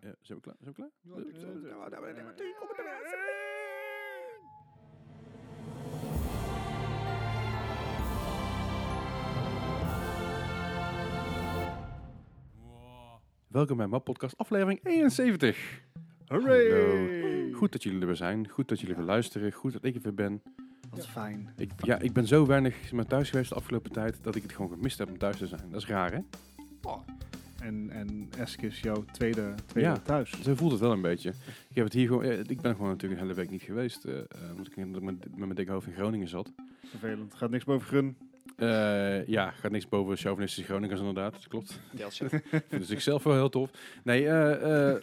Zijn we klaar? Zijn we klaar? Welkom bij mijn podcast aflevering 71. Hallo. Goed dat jullie er weer zijn. Goed dat jullie weer luisteren. Goed dat ik er weer ben. Wat fijn. Ik, ja, ik ben zo weinig met thuis geweest de afgelopen tijd dat ik het gewoon gemist heb om thuis te zijn. Dat is raar, hè? En, en Esk is jouw tweede, tweede Ja. thuis. Zo voelt het wel een beetje. Ik, heb het hier gewoon, eh, ik ben gewoon natuurlijk een hele week niet geweest. eh, eh, omdat ik met, met mijn dikke hoofd in Groningen zat. Vervelend. Gaat niks boven gun. Eh, ja, gaat niks boven chauvinistische Groningers inderdaad. Dat klopt. Deeltje. Vind ik zelf wel heel tof. Nee, eh, eh,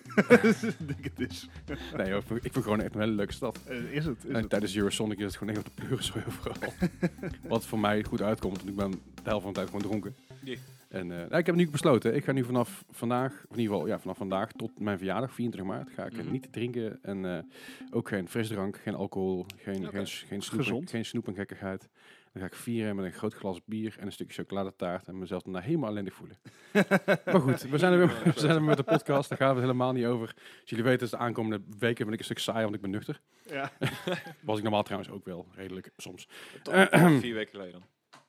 Dik het is. nee hoor, ik vind Groningen echt een hele leuke stad. Eh, Is het? Is En het? tijdens Eurosonic is het gewoon echt op de pleuris overal. Wat voor mij goed uitkomt, want ik ben de helft van de tijd gewoon dronken. Jee. En eh, nou, ik heb nu besloten, ik ga nu vanaf vandaag, of in ieder geval ja, vanaf vandaag tot mijn verjaardag, 24 maart, ga ik eh, Mhm. niet drinken. En eh, ook geen frisdrank, geen alcohol, geen, Oké. geen, s- geen, snoep, en- Gezond. geen snoep en gekkigheid. Dan ga ik vieren met een groot glas bier en een stukje chocoladetaart en mezelf daarna helemaal ellendig voelen. maar goed, we zijn er weer we zijn er weer met de podcast, daar gaan we het helemaal niet over. Als jullie weten, is de aankomende weken ben ik een stuk saai, want ik ben nuchter. Ja. Was ik normaal trouwens ook wel, redelijk soms. Tot tot vier weken geleden.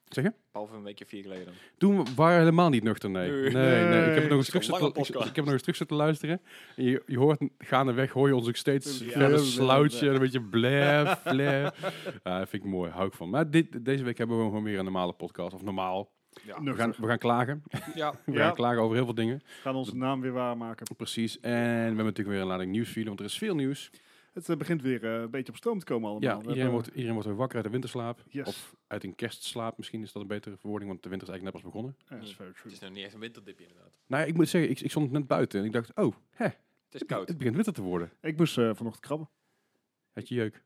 Zeg je? Behalve een weekje vier geleden. Toen we- waren we helemaal niet nuchter, nee. Nee, Nee. nee. Ik, heb Nee. nog eens is terug een lange zitten, ik, podcast. ik heb nog eens terug zitten luisteren. En je, je hoort gaandeweg, hoor je ons ook steeds Ja. verder Ja. slouchen. en Een beetje bleh, bleh. Ja, dat vind ik mooi, hou ik van. Maar dit, deze week hebben we gewoon weer een normale podcast. Of normaal. Ja. We gaan, we gaan klagen. Ja. We Ja. gaan klagen over heel veel dingen. Gaan onze naam weer waarmaken. Precies. En we hebben natuurlijk weer een lading nieuws voor jullie, want er is veel nieuws. Het eh, begint weer eh, een beetje op stroom te komen allemaal. Ja, We iedereen hebben- wordt, iedereen wordt weer wakker uit de winterslaap. Yes. Of uit een kerstslaap, misschien is dat een betere verwoording, want de winter is eigenlijk net pas begonnen. Ja, Eh, dat Mm. is very Het true. is nog niet echt een winterdipje inderdaad. Nou, ja, ik moet zeggen, ik, ik stond net buiten en ik dacht, oh, hè, het, Het is koud. het begint witter te worden. Ik moest eh, vanochtend krabben. Had je jeuk?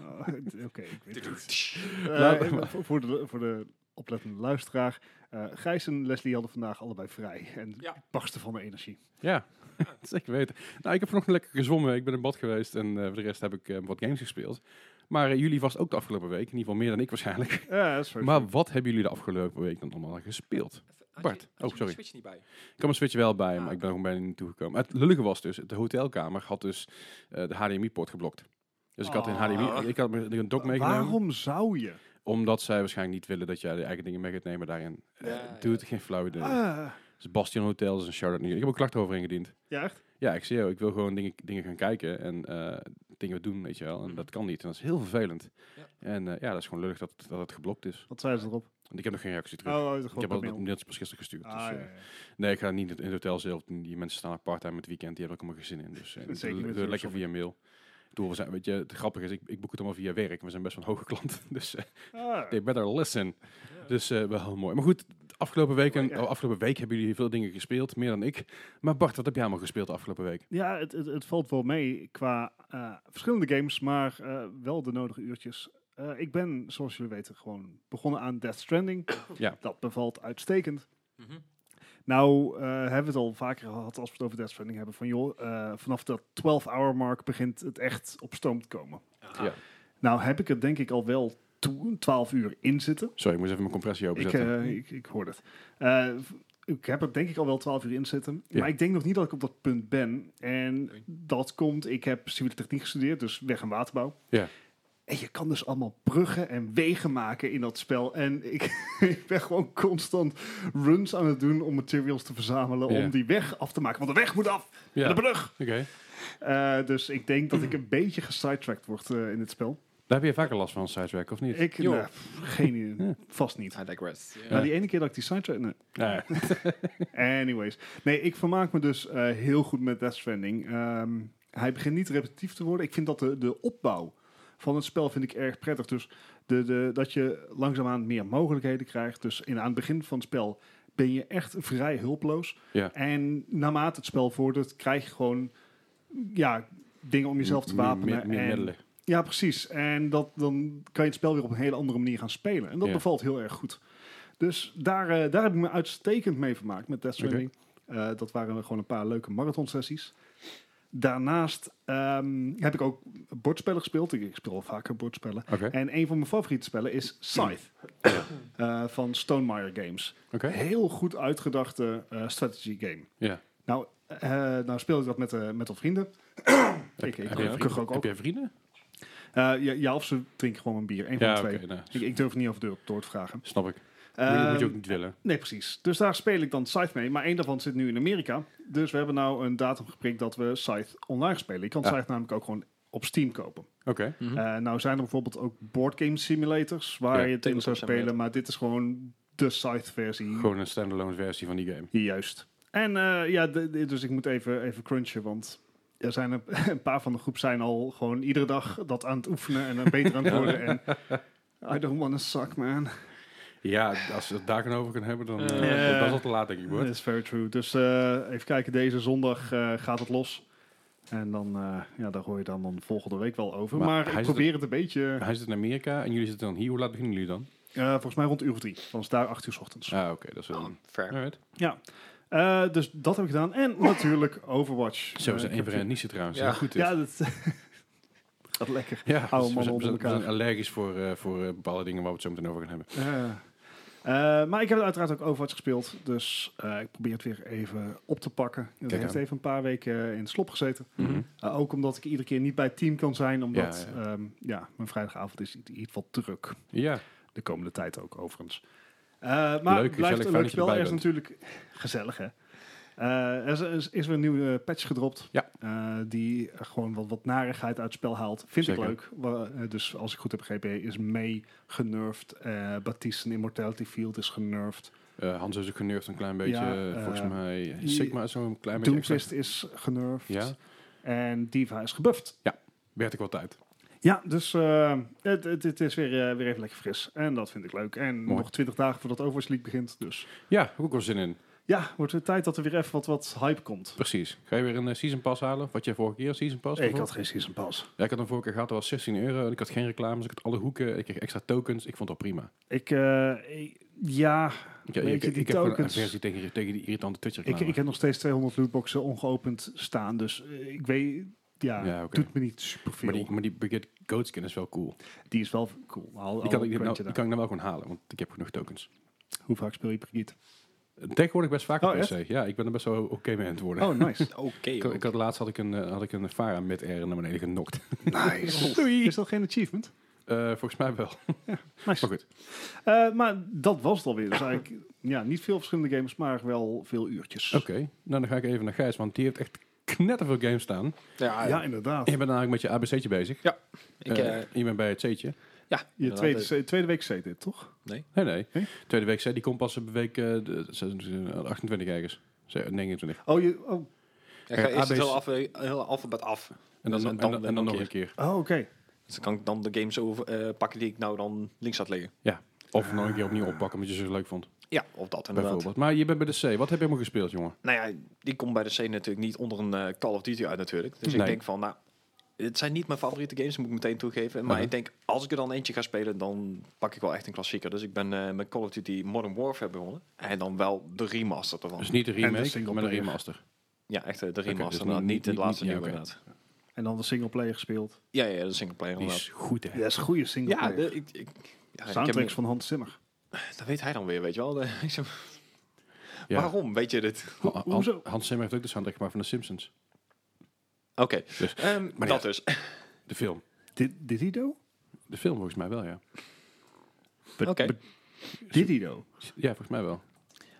Oh, Oké, ik weet het niet. Eh, Laten we eh, voor- voor, de, voor de oplettende luisteraar. eh Gijs en Leslie hadden vandaag allebei vrij. En Ja. barsten van de energie. Ja, zeker weten. Nou, ik heb vanochtend lekker gezwommen, ik ben in bad geweest en eh, voor de rest heb ik eh, wat games gespeeld. Maar eh, jullie vast ook de afgelopen week, in ieder geval meer dan ik waarschijnlijk. Ja, Eh, dat is very Maar wat hebben jullie de afgelopen week dan allemaal gespeeld? Bart. Oh, sorry. Switch niet bij. Ik kan mijn Switch wel bij, maar Ah. ik ben er gewoon bijna niet toegekomen. Het lullige was dus, de hotelkamer had dus eh, de HDMI-poort geblokt. Dus ik had een Ah. HDMI, ik had een dock true. meegenomen. Waarom zou je? Omdat zij waarschijnlijk niet willen dat jij de eigen dingen mee gaat nemen daarin. Eh Ja, ja. Doet geen flauw idee. Ah. Dus Bastion Hotel is een shout-out. naar jullie. Ik heb een klacht over ingediend. Ja, echt? Ja, ik zie jou. Ik wil gewoon dingen, dingen gaan kijken en eh, dingen doen, weet je wel. En Mhm. dat kan niet. En dat is heel vervelend. Ja. En eh, ja, dat is gewoon lullig dat, dat het geblokt is. Wat zei ze erop? Want ik heb nog geen reactie terug. Oh, dat ik heb al dat mailtje pas gisteren gestuurd. Ah, dus, ja, eh, ja. Nee, ik ga niet in het hotel zelf. doen. Die mensen staan apart aan met weekend. Die hebben ook allemaal geen zin in. Dus eh, Zeker doe- met doe zo'n lekker shopping. via mail. Ik bedoel, we zijn, weet je, het grappige is, ik, ik boek het allemaal via werk. We zijn best wel een hoge klant. Dus eh, Ah, they better listen. Dus eh, wel heel mooi. Maar goed, de afgelopen week, en, Ja. oh, afgelopen week hebben jullie veel dingen gespeeld, meer dan ik. Maar Bart, wat heb jij allemaal gespeeld de afgelopen week? Ja, het, het, het valt wel mee qua eh, verschillende games, maar eh, wel de nodige uurtjes. Eh, ik ben, zoals jullie weten, gewoon begonnen aan Death Stranding. Ja. Dat bevalt uitstekend. Mhm. Nou, eh, hebben we het al vaker gehad als we het over Death Stranding hebben. Van joh, eh, vanaf dat 12-hour mark begint het echt op stoom te komen. Aha. Ja. Nou heb ik er denk ik al wel toe- 12 uur in zitten. Sorry, ik moest even mijn compressie Ik, openzetten. eh, ik, ik hoor het. Eh, v- ik heb er denk ik al wel 12 uur in zitten. Ja. Maar ik denk nog niet dat ik op dat punt ben. En Oei. dat komt, ik heb civiele techniek gestudeerd, dus weg- en waterbouw. Ja. En je kan dus allemaal bruggen en wegen maken in dat spel. En ik, ik ben gewoon constant runs aan het doen om materials te verzamelen. Ja. Om die weg af te maken. Want de weg moet af. ja, oké. De brug. Eh, dus ik denk dat ik een beetje gesidetracked word eh, in dit spel. Daar heb je vaker last van, sidetrack, of niet? Ik, Joh. nou, pff, geen idee. Vast niet. I digress. Ja. Nou, die ene keer dat ik die sidetrack... nee. Nee. Anyways. Nee, ik vermaak me dus eh, heel goed met Death Stranding. Ehm, hij begint niet repetitief te worden. Ik vind dat de, de opbouw van het spel vind ik erg prettig. Dus de, de, dat je langzaamaan meer mogelijkheden krijgt. Dus in, aan het begin van het spel ben je echt vrij hulpeloos. Ja. En naarmate het spel vordert, krijg je gewoon ja, dingen om jezelf te wapenen. Meer, meer en- middelen. ja, precies. En dat, dan kan je het spel weer op een hele andere manier gaan spelen. En dat Ja. bevalt heel erg goed. Dus daar, eh, daar heb ik me uitstekend mee vermaakt met Death Stranding. Eh, dat waren gewoon een paar leuke marathonsessies. Daarnaast ehm, heb ik ook bordspellen gespeeld. Ik, ik speel wel vaker bordspellen. Oké, oké. En een van mijn favoriete spellen is Scythe eh, van Stonemeyer Games. Heel goed uitgedachte eh strategy game. Ja. Nou, Eh, nou speelde ik dat met, eh met al vrienden. ik heb, ik, je ik vrienden? ook. heb ook. jij vrienden? Eh, ja, ja, of ze drinken gewoon een bier. Eén van de Ja, twee. oké, nou, Ik, ik durf niet over door, door te vragen. snap ik. Moet je, moet je ook Ehm, niet willen. Nee, precies. Dus daar speel ik dan Scythe mee. Maar één daarvan zit nu in Amerika. Dus we hebben nou een datum geprikt dat we Scythe online spelen. Je kan Ja. Scythe namelijk ook gewoon op Steam kopen. Oké. Hm. Eh, nou zijn er bijvoorbeeld ook boardgame simulators waar Ja, je het in zou tabletop spelen. simulator. Maar dit is gewoon de Scythe versie. Gewoon een standalone versie van die game. Juist. En eh, ja, de- de- dus ik moet even, even crunchen, want er zijn een, een paar van de groep zijn al gewoon iedere dag dat aan het oefenen en dan beter aan het worden. En I don't wanna suck, man. Ja, als we het daar gaan over kunnen hebben, dan eh, Eh. dat is al te laat, denk ik, Bart. That's very true. Dus eh, even kijken, deze zondag eh, gaat het los. En dan, eh, ja, daar hoor je dan, dan volgende week wel over. Maar Maar, hij ik zit probeer het een beetje, Hij zit in Amerika en jullie zitten dan hier. Hoe laat beginnen jullie dan? eh, volgens mij rond uur of drie. Dan is daar acht uur 's ochtends. Ah, oké, dat is wel. Oh, fair. Alright. Ja. Eh, dus dat heb ik gedaan. En natuurlijk Overwatch. Zo, Eh, we zijn ik één heb voor één niche trouwens. Ja. Ja, goed is. Ja, dat gaat lekker. Ja, dus Oude we, mannen zijn, we onder zijn- we zijn elkaar. allergisch voor, eh, voor eh, bepaalde dingen waar we het zo meteen over gaan hebben. Eh, eh, maar ik heb uiteraard ook Overwatch gespeeld. Dus eh, ik probeer het weer even op te pakken. Het Kijk heeft aan. even een paar weken in de slop gezeten. Mhm. Eh, ook omdat ik iedere keer niet bij het team kan zijn. Omdat Ja, ja, ja, mijn vrijdagavond is in ieder geval druk. Ja, De komende tijd ook, overigens. Eh, maar Leuk, het blijft gezellig, een fijn leuk dat je spel. erbij Er is bent. natuurlijk gezellig, hè? Eh, er is, er is- is weer een nieuwe patch gedropt. Ja. Eh, die gewoon wat, wat narigheid uit het spel haalt. Vind Zeker. ik leuk. Wa- eh, dus als ik goed heb begrepen, is May genurfd. eh Baptiste in Immortality Field is genurfd. Eh Hanzo is ook genurfd een klein beetje, Ja, eh, volgens eh, mij. die- Sigma is zo een klein beetje extra. Doomfist is genurfd. Ja, En Diva is gebufft. werd ik wel tijd. Ja, dus eh, het, het, het is weer, eh, weer even lekker fris. En dat vind ik leuk. En Mooi. nog twintig dagen voordat Overwatch League begint. Dus Ja, heb ik ook wel zin in. ja, wordt het tijd dat er weer even wat, wat hype komt. Precies. Ga je weer een eh, season pass halen? Wat jij vorige keer een season pass? Ik had bijvoorbeeld? geen season pass. Ja, ik had hem vorige keer gehad, dat was 16 euro. En ik had geen reclames, ik had alle hoeken, ik kreeg extra tokens. Ik vond dat prima. Ik, eh, ik- ja, Ik, ik, Weet ik, je, die ik heb gewoon een tokens. aversie tegen, tegen die irritante Twitch ik, reclame. ik heb nog steeds 200 lootboxen ongeopend staan. Dus eh, ik weet, ja, Ja, oké. doet me niet superveel. maar Die, die, maar die Baguette Goat skin is wel cool. die is wel cool. Al, Die al kan, ik, nou, een puntje die daar. kan ik nou wel gewoon halen, want ik heb genoeg tokens. Hoe vaak speel je Brigitte? Tegenwoordig best vaak op Oh, PC. Ja, ik ben er best wel oké mee aan het worden. Oh, nice. Oké. Ik, ik had laatst had ik een, eh, had ik een Farah met air naar beneden genokt. nice. Doei! Is dat geen achievement? Eh, volgens mij wel. Nice. Maar goed. Eh, maar dat was het alweer. Dus eigenlijk ja, niet veel verschillende games, maar wel veel uurtjes. Oké, nou dan ga ik even naar Gijs, want die heeft echt knetterveel games staan. Ja, Ja, ja. inderdaad. En je bent eigenlijk met je ABC'tje bezig. Ik, Eh, eh, je bent bij het C'tje. ja Je inderdaad, tweede, eh, se- tweede week C dit, toch? Nee, nee. Nee? Tweede week C, die komt pas op week eh, de- 26, 28 ergens. Ze- eh, 29. Oh, je, oh, Ik ga eh, eerst het AB's hele alfa- hele alfabet af. En dan, Dus en, dan, en dan nog een keer. oh, oké. Dus dan kan ik dan de games over, eh, pakken die ik nou dan links had liggen. Of nog een keer opnieuw oppakken, omdat je ze zo leuk vond. Ja, of dat inderdaad. Bijvoorbeeld. Maar je bent bij de C. Wat heb je helemaal gespeeld, Oh. jongen? Nou ja, die komt bij de C natuurlijk niet onder een eh, Call of Duty uit natuurlijk. Dus Nee. ik denk van, nou, het zijn niet mijn favoriete games, moet ik meteen toegeven. Maar Mhm. ik denk, als ik er dan eentje ga spelen, dan pak ik wel echt een klassieker. Dus ik ben eh, met Call of Duty Modern Warfare begonnen. En dan wel de remaster ervan. Dus niet de de remake, single maar de player. remaster. ja, echt eh, de remaster, dus inderdaad. niet- niet, niet- de laatste niet- ja, nieuwe oké. inderdaad. En dan de singleplayer gespeeld. Ja, ja, de singleplayer Die inderdaad. is goed, Ja, hè? dat is een goede Ja, singleplayer. de, ik, ik, ja, ik heb, Soundtracks hem- van Hans Zimmer. dat weet hij dan weer, weet je wel. De- ik zeg, Ja. Waarom weet je dit? Ha- ha- hoezo? Hans Zimmer heeft ook de soundtrack gemaakt van The Simpsons. Oké, Dus- ehm, maar dat ja. dus. De film. Did, did he do? De film volgens mij wel, ja. But- Oké. but Did he do? Ja, volgens mij wel.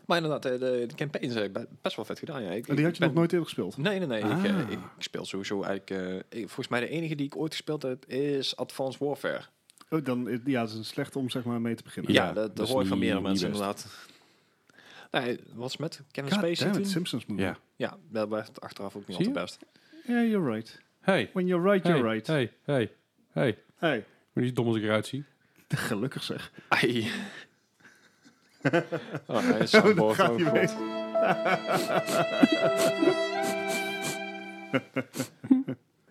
Maar inderdaad, eh, de, de campaigns zijn be- best wel vet gedaan. Oh, Ja. Ik, En die ik had je ben- nog nooit eerder gespeeld? Nee, nee, nee. Ik, eh, Ah. ik speel sowieso eigenlijk... eh, ik- volgens mij de enige die ik ooit gespeeld heb is Advanced Warfare. Oh, dan, eh, ja, dat is een slecht om zeg maar mee te beginnen. Ja, Ja, dat, dat dat is hoor ik van niet- meerdere niet mensen inderdaad. Nee, wat is met Kevin God Spacey damn it, toen? Simpsons movie. Ja. Ja, dat werd achteraf ook niet Zie altijd best. Yeah, you're right. Hey, When you're right, hey, you're right. Hey. hey, hey, hey. Moet je niet dom als ik eruit zie? Gelukkig zeg. Ai. Oh, hij is zo'n boord ook. weer.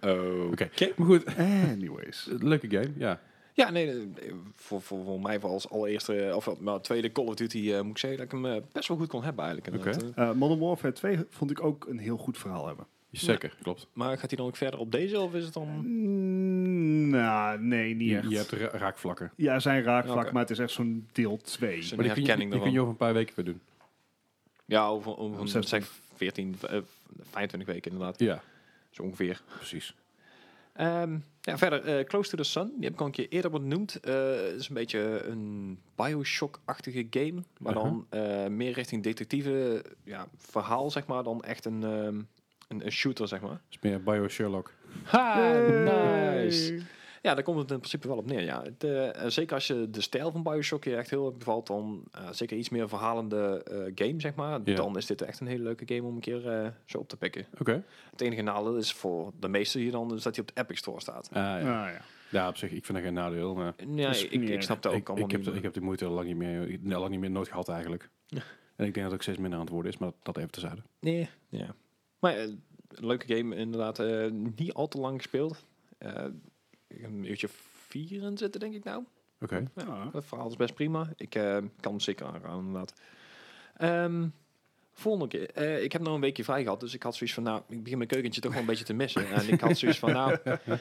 Oh. Oké. Maar goed, Anyways. leuke game, ja. Ja, nee, eh, voor, voor, voor mij voor als allereerste, eh, of eh, nou, tweede Call of Duty, eh, moet ik zeggen dat ik hem eh, best wel goed kon hebben eigenlijk. Oké. inderdaad. Eh, Eh, Modern Warfare 2 vond ik ook een heel goed verhaal hebben. Zeker, klopt. Maar gaat hij dan ook verder op deze, of is het dan... Mm, nou, nee, niet Je, echt. je hebt ra- raakvlakken. Ja, er zijn raakvlakken, Oké. maar het is echt zo'n deel Maar 2. Zo'n die kun, je, herkenning die kun je ervan. over een paar weken weer doen. Ja, over, over Zes- zeg 14, eh, 25 weken inderdaad, Ja, zo ongeveer. precies. Ehm, ja, verder, eh, Close to the Sun, die heb ik al een keer eerder benoemd. Eh, Het is een beetje een Bioshock-achtige game, maar dan eh, meer richting detectieve ja, verhaal, zeg maar, dan echt een, ehm, een, een shooter, zeg maar. Dat is meer Bio Sherlock. Ha, Yay. Ah, nice! Ja, daar komt het in principe wel op neer, ja. Het, eh, eh, zeker als je de stijl van Bioshock je echt heel erg bevalt, dan eh, zeker iets meer verhalende eh, game, zeg maar. Ja. Dan is dit echt een hele leuke game om een keer eh, zo op te pikken. Oké. Eh, Het enige nadeel is voor de meeste hier dan, is dat hij op de Epic Store staat. Ah, ja. Nou ja. ja, op zich, ik vind dat geen nadeel. Maar Nee, is ik, niet ik erg. snap dat ook Dus ik, allemaal ik, heb, niet. de- ik heb die moeite lang niet meer, ik- lang niet meer nooit gehad eigenlijk. En ik denk dat het ook steeds minder aan het worden is, maar dat, dat even tezijde. Nee. Ja. Maar eh, leuke game inderdaad. eh, niet al te lang gespeeld. Eh, ik heb een uurtje vier in zitten, denk ik nou. Oké. Ja. Het verhaal is best prima. Ik eh, kan hem zeker aanraden, inderdaad. Ehm, volgende keer. Eh, ik heb nou een weekje vrij gehad, dus ik had zoiets van... Nou, ik begin mijn keukentje toch wel een beetje te missen. En ik had zoiets van, nou,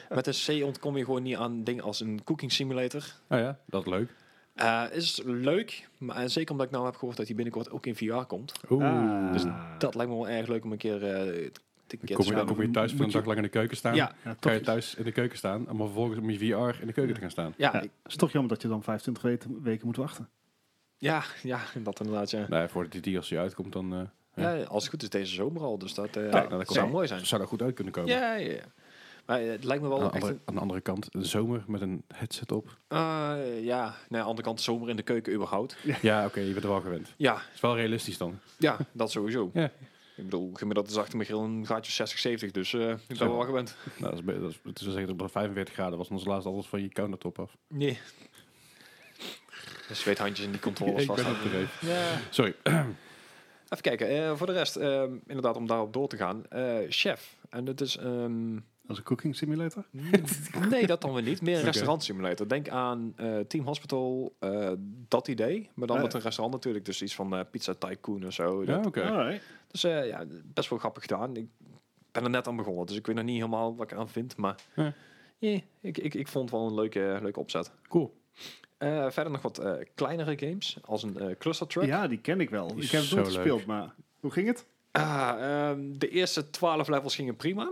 met een C ontkom je gewoon niet aan dingen als een cooking simulator. Nou ja, dat is leuk. Eh, is leuk, maar eh, zeker omdat ik nou heb gehoord dat hij binnenkort ook in VR komt. Oeh. Ah. Dus Dat lijkt me wel erg leuk om een keer eh, te dan kom, je, dan spelen. kom je thuis voor een Moet je- dag lang in de keuken staan. Ja, Ja, Kan toch, je thuis in de keuken staan, maar vervolgens om je VR in de keuken te gaan staan. ja, Ja. ik- is toch jammer dat je dan 25 weken- weken moet wachten. ja, ja, dat inderdaad, ja. Nou, ja, voordat die DLC uitkomt, dan eh, ja. als het goed is deze zomer al, dus dat, eh, nou, dat komt zou wel. mooi zijn. zou dat goed uit kunnen komen. Ja, ja, ja. Maar eh, het lijkt me wel Aan de, echt... andere, Een, aan de andere kant, een zomer met een headset op. eh, ja, nou, aan de andere kant zomer in de keuken überhaupt. Ja, oké, je bent er wel gewend. Ja, is wel realistisch dan. ja, dat sowieso. Ja. Ik bedoel, gemiddeld is achter mijn grill een gaatje 60, 70, dus eh, ik ben Zo. wel gewend. Nou, dat is, be- dat is, het is wel zeggen dat het 45 graden was, en ons laatst alles van je countertop af. Nee. Dus weet handjes in die controles ik vast. ben op de reef. Ja. Sorry. Even kijken, eh, voor de rest, eh, inderdaad om daarop door te gaan. eh, chef, en dat is ehm, Dat is een cooking simulator. Nee, dat dan weer niet. Meer een Oké. restaurant simulator. Denk aan eh, Team Hospital, eh, dat idee. Maar dan Ah, met ja. een restaurant natuurlijk. Dus iets van eh, Pizza Tycoon en zo. Ja, Dat- oké. Alright. Dus eh, ja, best wel grappig gedaan. Ik ben er net aan begonnen, dus ik weet nog niet helemaal wat ik aan vind. Maar Ja. eh, ik, ik, ik vond het wel een leuke, leuke opzet. Cool. Eh, verder nog wat eh, kleinere games, als een eh, Cluster Truck. Ja, die ken ik wel. Die is ik heb het nooit zo leuk. gespeeld, maar hoe ging het? Ah, ehm, de eerste twaalf levels gingen prima.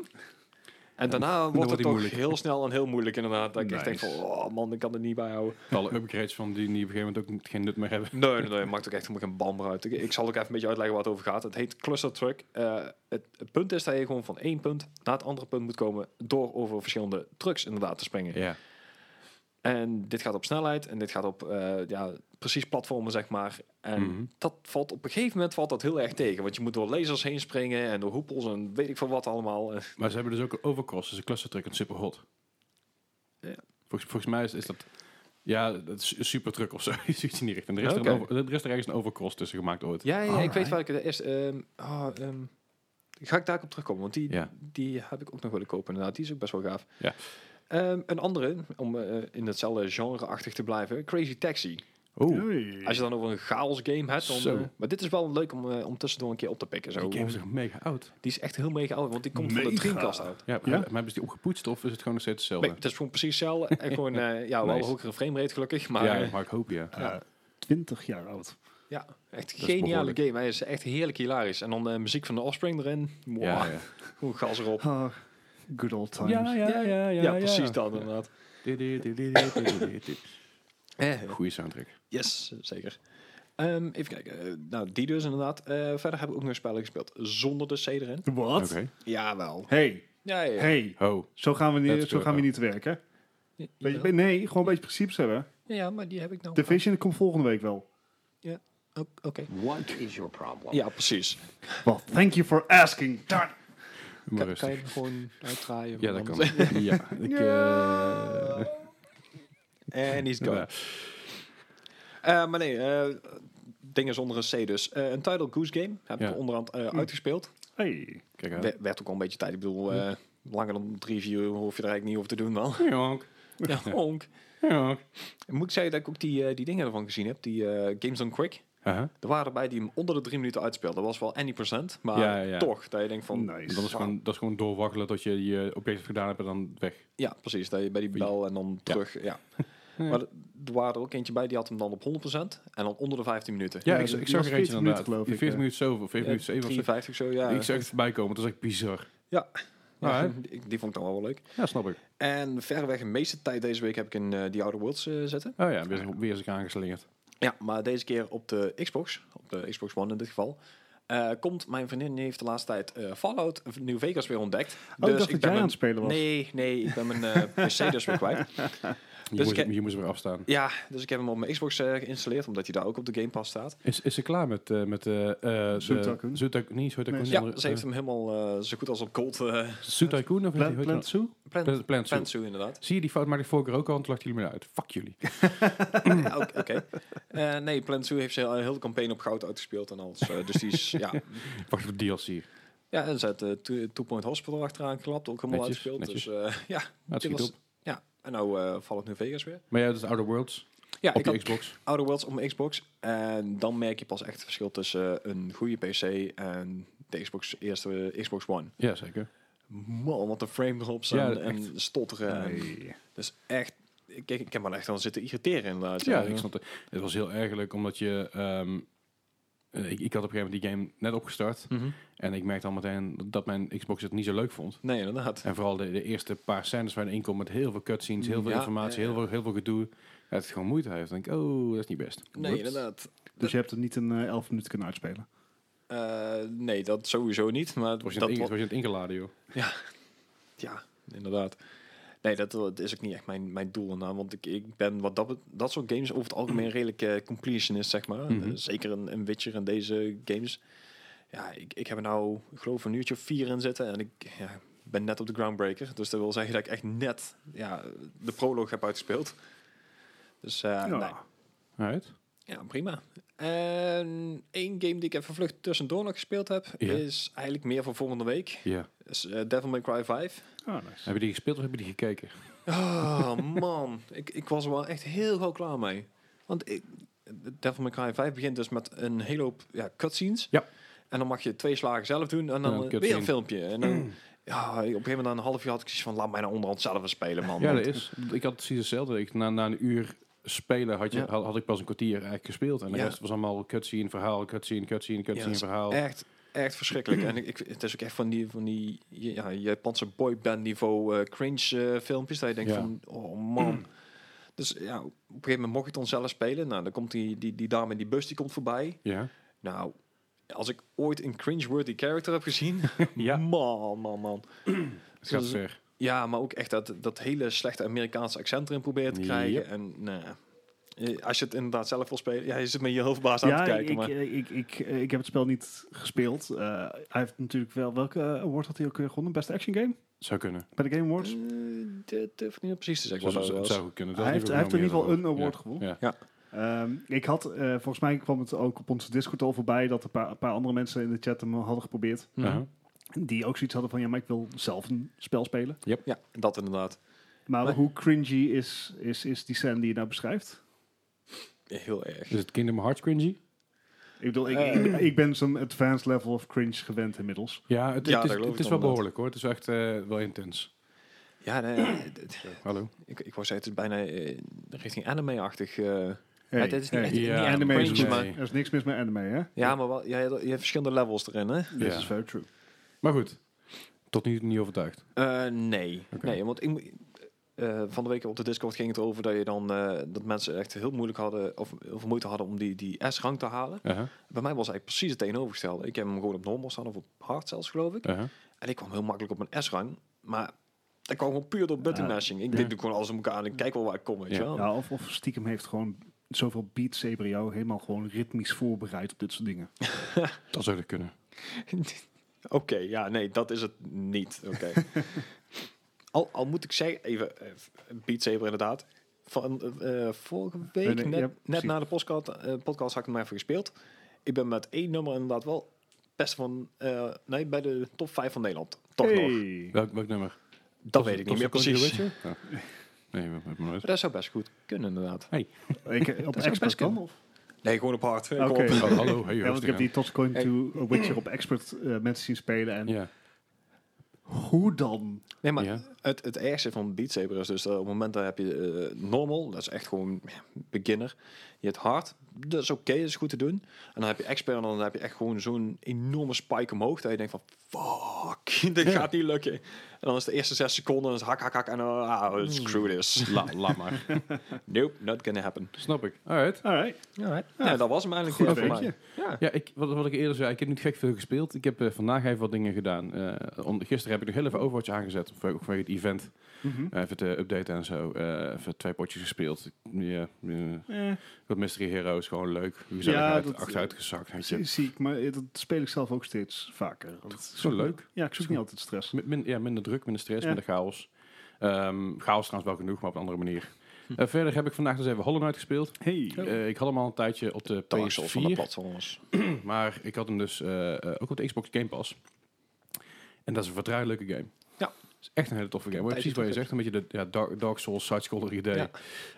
En daarna wordt wordt het die toch moeilijk. heel snel en heel moeilijk inderdaad. Dat ik echt denk Nice. van, oh man, ik kan er niet bij houden. Alle upgrades van die, die op een gegeven moment ook geen nut meer hebben. Nee, nee, nee, maakt ook echt helemaal geen bal meer uit. Ik, ik zal ook even een beetje uitleggen waar het over gaat. Het heet Cluster Truck. Eh, het, het punt is dat je gewoon van één punt naar het andere punt moet komen door over verschillende trucks inderdaad te springen. Ja. En dit gaat op snelheid en dit gaat op eh, ja, precies platformen, zeg maar. En Mhm. dat valt op een gegeven moment valt dat heel erg tegen. Want je moet door lasers heen springen en door hoepels en weet ik veel wat allemaal. Eh, Maar ze hebben dus ook een overcross, dus een clustertruck en superhot. Ja. Volgens, volgens mij is, is dat... Ja, dat is een supertruck of zo. Je ziet het niet richting. Er is, er, Oké. een over, er is er ergens een overcross tussen gemaakt ooit. Ja, ja ik Alright. weet waar ik het eerst... ehm, ah, ehm, ga ik daarop terugkomen, want die, Ja. die heb ik ook nog willen kopen. Inderdaad, die is ook best wel gaaf. Ja. Ehm, een andere, om eh, in hetzelfde genre-achtig te blijven, Crazy Taxi. Oeh, Oei. Als je dan over een chaos game hebt, dan, Zo. eh, maar dit is wel leuk om, eh, om tussendoor een keer op te pikken. Zo. die game is toch mega oud? Die is echt heel mega oud, want die komt van de Mega. Dreamcast uit. Ja, maar Ja? hebben ze die opgepoetst of is het gewoon nog steeds hetzelfde? Nee, het is gewoon precies hetzelfde. En gewoon, eh, ja, wel Nice. hogere framerate gelukkig, maar ja, eh, maar ik hoop ja. Eh, 20 jaar oud. ja, echt is geniale behoorlijk. game. Hij is echt heerlijk hilarisch. En dan de muziek van de Offspring erin. Wow, Ja, ja. Gewoon gas erop. Ah, good old times. ja, Ja, precies dat inderdaad. Eh, Goeie soundtrack. Yes, zeker. Ehm, even kijken. Eh, nou, die dus inderdaad. Eh, verder heb ik ook nog spellen gespeeld zonder de C erin. Wat? Oké. Jawel. Hey, Ja, ja. hey. Ho. Zo gaan we Let's niet, zo go. gaan we niet werken. Ja, Beetje, jawel. nee, gewoon een beetje principes hebben. ja, ja, maar die heb ik nou. De Vision komt volgende week wel. Oh, Oké. What is your problem? Ja, precies. Well, thank you for asking. Darn. Maar kan je rustig. hem gewoon uitdraaien? Ja, dat Want- kan. Ja, ik, eh, En is gone. ja. Eh, maar nee, eh, dingen zonder een C dus. Eh, een Tidal Goose Game heb Ja. ik onderhand eh, uitgespeeld. Hey. Kijk aan. We- werd ook al een beetje tijd. Ik bedoel, eh, langer dan drie, vier uur hoef je er eigenlijk niet over te doen wel. Jonk. Ja, honk. Jonk. Moet ik zeggen dat ik ook die, eh, die dingen ervan gezien heb. Die eh, Games on Quick. Aha. Er waren erbij die hem onder de drie minuten uitspeelden. Dat was wel any percent, maar Ja, ja, ja. toch. Dat je denkt van, Nice. Dus Dat is, gewoon, dat is gewoon doorwaggelen tot je je object hebt gedaan hebt en dan weg. ja precies, dat je bij die bel en dan terug, ja. Maar d- bewaarde er ook eentje bij, die had hem dan op 100% en dan onder de 15 minuten. Ja, Ja, ik, die- ik die zag was er 40 minuten, eentje inderdaad. geloof Die ik, 40 eh. minuten zoveel, 40 Ja, minuten 7 of zo. 53 zo, ja. Ik zag het voorbij komen, dat is echt bizar. Ja, Nou, die, die vond ik dan wel leuk. Ja, snap ik. En verreweg de meeste tijd deze week heb ik in eh The Outer Worlds eh, zitten. Oh ja, weer, weer is ik aangeslingerd. Ja, maar deze keer op de Xbox, op de Xbox One in dit geval. eh, komt mijn vriendin die heeft de laatste tijd eh, Fallout New Vegas weer ontdekt. Dus Oh, dus ik dacht dat jij mijn- aan het spelen was. Nee, nee, ik ben mijn eh, PC dus weer kwijt. Je, Dus moest, ik- je moest weer afstaan. Ja, dus ik heb hem op mijn Xbox eh, geïnstalleerd, omdat hij daar ook op de Game Pass staat. Is, is ze klaar met... eh met eh eh, de- Zoetakun? Zoetakun- Niet Zoetakun. Nee, die Ja, andere, ze heeft eh, hem helemaal eh, zo goed als op cold eh Zoetakun, of Plant, hoe heet Plant dat? Zoo? plan- Plant- Plant Zoo. Plantsoe, inderdaad. Zie je, die fout maakte ik vorige keer ook al, en toen lachten jullie me uit. Fuck jullie. Ja, Oké. oké. Eh, nee, Plantsoe heeft zijn hele campaign op goud uitgespeeld en alles. eh, dus die is, ja. Wacht op DLC. ja en ze had eh, Two Two Point Hospital achteraan geklapt, ook helemaal Netjes, uitgespeeld. Dus eh, ja, Dat dit schiet was- op. ja, en nou eh valt het nu Vegas weer. Maar ja, dat is Outer Worlds. Ja, op ik je had Xbox. Outer Worlds op mijn Xbox. En dan merk je pas echt het verschil tussen eh, een goede PC en de Xbox, eerste eh, Xbox One. Ja, zeker. Man, wat de frame drops en, Ja, en Ehm, stotteren. en- Dus echt, ik, ik heb me echt aan zitten irriteren inderdaad. Ja, ik snap het. Het was heel erg leuk, omdat je... ehm, eh, ik, ik had op een gegeven moment die game net opgestart. Mhm. En ik merkte al meteen dat mijn Xbox het niet zo leuk vond. Nee, inderdaad. En vooral de, de eerste paar scènes waarin inkomt met heel veel cutscenes, heel veel Ja, informatie, ja, heel ja. veel, heel veel gedoe. Dat het gewoon moeite heeft. Dan denk ik, oh, dat is niet best. Nee, Whoops. inderdaad. Dus je hebt het niet in eh, 11 minuten kunnen uitspelen. Eh, nee, dat sowieso niet. Maar Het was je, dat aan het wa- inge- het was je aan het ingeladen, joh. Ja, inderdaad. Nee, dat, dat is ook niet echt mijn, mijn doel erna. Want ik, ik ben wat dat, bet- dat soort games over het algemeen redelijk eh, completionist, zeg maar. Mhm. Eh, zeker een, een Witcher en deze games. Ja, ik, ik heb er nou, ik geloof een uurtje of vier in zitten. En ik ja, ben net op de Groundbreaker. Dus dat wil zeggen dat ik echt net ja, de proloog heb uitgespeeld. Dus Ah, eh, Ja. nee. Right. Ja, prima. En één game die ik even vlug tussendoor nog gespeeld heb, Ja. is eigenlijk meer voor volgende week. Ja. Is, eh, Devil May Cry 5. Ah, nice. Heb je die gespeeld of heb je die gekeken? Oh man, ik, ik was er wel echt heel gauw klaar mee. Want ik, Devil May Cry 5 begint dus met een hele hoop ja, cutscenes. Ja. En dan mag je twee slagen zelf doen en dan Ja, een eh, weer cutscene. een filmpje. En dan, ja, op een gegeven moment na een half jaar had ik zoiets van, laat mij nou onderhand zelf eens spelen man. Ja, Want- dat is. Ik had precies hetzelfde. Ik, na, na een uur spelen had, je, Ja. had, had ik pas een kwartier eigenlijk gespeeld. En de Ja. rest was allemaal cutscene, verhaal, cutscene, cutscene, Ja, cutscene, dat is verhaal. Echt, echt verschrikkelijk. en ik, ik, het is ook echt van die, van die ja, Japanse boyband niveau eh, cringe eh, filmpjes. Dat je denkt Ja. van, oh man. dus ja, op een gegeven moment mocht ik het dan zelf spelen. Nou, dan komt die, die, die dame in die bus, die komt voorbij. Ja. Nou, als ik ooit een cringe-worthy character heb gezien. Man, man, man. Het gaat Dus- ver. Ja, maar ook echt dat, dat hele slechte Amerikaanse accent erin proberen te krijgen. Yep. En nee. Eh, Als je het inderdaad zelf wil spelen, ja, je zit met je hoofdbaas aan Ja, te kijken. ik, maar... eh, ik, ik, eh, ik heb het spel niet gespeeld. Eh, hij heeft natuurlijk wel... Welke eh, award had hij ook weer gewonnen? Best Action Game? Zou kunnen. Bij de Game Awards? Eh, Dat durf ik niet precies te Zou, zeggen. wat dat zou, was. zou goed kunnen. Dat Hij is heeft- hij heeft in ieder geval genomineerd een award daarvoor. gewonnen. Ja. Ehm, ik had, eh, volgens mij kwam het ook op onze Discord al voorbij dat een paar, een paar andere mensen in de chat hem hadden geprobeerd. Mhm. Aha. Die ook zoiets hadden van, ja, maar ik wil zelf een spel spelen. Ja, dat inderdaad. Maar, Maar- hoe cringy is, is, is die scène die je nou beschrijft? Heel erg. Is het Kingdom Hearts cringy? Ik bedoel, ik, Eh. ik, ben- ik ben zo'n advanced level of cringe gewend inmiddels. Ja, het, Ja, het daar is, geloof het ik is wel dan wel. behoorlijk hoor. Het is echt eh, wel intens. Ja, nee, dit- Hallo. ik, ik wou zeggen, het is bijna eh, richting anime-achtig. eh. Maar dit is niet echt- Ja, niet echt anime is cringe, goed. maar- Er is niks mis met anime, hè? ja, maar wel, ja, je hebt verschillende levels erin, hè? This Ja. is very true. Maar goed, tot nu toe niet overtuigd. Eh, nee. Oké. nee, want ik, moet- eh, van de week op de Discord ging het over dat, je dan, eh, dat mensen echt heel moeilijk hadden, of heel veel moeite hadden om die, die S-rang te halen. Aha, Bij mij was eigenlijk precies het tegenovergestelde. Ik heb hem gewoon op normal staan, of op hard zelfs, geloof ik. aha. En ik kwam heel makkelijk op een S-rang, maar dat kwam gewoon puur door button Ja. mashing. Ik Ja. deed doe gewoon alles om elkaar aan en kijk wel waar ik kom, weet Ja. je wel. Ja, of, of stiekem heeft gewoon zoveel Beat Saber jou helemaal gewoon ritmisch voorbereid op dit soort dingen. Dat zou er kunnen. Oké, ja, nee, dat is het niet. Oké. al, al moet ik zeggen, even, eh, Beat Saber inderdaad. Van eh, eh, vorige week, Nee, nee, net, ja, net precies. na de podcast, eh, podcast had ik hem even gespeeld. Ik ben met één nummer inderdaad wel best van, eh, nee, bij de top 5 van Nederland. Toch nog. Hey. Welk, welk nummer? Dat weet ik niet meer precies. Nee, Nee, we hebben nooit. Dat zou best goed kunnen, inderdaad. Ik, eh, op best expert kan? kunnen. Of? Nee, gewoon op hard. Oké. Kom op. Oh, hallo, hey, Ja, want ik heb rustig die Toxic Coin to Witcher op expert eh, mensen zien spelen. aan. En Ja, hoe dan? Nee, maar Ja. het, het ergste van Beat Saber is dus dat op het moment dat heb je eh, normal, dat is echt gewoon ja, beginner. Je hebt hard, dat is oké, dat is goed te doen. En dan heb je expert en dan heb je echt gewoon zo'n enorme spike omhoog dat je denkt van fuck, dit gaat niet lukken. En dan is de eerste zes seconden, dan is hak, hak, hak en dan ah, screw this. Hmm. La, laat maar. Nope, not gonna happen. Snap ik. Alright. Alright. Ja, dat was hem eigenlijk Goed eh, voor weetje. mij. Ja. Ja, ik, wat, wat ik eerder zei, ik heb niet gek veel gespeeld. Ik heb eh, vandaag even wat dingen gedaan. Eh, om- gisteren heb ik nog heel even Overwatch aangezet, voor- ook vanwege het event. Mhm. Eh, even te updaten en zo. Eh, even twee potjes gespeeld. Ja, eh, Eh, wat Mystery Heroes, gewoon leuk. Gezelligheid, dat- eh, achteruit gezakt. Weet zie, je. zie ik, maar eh, dat speel ik zelf ook steeds vaker. Dat is Zo leuk. Ja, ik zoek niet altijd stress. Min- min- ja, minder druk, minder stress, Ja. minder chaos. Ehm, chaos trouwens wel genoeg, maar op een andere manier. Eh, verder heb ik vandaag dus even Hollow Knight gespeeld. Hm. Hey. Eh, ik had hem al een tijdje op de Dark Souls van de PS4, platforms. maar ik had hem dus eh, eh, ook op de Xbox Game Pass. En dat is een verdraaid leuke game. Ja. Is echt een hele toffe game. Maar Tijdje precies wat je terug zegt, een beetje de ja, Dark, Dark Souls side-scroller idee. Ja.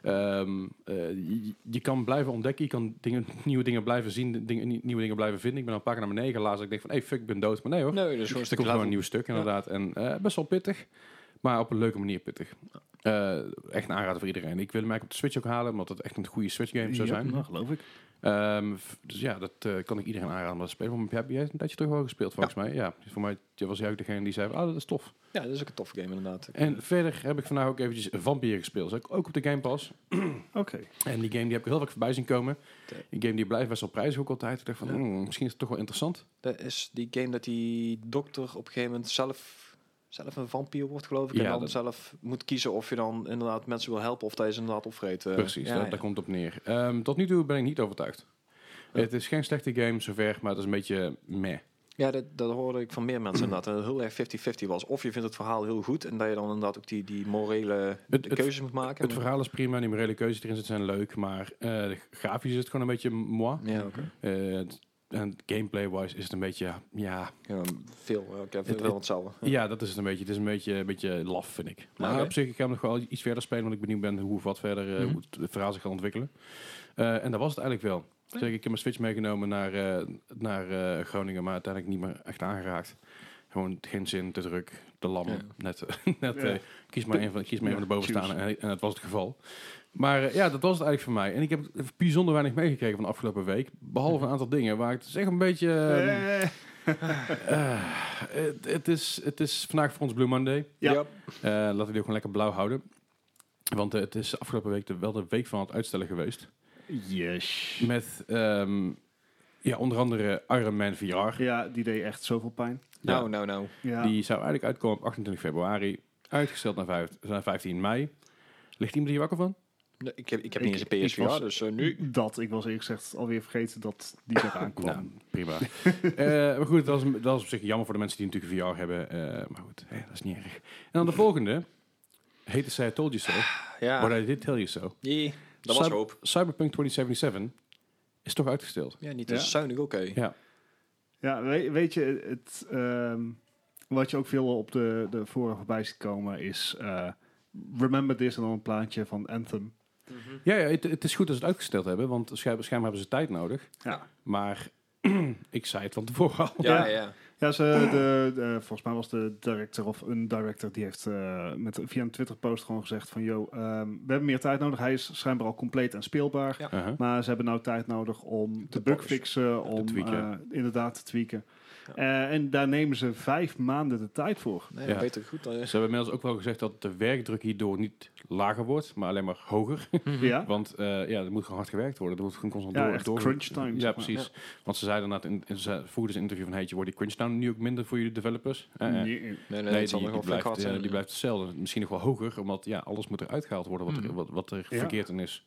Ehm, eh, je, je kan blijven ontdekken, je kan dingen, nieuwe dingen blijven zien, dingen, nie- nieuwe dingen blijven vinden. Ik ben al een paar keer naar beneden gelazen. Ik denk van, hey, fuck, ik ben dood. Maar nee hoor, Nee, dat is gewoon een er stukje komt gewoon een level. nieuw stuk inderdaad. En eh, best wel pittig, maar op een leuke manier pittig. Eh, echt een aanrader voor iedereen. Ik wil hem eigenlijk op de Switch ook halen, omdat het echt een goede Switch game zou Ja, zijn. nou, geloof ik. Ehm, f- dus ja, dat eh, kan ik iedereen aanraden om dat te spelen. Want Heb jij een tijdje terug al gespeeld volgens mij? Ja, dus voor mij jij was jij ook degene die zei, ah, dat is tof. Ja, dat is ook een toffe game inderdaad. En verder heb ik vandaag ook eventjes Vampire gespeeld. Dus ook ook op de Game Pass. Oké. En die game die heb ik heel vaak voorbij zien komen. Oké. Die game die blijft best wel prijzig ook altijd. Ik dacht van, Ja. hmm, misschien is het toch wel interessant. Dat is die game dat die dokter op een gegeven moment zelf, zelf een vampier wordt, geloof ik. Ja, en dan dat- zelf moet kiezen of je dan inderdaad mensen wil helpen of dat je ze inderdaad opvreet. eh. Precies, Ja, daar, ja. daar komt het op neer. Ehm, tot nu toe ben ik niet overtuigd. Ja. Het is geen slechte game zover, maar het is een beetje meh. Ja, dat, dat hoorde ik van meer mensen inderdaad. En heel erg 50-50 was. Of je vindt het verhaal heel goed en dat je dan inderdaad ook die, die morele Het- het- keuzes moet maken. Het verhaal is prima, die morele keuzes die erin zitten zijn leuk, maar eh grafisch is het gewoon een beetje moi. Ja, oké. Eh, het- en gameplay-wise is het een beetje, ja, Ja, veel. ja, Oké, Het- veel het- hetzelfde. Ja. ja, dat is het een beetje. Het is een beetje, een beetje laf, vind ik. Maar Oké. op zich, ik ga hem nog wel iets verder spelen, want ik benieuwd ben hoe of wat verder, eh, Mhm. hoe het verhaal zich gaat ontwikkelen. Eh, en dat was het eigenlijk wel. Zeg, ik heb mijn Switch meegenomen naar, eh, naar eh, Groningen, maar uiteindelijk niet meer echt aangeraakt. Gewoon geen zin, te druk, te lam. Ja. Net, eh, net Ja. eh, kies maar een van, kies maar een van de Ja, bovenstaande. En, en dat was het geval. Maar eh, ja, dat was het eigenlijk voor mij. En ik heb bijzonder weinig meegekregen van de afgelopen week. Behalve een aantal dingen waar ik het is echt een beetje... eh, Eh, eh, Het het is, het is vandaag voor ons Blue Monday. Ja. Eh, laten we die ook gewoon lekker blauw houden. Want eh, het is de afgelopen week de, wel de week van het uitstellen geweest. yes. Met ehm, ja, onder andere Iron Man VR. Ja, die deed echt zoveel pijn. Nou, nou, nou. Ja. Die zou eigenlijk uitkomen op 28 februari. Uitgesteld naar, vijf- naar 15 mei. Ligt iemand hier wakker van? Nee, Ik heb, ik heb Ik- niet eens een ik PSVR, was- dus eh, nu... Dat, ik was eerlijk gezegd alweer vergeten dat die eraan kwam. Nou, prima. Eh, maar goed, dat is, dat is op zich jammer voor de mensen die natuurlijk VR hebben. eh, maar goed, hè, dat is niet erg. En dan de volgende. Heette zij I Told You So. Ja, But I Did Tell You So. jee, dat was Cyber- hoop. Cyberpunk 2077 is toch uitgesteld. Ja, niet Ja. te zuinig, oké. Ja, Ja, we- weet, je, het, ehm, wat je ook veel op de, de forum voorbij ziet komen is... eh, Remember This en dan een plaatje van Anthem. ja, ja het, het is goed dat ze het uitgesteld hebben, want schijnbaar, schijnbaar hebben ze tijd nodig. Ja. Maar ik zei het van tevoren al. Ja, Ja. ja, ja. Ja, ze, de, de- volgens mij was de director of een director... die heeft eh, met, via een Twitter-post gewoon gezegd van... Yo, ehm, we hebben meer tijd nodig. Hij is schijnbaar al compleet en speelbaar. Ja. Uh-huh. Maar ze hebben nou tijd nodig om de bugs. bug fixen, om tweaken. eh, inderdaad te tweaken. Ja. Eh, en daar nemen ze vijf maanden de tijd voor. Nee, Ja. beter goed dan... Ze hebben inmiddels ook wel gezegd dat de werkdruk hierdoor niet lager wordt, maar alleen maar hoger. Ja? Want eh, ja, er moet gewoon hard gewerkt worden. Er moet gewoon constant Ja, door. echt door- crunch time, Ja, zeg maar. precies. Want ze zeiden dat in, in- ze voerden ze een interview van, hey, wordt die crunch time nu ook minder voor jullie developers? Eh, eh. Nee. Nee, nee, Nee, het die, zal nog die, wel flink hard blijft, eh, zijn. die blijft hetzelfde. Misschien nog wel hoger, omdat ja, alles moet eruit gehaald worden wat er, Mhm. wat, wat er Ja. verkeerd in is.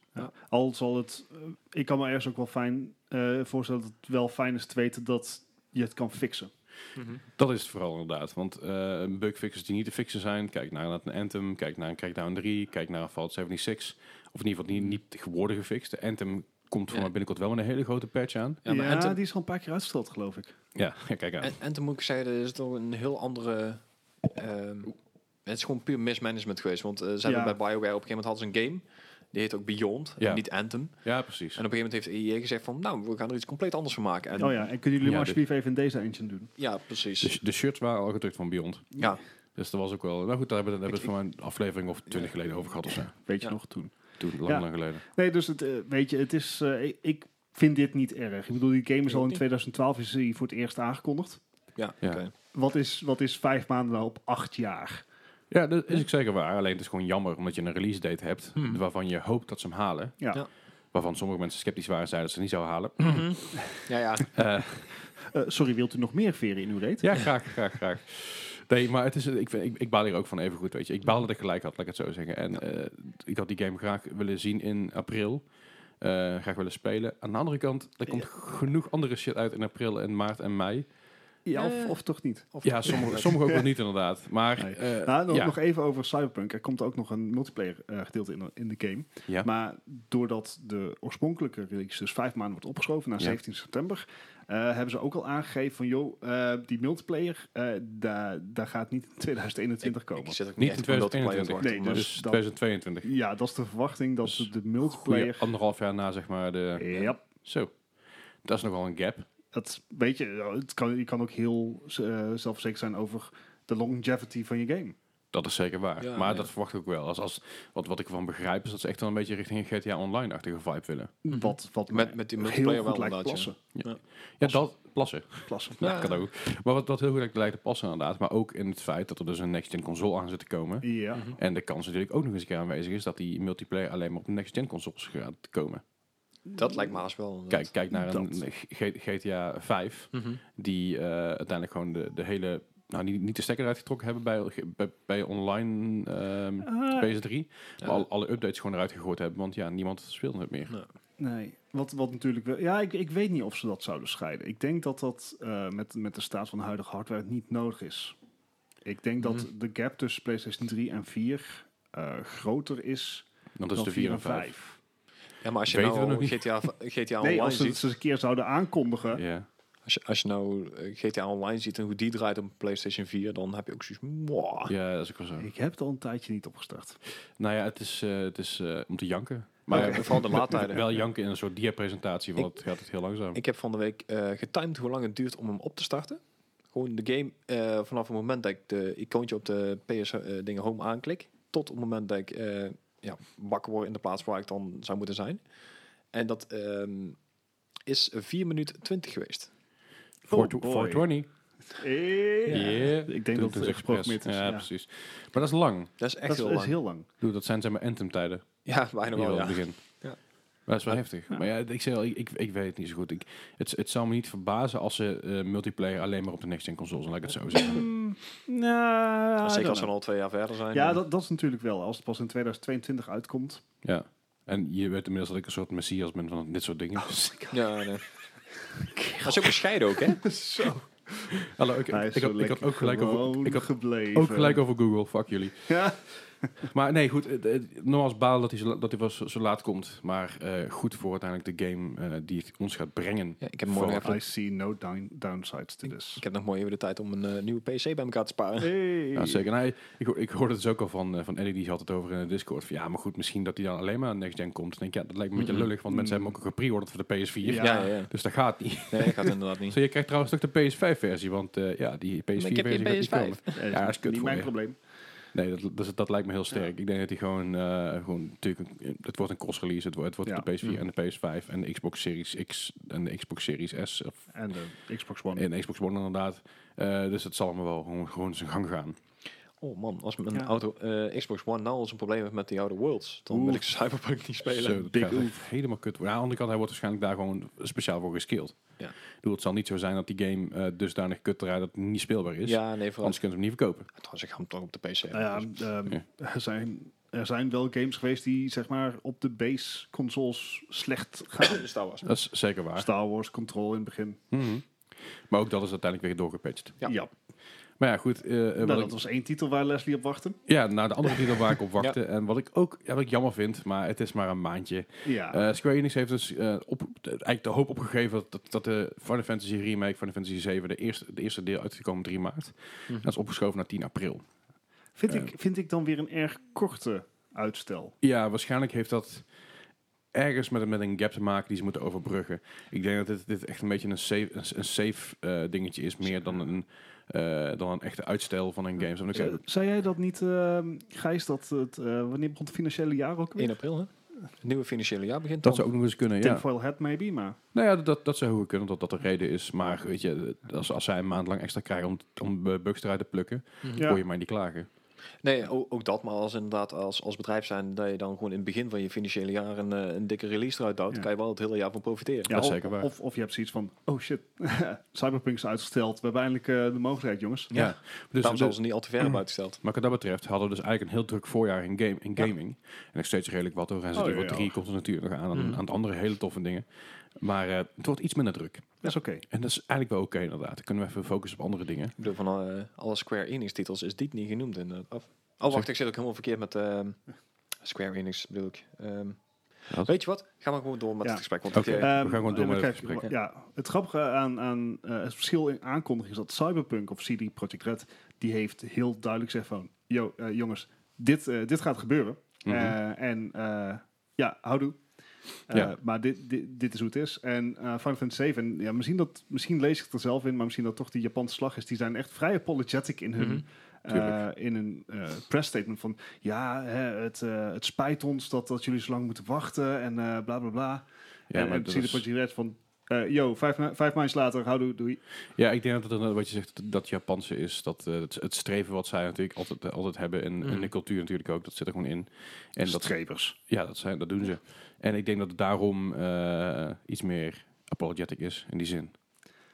Al zal het, eh, ik kan me ergens ook wel fijn eh, voorstellen dat het wel fijn is te weten dat je het kan fixen. Mhm. Dat is het vooral inderdaad. Want eh, bugfixes die niet te fixen zijn, kijk naar een Anthem, kijk naar een Crackdown 3, kijk naar een Fallout 76. Of in ieder geval niet, niet geworden gefixt. De Anthem komt voor Mm. Ja. mij binnenkort wel met een hele grote patch aan. Ja, Ja, maar en te- die is al een paar keer uitgesteld, geloof ik. Ja, kijk aan. En, en toen moet ik zeggen, er is toch een heel andere... ehm, het is gewoon puur mismanagement geweest. Want eh, ze Ja. hebben bij BioWare op een gegeven moment hadden ze een game. Die heet ook Beyond, en Ja. niet Anthem. En op Ja, precies. een gegeven moment heeft EA gezegd van... Nou, we gaan er iets compleet anders van maken. En, Oh ja, en kunnen jullie Ja, maar alsjeblieft even in deze engine doen? Dus- ja, precies. De, de shirts waren al gedrukt van Beyond. ja. Dus dat was ook wel... Nou goed, daar hebben we het voor mijn aflevering of twintig geleden over gehad of zo. Weet je Ja. nog toen? Toen, lang, Ja. lang geleden. Nee, dus het, eh, weet je, het is, eh, ik- ik vind dit niet erg. Ik bedoel, die game is al in 2012 is die voor het eerst aangekondigd. Ja, Ja. oké. Wat is, wat is vijf maanden nou op acht jaar? Ja, dat is ook zeker waar. Alleen het is gewoon jammer omdat je een release date hebt Hmm. waarvan je hoopt dat ze hem halen. Ja. Ja. Waarvan sommige mensen sceptisch waren, zeiden dat ze het niet zouden halen. Ja, ja. Eh, Eh, sorry, wilt u nog meer veren in uw reet? ja, graag, graag, graag. Nee, maar het is, ik, vind- ik, ik baal hier ook van even goed, weet je. Ik baal dat ik gelijk had, laat ik het zo zeggen. En eh, ik had die game graag willen zien in april. Eh, graag willen spelen. Aan de andere kant, er komt genoeg andere shit uit in april en maart en mei. Ja, of, Eh. of toch niet? Of- Ja, sommige, sommige ook nog niet inderdaad. Maar Nee. eh, nou, nog, ja. nog even over Cyberpunk. Er komt ook nog een multiplayer eh, gedeelte in, de- in de game. Ja. Maar doordat de oorspronkelijke release dus vijf maanden wordt opgeschoven naar Ja. 17 september, eh, hebben ze ook al aangegeven van, joh, eh, die multiplayer, eh daar daar gaat niet in 2021 komen. Ik zit ook Niet niet echt in op multiplayer te 2021. wachten, Nee, maar- dus dat- 2022. Ja, dat is de verwachting dat Dus ze de Goeie multiplayer... anderhalf jaar na, zeg maar, de... Ja, Zo. Dat is nogal een gap. dat weet je, het kan, je kan ook heel eh, zelfverzekerd zijn over de longevity van je game. Dat is zeker waar. Ja, maar ja. dat verwacht ik ook wel. Als, als, wat, wat ik ervan begrijp is dat ze echt wel een beetje richting een GTA Online-achtige vibe willen. Wat, wat Met- me met die heel multiplayer goed wel lijkt inderdaad, plassen. Ja, dat plassen. plassen. Ja. Dat kan ook. Maar wat, wat heel goed lijkt te passen inderdaad. Maar ook in het feit dat er dus een next-gen console aan zit te komen. Ja. En de kans natuurlijk ook nog eens een keer aanwezig is dat die multiplayer alleen maar op de next-gen consoles gaat komen. Dat lijkt me haast wel. inderdaad. Kijk, kijk naar een Dat. G- GTA 5, Mhm. die eh, uiteindelijk gewoon de, de hele, nou niet, niet de stekker uitgetrokken hebben bij, bij, bij online ehm, Eh, PS3. Ja. Maar al- alle updates gewoon eruit gegooid hebben, want ja, niemand speelde het meer. Nee, wat, wat natuurlijk wel... Ja, ik, ik weet niet of ze dat zouden scheiden. Ik denk dat dat eh, met, met de staat van huidige hardware niet nodig is. Ik denk dat Mhm. de gap tussen PlayStation 3 en 4 eh, groter is Want dat dan is de 4 en 5. Ja, maar als je Weten we nou nog niet. GTA, v- GTA Nee, Online als ze ziet... het eens een keer zouden aankondigen... Ja. Als je, als je nou eh, GTA Online ziet en hoe die draait op PlayStation 4, dan heb je ook zoiets... mwah. ja, dat is ook wel zo. Ah. Ik heb het al een tijdje niet opgestart. Nou ja, het is, eh, het is eh, om te janken. Maar Maar vooral de laadtijden. wel janken in een soort dia-presentatie, want het gaat het heel langzaam. Ik heb van de week eh, getimed hoe lang het duurt om hem op te starten. Gewoon de game eh, vanaf het moment dat ik de icoontje op de PS-dingen Home aanklik, tot het moment dat ik eh ja, wakker word in de plaats waar ik dan zou moeten zijn. En dat ehm, is 4 minuten 20 geweest. Voor oh, boy. 420. Eh, Yeah. Ik denk dat het geprogrammeerd is. Ja, ja. precies. Maar dat is lang. Dat is echt Dat is, dus heel is lang. heel lang. Doe, dat zijn zeg maar Anthem-tijden. Ja, bijna Hier wel, al ja. het begin. Ja. Maar dat is wel heftig. Maar ja, ik, zei al, ik, ik, ik weet het niet zo goed. Ik, het, het zou me niet verbazen als ze eh, multiplayer alleen maar op de next-gen consoles, laat ik het zo zeggen. Mm, Nou, Zeker als we al twee jaar verder zijn. Ja, dan- dat, dat is natuurlijk wel. Als het pas in 2022 uitkomt. Ja. En je weet inmiddels dat ik een soort messias ben van dit soort Oh, dingen. Ja, nee. Dat is ook bescheiden ook, hè? Zo. Hallo, ik, Hij ik, is ik zo had, ik had lekker ook gelijk over, gewoon ik had gebleven. ook gelijk over Google, fuck jullie. Ja. Maar nee, goed, eh, eh, nogmaals baal dat hij zo, la- dat hij wel zo, zo laat komt. Maar eh, goed voor uiteindelijk de game eh, die het ons gaat brengen. Ja, ik heb morgen Voor- even I see no down, downsides to this. Ik heb nog mooi even de tijd om een eh, nieuwe PC bij elkaar te sparen. Hey. Ja, zeker. Nee, ik, hoor- ik hoorde het dus ook al van, eh, van Eddie, die had het over in de Discord. Van, ja, maar goed, misschien dat hij dan alleen maar next gen komt. Dan denk ik, ja, dat lijkt me een beetje lullig, want mensen hebben hem ook gepreorderd voor de PS4. Ja. Ja, ja, ja. Dus dat gaat niet. Nee, dat gaat inderdaad niet. Dus je krijgt trouwens toch de PS5-versie, want eh, ja, die PS4-versie ik heb geen PS5. Ja, dat is kut Niet voor mijn je. probleem. Nee, dat, dat, is- dat lijkt me heel sterk. Ik denk dat hij gewoon, eh, gewoon natuurlijk, een- het wordt een cross-release. Het wordt, het wordt de Ja. PS4 Mhm. en de PS5 en de Xbox Series X en de Xbox Series S of, En de Xbox One. en de Xbox One inderdaad. Eh, dus het zal me wel gewoon, gewoon zijn gang gaan. Oh man, als mijn Ja. auto, eh, Xbox One nou al een probleem heeft met die oude Worlds, dan Oeh. wil ik Cyberpunk niet spelen. Zo, dat gaat echt helemaal kut worden. Aan de andere kant, hij wordt waarschijnlijk daar gewoon speciaal voor geskild. Ja. Ik bedoel, het zal niet zo zijn dat die game eh, dusdanig kut eruit dat het niet speelbaar is. Ja, nee, vooral. Anders kunnen ze hem niet verkopen. Trouwens, ik ga hem toch op de PC. hebben, Nou dus- ja, ehm, er, zijn, er zijn wel games geweest die zeg maar op de base consoles slecht gaan. Dus dat was het. Dat is zeker waar. Star Wars Control in het begin. Mhm. Maar ook dat is uiteindelijk weer doorgepatcht. Ja. ja. Maar ja, goed. eh, eh, wat Nou, ik- dat was één titel waar Leslie op wachtte. Ja, naar de andere titel waar ik op wachtte. En wat ik ook ja, wat ik jammer vind, maar het is maar een maandje. Ja. Eh, Square Enix heeft dus eh, op, de- eigenlijk de hoop opgegeven dat, dat, dat de Final Fantasy remake, Final Fantasy 7, de eerste, de eerste deel uitgekomen 3 maart. Mhm. Dat is opgeschoven naar 10 april. vind, eh. ik, vind ik dan weer een erg korte uitstel. Ja, waarschijnlijk heeft dat ergens met, een- met een gap te maken die ze moeten overbruggen. Ik denk dat dit, dit echt een beetje een safe, een, een safe eh, dingetje is, meer dan een, eh, dan een echte uitstel van een game. Zo van, oké, Ze- Zei Eh, jij dat niet, ehm Gijs, dat het, eh, wanneer begon het financiële jaar ook weer? 1 april, hè? Het nieuwe financiële jaar begint dat dan. zou ook nog eens kunnen, ja. Tinfoil hat maybe, maar... Nou ja, dat, dat zou goed kunnen, dat dat de reden is. Maar weet je, als, als zij een maand lang extra krijgen om, om eh, bugs eruit te plukken, Mhm. Ja. hoor je mij niet klagen. Nee, ook, ook dat. Maar als inderdaad als, als bedrijf zijn dat je dan gewoon in het begin van je financiële jaar een, eh, een dikke release eruit houdt, Ja. kan je wel het hele jaar van profiteren. Dat is of, zeker waar. Of, of je hebt zoiets van, oh shit, Cyberpunk is uitgesteld. We hebben eindelijk eh, de mogelijkheid, jongens. Ja. Dus Daarom de- zijn ze niet al te ver hebben uitgesteld. Maar wat dat betreft hadden we dus eigenlijk een heel druk voorjaar in, game, in gaming. En nog steeds redelijk wat hoor. En zitten Oh, hier ja, wat drie ja. Hmm. komt er natuurlijk nog aan, aan, Mm. aan de andere hele toffe dingen. Maar eh, het wordt iets minder druk. Dat is oké. En dat is eigenlijk wel oké inderdaad. Dan kunnen we even focussen op andere dingen. Ik bedoel, van eh, alle Square Enix titels is dit niet genoemd in de af. Oh, wacht, ik zit ook helemaal verkeerd met ehm, Square Enix, bedoel ik. Ehm, Wat? weet je wat? Ga maar gewoon door met Ja. het gesprek. Want ik, Oké. eh, gaan Ehm, gewoon door en met dan het krijg je- gesprek, Ja, het grappige aan, aan eh, het verschil in aankondiging is dat Cyberpunk of CD Projekt Red, die heeft heel duidelijk gezegd van, yo, eh, jongens, dit, eh, dit gaat gebeuren. Mhm. Eh, en eh, ja, houdoe. Eh, Ja. Maar dit, dit, dit is hoe het is. En eh Final Fantasy 7, ja, misschien, dat, misschien lees ik het er zelf in, maar misschien dat toch die Japanse slag is. Die zijn echt vrij apologetic in hun, Mhm. eh, Tuurlijk. in hun eh, press statement van... Ja, hè, het, eh, het spijt ons dat, dat jullie zo lang moeten wachten en eh, bla bla bla. Ja, en maar en dat CD is- Projekt Red van... eh, yo, vijf, ma- vijf maandjes later, houdoe, doei. Ja, ik denk dat het, eh, wat je zegt, dat- dat Japanse is. Dat eh, het, het streven wat zij natuurlijk altijd, eh, altijd hebben. En, en Hmm. Mm. de cultuur natuurlijk ook. Dat zit er gewoon in. En dat, Strevers. ja, dat, zijn, dat doen ze. En ik denk dat het daarom eh, iets meer apologetic is in die zin.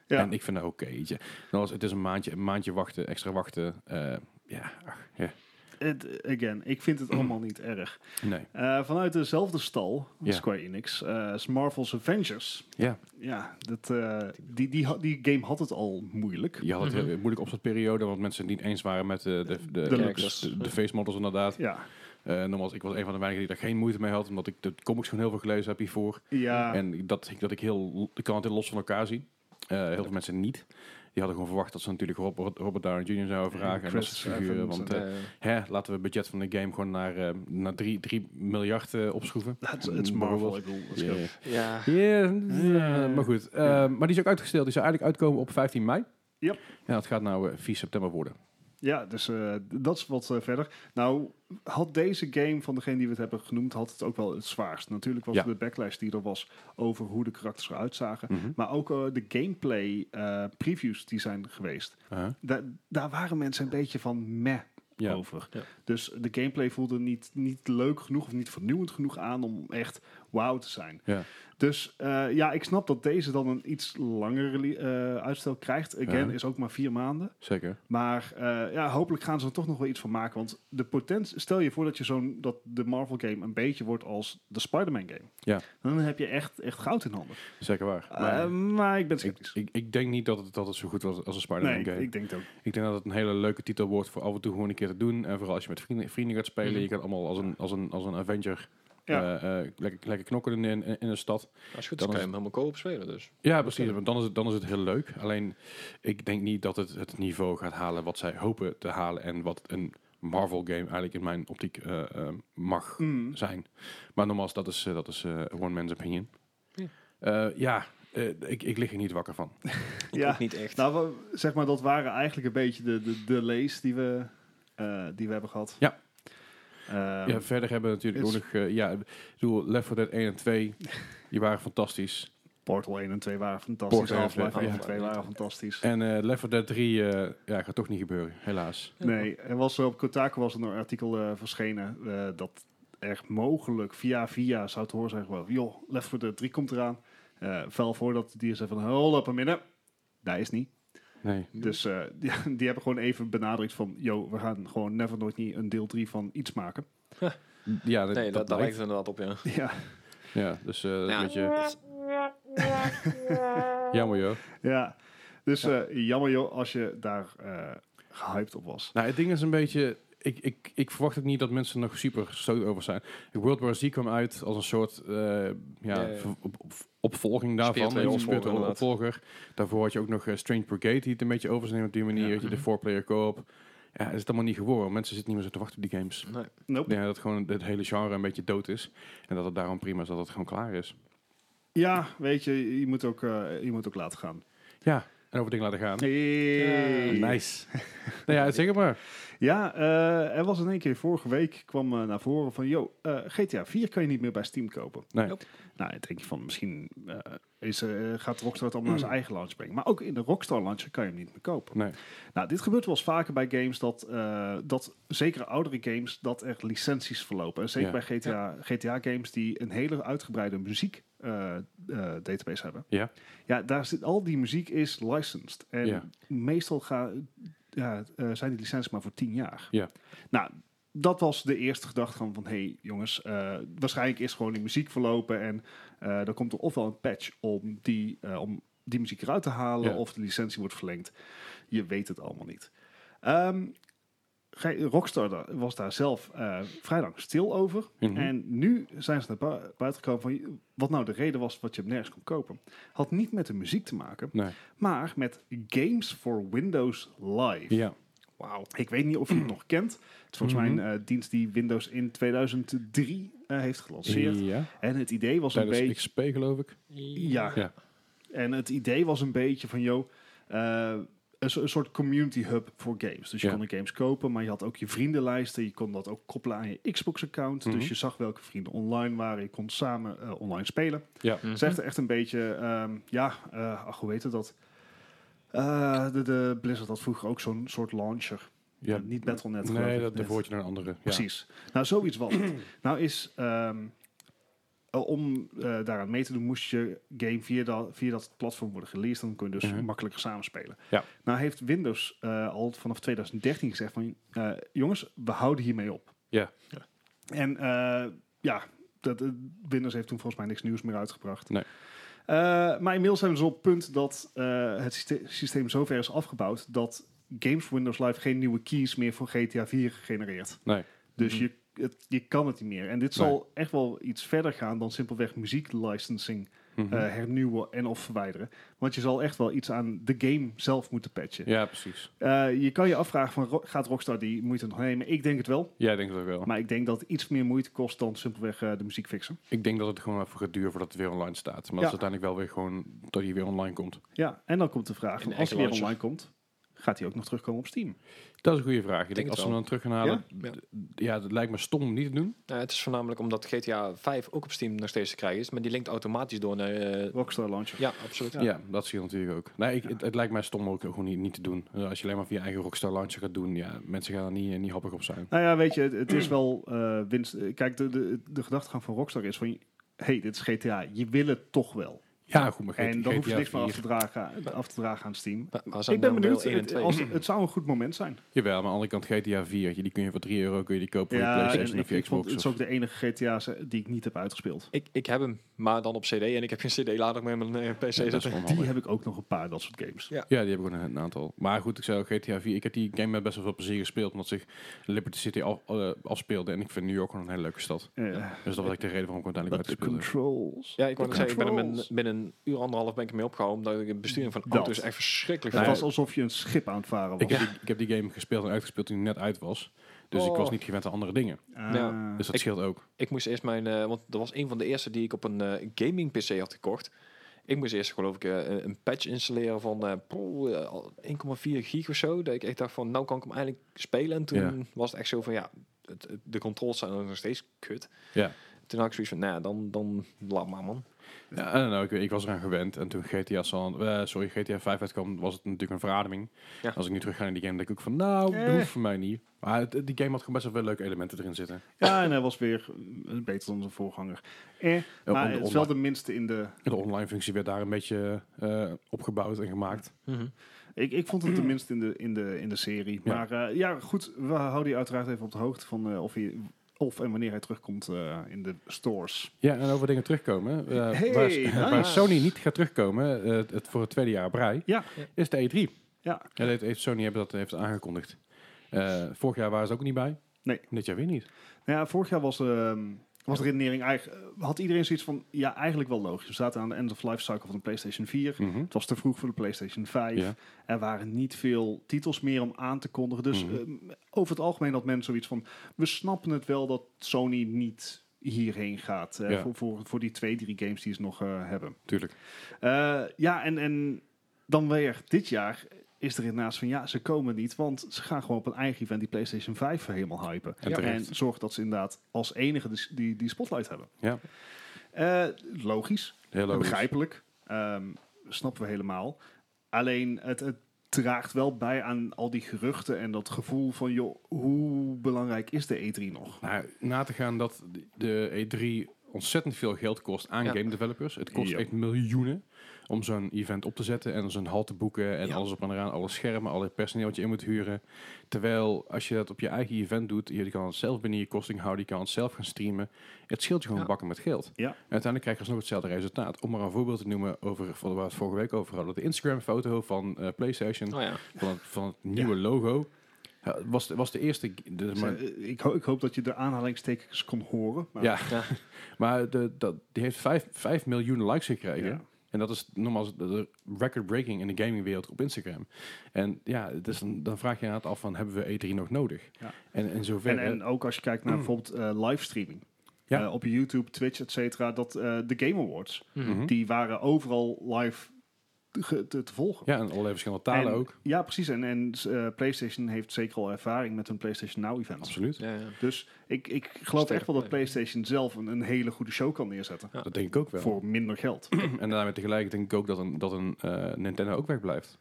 Ja. En ik vind dat oké. weet je. Dan als het is een maandje, een maandje wachten, extra wachten. eh, ja, ach, ja. Het- again, ik vind het allemaal niet erg. Nee. Eh, vanuit dezelfde stal, Ja. Square Enix, eh, is Marvel's Avengers. Ja, Ja, dat, eh, die, die, ha- die game had het al moeilijk. je had het Mhm. heel moeilijk op zo'n periode, want mensen het niet eens waren met eh, de, de, de, characters. de, de face models inderdaad. Ja, Eh nogmaals, ik was een van de weinigen die daar geen moeite mee had, omdat ik de comics gewoon heel veel gelezen heb hiervoor. ja. En dat, ik- dat ik heel, ik kan het heel los van elkaar zien. Eh, heel veel mensen niet. Die hadden gewoon verwacht dat ze natuurlijk Robert, Robert Downey Jr. zouden vragen en dat Chris soort figuren. Evans Want en- eh, eh, hè, laten we het budget van de game gewoon naar, eh, naar 3, 3 miljard eh, opschroeven. Het is- het is Marvel, ik bedoel, let's go. Ja. ja, Ja, Eh, maar goed. Eh, ja. Maar die is ook uitgesteld. Die zou eigenlijk uitkomen op 15 mei. Yep. En dat gaat nou eh, 4 september worden. Ja, dus eh, d- dat is wat eh, verder. Nou, had deze game van degene die we het hebben genoemd, had het ook wel het zwaarst. Natuurlijk was Ja. de backlash die er was over hoe de karakters eruit zagen. Mhm. Maar ook eh, de gameplay eh, previews die zijn geweest. Uh-huh. Da- daar waren mensen een beetje van meh Ja. over. Ja. Dus de gameplay voelde niet, niet leuk genoeg of niet vernieuwend genoeg aan om echt wauw te zijn. Ja. Dus eh, ja, ik snap dat deze dan een iets langer reli- eh, uitstel krijgt. Again, Ja. is ook maar vier maanden. Zeker. Maar eh, ja, hopelijk gaan ze er toch nog wel iets van maken. Want de potentie, stel je voor dat, je zo'n, dat de Marvel game een beetje wordt als de Spider-Man game. Ja. Dan heb je echt, echt goud in handen. Zeker waar. Eh, Maar Maar, ik ben ik, sceptisch. ik, ik denk niet dat het, dat het zo goed was als een Spider-Man nee, ik, game. ik denk het ook. Ik denk dat het een hele leuke titel wordt voor af en toe gewoon een keer te doen. En vooral als je met vrienden, vrienden gaat spelen. Mhm. Je kan allemaal als een, als een, als een Avenger Ja. eh, eh, lekker, lekker knokken in, in, in een stad. als goed Dan dan kan is- je hem helemaal koop spelen. Dus. Ja, precies. Want dan is, het, dan is het heel leuk. Alleen, ik denk niet dat het het niveau gaat halen wat zij hopen te halen. En wat een Marvel-game eigenlijk in mijn optiek eh, eh, mag Mm. zijn. Maar nogmaals, dat is, eh, dat is eh, one man's opinion. Ja. Ja, ja eh, ik, ik lig er niet wakker van. Ik Ja. ook niet echt. Nou, we- zeg maar, dat waren eigenlijk een beetje de, de delays die we, eh, die we hebben gehad. Ja. Ehm, ja, verder hebben we natuurlijk ook is- nog... eh, ja, ik bedoel, Left 4 Dead 1 en 2, die waren fantastisch. Portal 1 en 2 waren fantastisch. Portal 1 en Half-Life 1 en 2 2 waren fantastisch. En eh Left 4 Dead 3 eh, ja, gaat toch niet gebeuren, helaas. Nee, er was eh, op Kotaku was er een artikel eh, verschenen eh, dat er mogelijk via via zou te horen zijn gewoon, joh, Left 4 Dead 3 komt eraan. Eh vel voor dat die zei van, hold up een minute. Dat is niet. Nee. Dus eh, die, die hebben gewoon even benadrukt van, yo, we gaan gewoon never nooit niet een deel 3 van iets maken. Ja, dat, dat nee, dat, daar lijkt lijkt. het inderdaad op, ja. Ja, Ja, dus eh, Ja. een beetje... Jammer, joh. ja. Dus eh, jammer joh, als je daar eh, gehyped op was. Nou, het ding is een beetje... Ik, ik, ik verwacht ook niet dat mensen nog super stoot over zijn. World War Z kwam uit als een soort eh, ja, ja, ja. ver- op- op- opvolging daarvan. Spirituele Een opvolger, spirituele inderdaad. Mhm. opvolger. Daarvoor had je ook nog eh, Strange Brigade die het een beetje overneemt op die manier. Ja. Dat Je de four-player co-op. Ja, is het allemaal niet geworden. Mensen zitten niet meer zo te wachten op die games. Nee. Ik Nope. denk dat gewoon het hele genre een beetje dood is. En dat het daarom prima is dat het gewoon klaar is. Ja, weet je, je moet ook, eh, je moet ook laten gaan. Ja, en over dingen laten gaan. Hey. Nice. nou ja, zeg het maar. Ja, eh, er was in één keer vorige week kwam eh, naar voren van, yo, eh, GTA 4 kan je niet meer bij Steam kopen. Nee. Nope. Nou, dan denk je van, misschien eh, is, eh, gaat Rockstar het allemaal Mm. naar zijn eigen launch brengen. Maar ook in de Rockstar launcher kan je hem niet meer kopen. Nee. Nou, dit gebeurt wel eens vaker bij games dat, eh, dat zeker oudere games, dat er licenties verlopen. En zeker Ja. bij GTA, GTA games die een hele uitgebreide muziek eh, eh, database hebben. Ja. Ja, daar zit, al die muziek is licensed. En Ja. meestal ga, ja, eh, zijn die licenties maar voor 10 jaar. Ja. Nou, dat was de eerste gedachte van, van hé hey, jongens, eh, waarschijnlijk is gewoon die muziek verlopen en eh dan komt er ofwel een patch om die, eh, om die muziek eruit te halen Ja. of de licentie wordt verlengd. Je weet het allemaal niet. Ehm, Gij- Rockstar da- was daar zelf eh, vrij lang stil over. Mhm. En nu zijn ze naar bui- buiten gekomen van wat nou de reden was wat je hem nergens kon kopen. Had niet met de muziek te maken, Nee. maar met Games for Windows Live. Ja. Mhm. Wauw. Ik weet niet of je het nog kent. Het is volgens mij een eh, dienst die Windows in 2003 eh, heeft gelanceerd. Ja. En het idee was een beetje... Tijdens XP geloof ik. Ja. Ja. En het idee was een beetje van, joh, eh, een, so- een soort community hub voor games. Dus je Ja. kon de games kopen, maar je had ook je vriendenlijsten. Je kon dat ook koppelen aan je Xbox-account. Mhm. Dus je zag welke vrienden online waren. Je kon samen eh, online spelen. Ja. Mhm. Het is echt, echt een beetje, ehm, ja, eh, ach, hoe heet het dat? Eh, de, de Blizzard had vroeger ook zo'n soort launcher. ja. Eh, niet Battle.net. geloof Nee, ik. dat Net. bevoort je naar een andere. Ja. Precies. Nou, zoiets was het. Nou is, ehm, eh, om eh, daaraan mee te doen, moest je game via dat, via dat platform worden geleased. Dan kun je dus Mhm. makkelijker samenspelen. Ja. Nou heeft Windows eh, al vanaf 2013 gezegd van, eh, jongens, we houden hiermee op. Ja. Ja. En eh, ja, dat, eh, Windows heeft toen volgens mij niks nieuws meer uitgebracht. Nee. Eh, maar inmiddels zijn we dus op het punt dat eh, het syste- systeem zover is afgebouwd dat Games for Windows Live geen nieuwe keys meer voor GTA 4 genereert. Nee. Dus Mhm. je, het- je kan het niet meer. En dit zal echt wel iets verder gaan dan simpelweg muzieklicensing Mhm. eh, hernieuwen en of verwijderen. Want je zal echt wel iets aan de game zelf moeten patchen. ja, precies. Eh, je kan je afvragen, van, ro- gaat Rockstar die moeite nog nemen? Ik denk het wel. Ja, ik denk dat ook wel. Maar ik denk dat het iets meer moeite kost dan simpelweg eh, de muziek fixen. Ik denk dat het gewoon even gaat duren voordat het weer online staat. Maar Ja. dat is uiteindelijk wel weer gewoon dat hij weer online komt. Ja, en dan komt de vraag, In van, de als hij weer eigen online komt, gaat hij ook nog terugkomen op Steam? Dat is een goede vraag. Ik Denk denk het als ze wel. hem dan terug gaan halen. Ja? d- Ja, dat lijkt me stom om niet te doen. Nou, het is voornamelijk omdat GTA 5 ook op Steam nog steeds te krijgen is, maar die linkt automatisch door naar... eh, Rockstar Launcher. ja, absoluut. Ja, dat zie je natuurlijk ook. Nee, ik, het, het lijkt mij stom ook gewoon niet, niet te doen. Eh, Als je alleen maar via je eigen Rockstar launcher gaat doen, ja, mensen gaan er niet, eh, niet happig op zijn. Nou ja, weet je, het, het is wel eh, winst. eh, Kijk, de, de, de gedachtegang van Rockstar is van... hey, dit is GTA. Je wil het toch wel. Ja, goed, maar En dan hoef je GTA niks meer af te, 4. dragen, af te dragen aan Steam. Maar, maar zijn Ik ben dan benieuwd. deel 1 en Het, 2. als, het zou een goed moment zijn. Jawel, maar aan de andere kant GTA 4, die kun je voor 3 euro kun je die kopen voor je en PlayStation ik- of je ik vond- Xbox. het is of- ook de enige GTA's die ik niet heb uitgespeeld. Ik, ik heb hem, maar dan op CD en ik heb geen CD-lader meer in mijn eh, PC Ja, dat is wel zitten. Die handig. heb ik ook nog een paar, dat soort games. Ja. Ja, die heb ik ook een, een aantal. Maar goed, ik zei ook GTA 4. Ik heb die game met best wel veel plezier gespeeld, omdat zich Liberty City al, eh, afspeelde. En ik vind New York gewoon een hele leuke stad. Eh, Dus dat was ik de reden waarom ik hem But uiteindelijk the uitgespeeld heb. controls. Ja, ik wou The net zeggen, ik ben er controls. binnen, binnen een uur, anderhalf ben ik ermee opgehouden, omdat ik de besturing van Dat. auto's echt verschrikkelijk Nou Het vind. was alsof je een schip aan het varen was. Ik, heb die, ik heb die game gespeeld en uitgespeeld toen die net uit was. Dus ik Oh. was niet gewend aan andere dingen. Ah, Ja. Dus dat Ik- scheelt ook. Ik moest eerst mijn, eh, want dat was een van de eerste die ik op een eh, gaming PC had gekocht. Ik moest eerst geloof ik eh, een patch installeren van eh, poeh, eh, al 1,4 gig of zo. Dat ik echt dacht van nou kan ik hem eindelijk spelen. En toen Ja. was het echt zo van ja, het, het- de controls zijn nog steeds kut. Ja. Toen had ik zoiets van nou dan, dan laat maar man. Ja, I don't know, ik, ik was eraan gewend. En toen GTA San, eh, sorry, GTA 5 uitkwam, was het natuurlijk een verademing. Ja. Als ik nu terug ga naar die game, denk ik ook van, nou, Eh. dat hoeft voor mij niet. Maar het- die game had gewoon best wel veel leuke elementen erin zitten. Ja, en hij was weer eh, beter dan zijn voorganger. Eh, maar onder- het is wel de minste in de... De online functie werd daar een beetje eh, opgebouwd en gemaakt. Ik, ik vond het tenminste in de, in de, in de serie. Mm. Ja. Maar eh, ja, goed, we houden je uiteraard even op de hoogte van eh, of, hij, of en wanneer hij terugkomt eh, in de stores. Ja, en over dingen terugkomen. eh, Hey, waar, nice. waar Sony niet gaat terugkomen, eh, het voor het tweede jaar op rij, Ja. Ja. is de E3. Ja. Ja, dat heeft Sony hebben dat heeft aangekondigd. Eh, vorig jaar waren ze ook niet bij. Nee. Dit jaar weer niet. Nou ja, vorig jaar was ehm, was de redenering eigenlijk... eh, Had iedereen zoiets van, ja, eigenlijk wel logisch. We zaten aan de end-of-life cycle van de PlayStation 4. Mhm. Het was te vroeg voor de PlayStation 5. Ja. Er waren niet veel titels meer om aan te kondigen. Dus Mhm. ehm, over het algemeen had men zoiets van... We snappen het wel dat Sony niet hierheen gaat. eh, Ja. voor, voor, voor die twee, drie games die ze nog eh, hebben. Tuurlijk. Eh, ja, en, en dan weer dit jaar is er inderdaad van... Ja, ze komen niet, want ze gaan gewoon op een eigen event... die PlayStation 5 helemaal hypen. En Ja, terecht. En zorg dat ze inderdaad als enige dus die, die spotlight hebben. Ja. Eh, logisch, Heel en logisch. begrijpelijk. Ehm, snappen we helemaal. Alleen het, het draagt wel bij aan al die geruchten en dat gevoel van... joh, hoe belangrijk is de E3 nog? Nou, na te gaan dat de E3 ontzettend veel geld kost aan Ja. game developers. Het kost Ja. echt miljoenen om zo'n event op te zetten en zo'n hal te boeken en Ja. alles op en eraan, alle schermen, alle personeel wat je in moet huren. Terwijl als je dat op je eigen event doet, je kan het zelf binnen je kosting houden, je kan het zelf gaan streamen. Het scheelt je gewoon Ja. bakken met geld. Ja. En uiteindelijk krijg je alsnog hetzelfde resultaat. Om maar een voorbeeld te noemen over wat we het vorige week over hadden. De Instagram foto van eh, PlayStation, Oh ja. van het, van het nieuwe logo. Ja, was, de- was de eerste... De, Dus, maar- eh, ik, ho- ik hoop dat je de aanhalingstekens kon horen. Maar ja, Ja. maar de, dat, die heeft 5, miljoen likes gekregen. Ja. En dat is nogmaals de- de record-breaking in de gamingwereld op Instagram. En ja, dus dan, dan vraag je je af van, hebben we E3 nog nodig? Ja. En in En, zoverre... en ook als je kijkt naar bijvoorbeeld eh, livestreaming. Mm. Ja. Eh, op YouTube, Twitch, et cetera. Dat, eh, de Game Awards, Mhm. die waren overal live te, te- te volgen. ja, en allerlei verschillende talen En- ook. Ja, precies. En, en eh, PlayStation heeft zeker al ervaring met hun PlayStation Now events. Absoluut. Ja, ja. Dus ik, ik geloof Sterk echt wel dat plek. PlayStation zelf een, een hele goede show kan neerzetten. Ja. Dat denk ik ook wel. Voor minder geld. En daarmee tegelijk denk ik ook dat een, dat een eh, Nintendo ook wegblijft.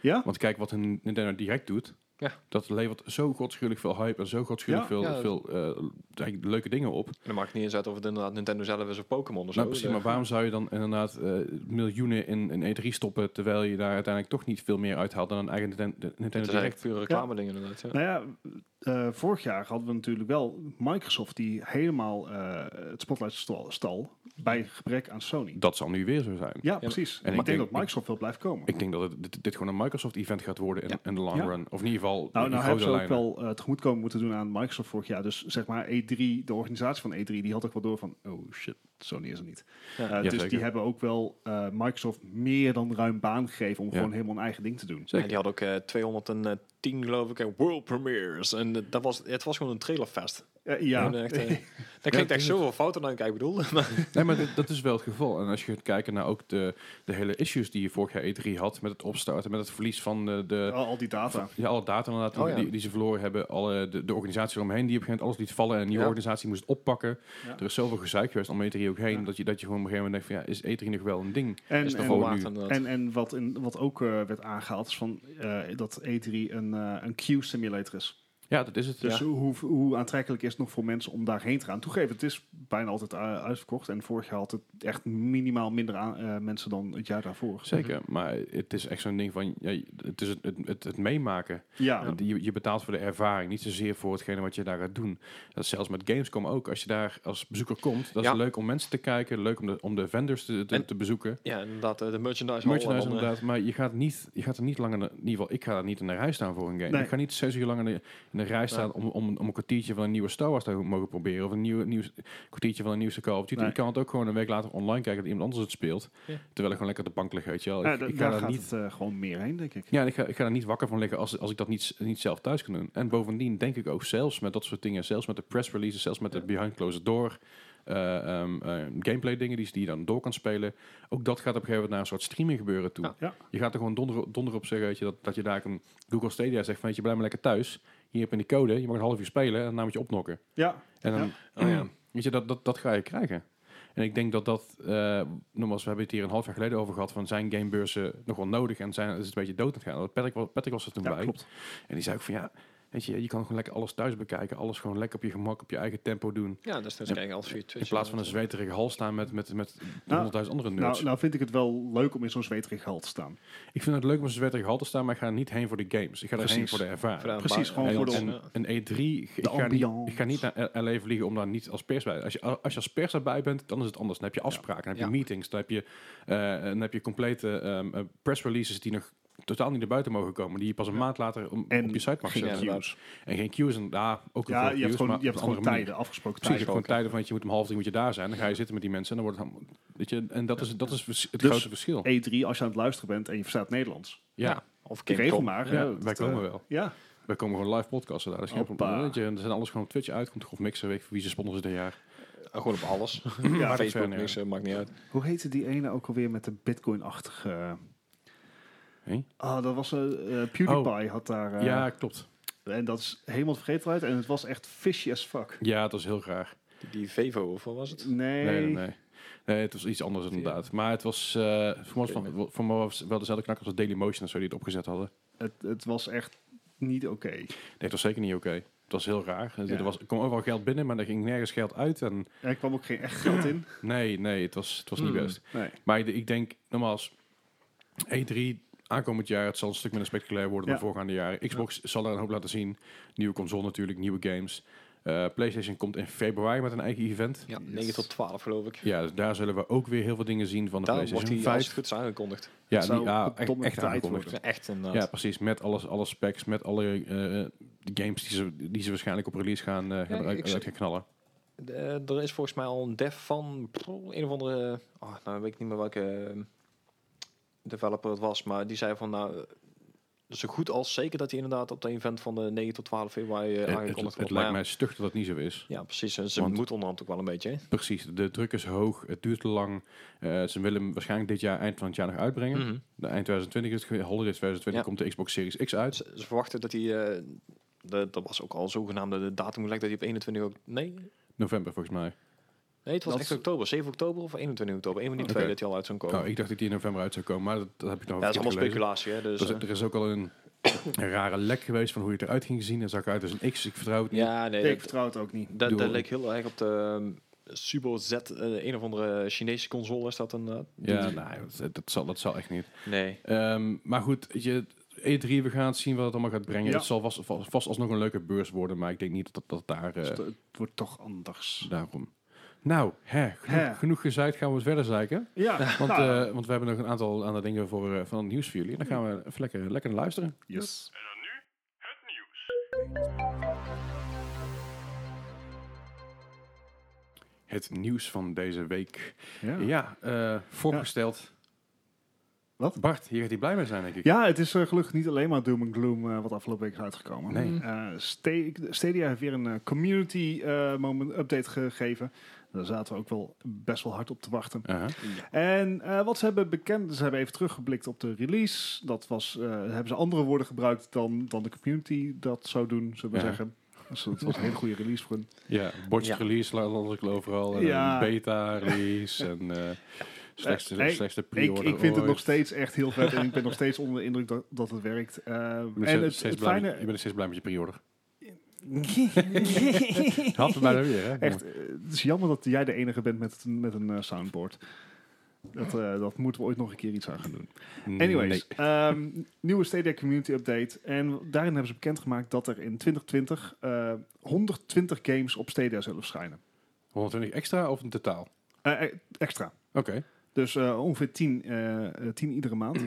ja? Want kijk wat een Nintendo Direct doet. Ja. Dat levert zo godschuwelijk veel hype en zo godschuwelijk Ja, veel, ja. veel eh, eigenlijk leuke dingen op. En dan maakt het niet eens uit of het inderdaad Nintendo zelf is of Pokémon of zo. Nou, precies, maar waarom zou je dan inderdaad eh, miljoenen in, in E3 stoppen, terwijl je daar uiteindelijk toch niet veel meer uithaalt dan een eigen Niten- de- Het Nintendo is Direct? eigenlijk pure reclame dingen inderdaad. Ja. Nou ja, eh, vorig jaar hadden we natuurlijk wel Microsoft die helemaal eh, het spotlight stal, stal bij gebrek aan Sony. Dat zal nu weer zo zijn. Ja, precies. en ik ik denk denk- dat Microsoft wel blijft komen. Ik denk dat het, dit, dit gewoon een Microsoft-event gaat worden in, Ja. in de long Ja. run. Of in ieder geval nou, in nou hebben grote ze ook lijnen. wel eh, tegemoetkomen moeten doen aan Microsoft vorig jaar. Dus zeg maar E3, de organisatie van E3, die had ook wel door van, oh shit, Sony is er niet. Ja. Eh, Ja, dus zeker. die hebben ook wel eh, Microsoft meer dan ruim baan gegeven om Ja. gewoon helemaal een eigen ding te doen. Zeker. En die had ook eh, 210 geloof ik eh, world premieres. En eh, dat was, het was gewoon een trailerfest. Eh, ja, En, eh, echt, eh, dat klinkt echt zoveel fouten dan ik eigenlijk bedoelde. Maar Nee, maar dit- dat is wel het geval. En als je gaat kijken naar ook de, de hele issues die je vorig jaar E3 had met het opstarten, met het verlies van eh, de, al, al die data. Ja, alle data inderdaad Oh, ja. die, die ze verloren hebben. Alle, de, de organisatie eromheen die op een gegeven moment alles liet vallen. En een nieuwe Ja. organisatie moest oppakken. Ja. Er is zoveel gezeik geweest om E3 ook heen. Ja. Dat, je, dat je gewoon op een gegeven moment denkt van ja, is E3 nog wel een ding? En, is het en- voor wel nu. waard inderdaad. En, en wat, in, wat ook eh, werd aangehaald is van, eh, dat E3 een, eh, een Q-simulator is. Ja, dat is het. Dus ja. hoe, hoe aantrekkelijk is het nog voor mensen om daarheen te gaan? Toegeven, het is bijna altijd eh, uitverkocht. En vorig jaar had het echt minimaal minder aan, eh, mensen dan het jaar daarvoor. Zeker, maar het is echt zo'n ding van, ja, het is het, het, het, het meemaken. Ja, Het- Je, je betaalt voor de ervaring, niet zozeer voor hetgene wat je daar gaat doen. Dat is zelfs met Gamescom ook. Als je daar als bezoeker komt, dat is Ja. leuk om mensen te kijken, leuk om de, om de vendors te, te, En- te bezoeken. ja, inderdaad, eh, de merchandise. hall en Merchandise dan, eh, inderdaad, maar je gaat, niet, je gaat er niet langer, in ieder geval ik ga er niet in de rij staan voor een game. Nee. Ik ga niet zes uur lang in de, in de rij staan om, om, om een kwartiertje van een nieuwe Star Wars te mogen proberen. Of een nieuw, nieuw kwartiertje van een nieuwste Call of Duty. Nee. Ik kan het ook gewoon een week later online kijken dat iemand anders het speelt. Ja. Terwijl ik gewoon lekker op de bank lig, weet je wel. Ja, ik, da- ik ga daar daar gaat niet, het eh, gewoon meer heen, denk ik. ja, en ik, ga, ik ga er niet wakker van liggen als, als ik dat niet, s- niet zelf thuis kan doen. En bovendien denk ik ook zelfs met dat soort dingen, zelfs met de press releases, zelfs met de behind closed door eh, ehm, eh, gameplay dingen die, die je dan door kan spelen. Ook dat gaat op een gegeven moment naar een soort streaming gebeuren toe. Ja. Ja. Je gaat er gewoon donder, donder op zeggen weet je, dat, dat je daar een Google Stadia zegt van weet je, blijf maar lekker thuis. Hier heb je die code, je mag een half uur spelen en daarna moet je opnokken. Ja, En dan, Oh ja. Weet je, dat, dat, dat ga je krijgen. En ik denk dat dat, eh nogmaals, we hebben het hier een half jaar geleden over gehad, van zijn gamebeurzen nog wel nodig en zijn, is het een beetje dood aan het gaan. Want Patrick, wa- Patrick was er toen ja bij. klopt. En die zei ook van ja, weet je, je kan gewoon lekker alles thuis bekijken, alles gewoon lekker op je gemak, op je eigen tempo doen. Ja, dus dan Ja. kijken als via In Twitch. plaats van een inderdaad. zweterige hal staan met, met, met Nou, 100.000 andere nerds. Nou, nou vind ik het wel leuk om in zo'n zweterig hal te staan. ik vind het leuk om in een zweterige hal te staan, maar ik ga er niet heen voor de games. Ik ga er heen Precies. voor de ervaring. Voor de Precies, ba- gewoon En- voor de en, Ja. een E3, ik ga, niet, ambiance. ik ga niet naar L- LA vliegen om daar niet als pers bij. Als je, als je als pers erbij bent, dan is het anders. Dan heb je afspraken, dan heb je Ja. meetings, dan heb je, eh, dan heb je complete ehm, eh, press releases die nog totaal niet naar buiten mogen komen. Die je pas een maand later om, En eh, op je site mag geen zetten. queue. queues. En geen queues. En, ja, ook Ja, wel je hebt queues, gewoon, maar je hebt op een gewoon andere manier. tijden, afgesproken Precies, je tijden. hebt gewoon tijden van dat je moet om half drie moet je daar zijn. Dan ga je zitten met die mensen en dan wordt het allemaal... Weet je, en dat is, dat is vers- het Dus- grote verschil. E3, als je aan het luisteren bent en je verstaat Nederlands. ja, Of Regel Gamecom. ja, maar. hè, wij dat, eh, komen wel. Ja, Wij komen gewoon live podcasten daar. Dat is geen Hoppa. probleem. Weet je, en er zijn alles gewoon op Twitch uitkomt. Of Mixer, weet ik wie ze sponsoren dit jaar. Eh, Gewoon op ja. alles. dat Facebook, verder. niks, eh, maakt niet uit. Hoe heette die ene ook alweer met de bitcoin-achtige... eh, Hé? Ah, dat was... eh eh, PewDiePie had daar... eh, Oh. ja, klopt. En dat is helemaal vergeten uit. En het was echt fishy as fuck. Ja, dat is heel raar. Die, die Vevo, of wat was het? Nee. Nee, nee, nee. Nee, het was iets anders inderdaad. Maar het was eh, voor, mij was van, voor mij was wel dezelfde knak als de Dailymotion en zo die het opgezet hadden. Het, het was echt niet oké. Nee, het was zeker niet oké. Het was heel raar. Ja. Er, was, er kwam overal geld binnen, maar er ging nergens geld uit. En Er kwam ook geen echt geld in. nee, nee, het was, het was niet Hmm. best. Nee. Maar ik, ik denk, normaal als E3 aankomend jaar, het zal een stuk minder spectaculair worden Ja. dan voorgaande jaren. Xbox zal er een hoop laten zien. Nieuwe console natuurlijk, nieuwe games. Eh, PlayStation komt in februari met een eigen event. Ja, Yes. 9 tot 12 geloof ik. Ja, dus daar zullen we ook weer heel veel dingen zien van de Daar wordt PlayStation die als het 5. goed is aangekondigd. Ja, Het zou die, ja, op echt, domme echt tijd aangekondigd. worden. Echt eh, inderdaad. Ja, precies. Met alles, alle specs, met alle eh, de games die ze, die ze waarschijnlijk op release gaan, eh, gaan, ik uit- zit- uit gaan knallen. Eh, er is volgens mij al een dev van prrr, een of andere. ah, nou, weet ik niet meer welke eh, developer het was, maar die zei van nou. eh, Zo goed als zeker dat hij inderdaad op de event van de 9 tot 12 februari eh, Eh, het, aangekondigd het, wordt. lijkt Maar mij stug dat dat niet zo is. Ja, ja, precies. En Ze Want- moet onderhand ook wel een beetje. hè. Precies, de druk is hoog, het duurt te lang. Eh, ze willen hem waarschijnlijk dit jaar, eind van het jaar nog uitbrengen. Mhm. De eind 2020 is het, ge- holiday 2020 Ja. komt de Xbox Series X uit. Ze, ze verwachten dat hij. eh, de, dat was ook al zogenaamde de datum gelijk dat hij op 21 ook. Nee, November volgens mij. Oh. nee het was Dat echt is- oktober. 7 oktober of 21 oktober. Een van die Oké. twee dat hij al uit zou komen. Nou, ik dacht dat die in november uit zou komen, maar dat, dat heb ik nog ja, dat is allemaal verkeerd gelezen. speculatie. Hè, dus, Dus, eh, er is ook al een, een rare lek geweest van hoe je het eruit ging zien. En zag ik uit als een X, ik vertrouw het niet. eh, ja, nee. Nee, dat- ik vertrouw het ook niet. Dat, Doe- dat leek heel erg op de ehm, Subo Z, eh, een of andere Chinese console is dat een. eh, Ja, die- nee, dat, dat zal, dat zal echt niet. Nee. Ehm, maar goed, weet je, E3, we gaan zien wat het allemaal gaat brengen. Ja. Het zal vast, vast, vast alsnog een leuke beurs worden, maar ik denk niet dat dat, daar... eh, Dus het wordt toch anders. daarom. Nou, hè, genoeg, Hè. genoeg gezeikt, gaan we eens verder zeiken. Ja, Want, nou, eh, want we hebben nog een aantal, aantal dingen voor, eh, van het nieuws voor jullie. En dan gaan we even lekker, lekker naar luisteren. yes. Het nieuws van deze week. Ja. Ja. Ja, eh, voorgesteld. Wat? Bart, hier gaat hij blij mee zijn, denk ik. het is eh, gelukkig niet alleen maar Doom and Gloom eh, wat afgelopen week is uitgekomen. Nee. Eh, Sta- Stadia heeft weer een eh, community eh, moment update gegeven. Daar zaten we ook wel best wel hard op te wachten. Uh-huh. En eh, wat ze hebben bekend, ze hebben even teruggeblikt op de release. Dat was, eh, hebben ze andere woorden gebruikt dan, dan de community dat zou doen, zullen we Ja. zeggen. Dus dat was een hele goede release voor hun. Ja, botched Ja. release las ik overal. En Ja. een beta release. En eh, slechtste, Eh, slechtste Ik, pre-order ik vind het ooit. nog steeds echt heel vet en ik ben nog steeds onder de indruk dat, dat het werkt. Eh, Je bent en steeds- het, steeds het blij met- je fijne... bent steeds blij met je pre-order. Had het bijna weer, hè? Echt, eh, het is jammer dat jij de enige bent met, met een eh, soundboard. Dat, eh, dat moeten we ooit nog een keer iets aan gaan doen. Anyways, ehm, nieuwe Stadia Community Update. En daarin hebben ze bekendgemaakt dat er in 2020 eh, 120 games op Stadia zullen verschijnen. 120 extra of in totaal? Oké, Eh, eh, extra. Dus eh, ongeveer 10, eh, eh, 10 iedere maand.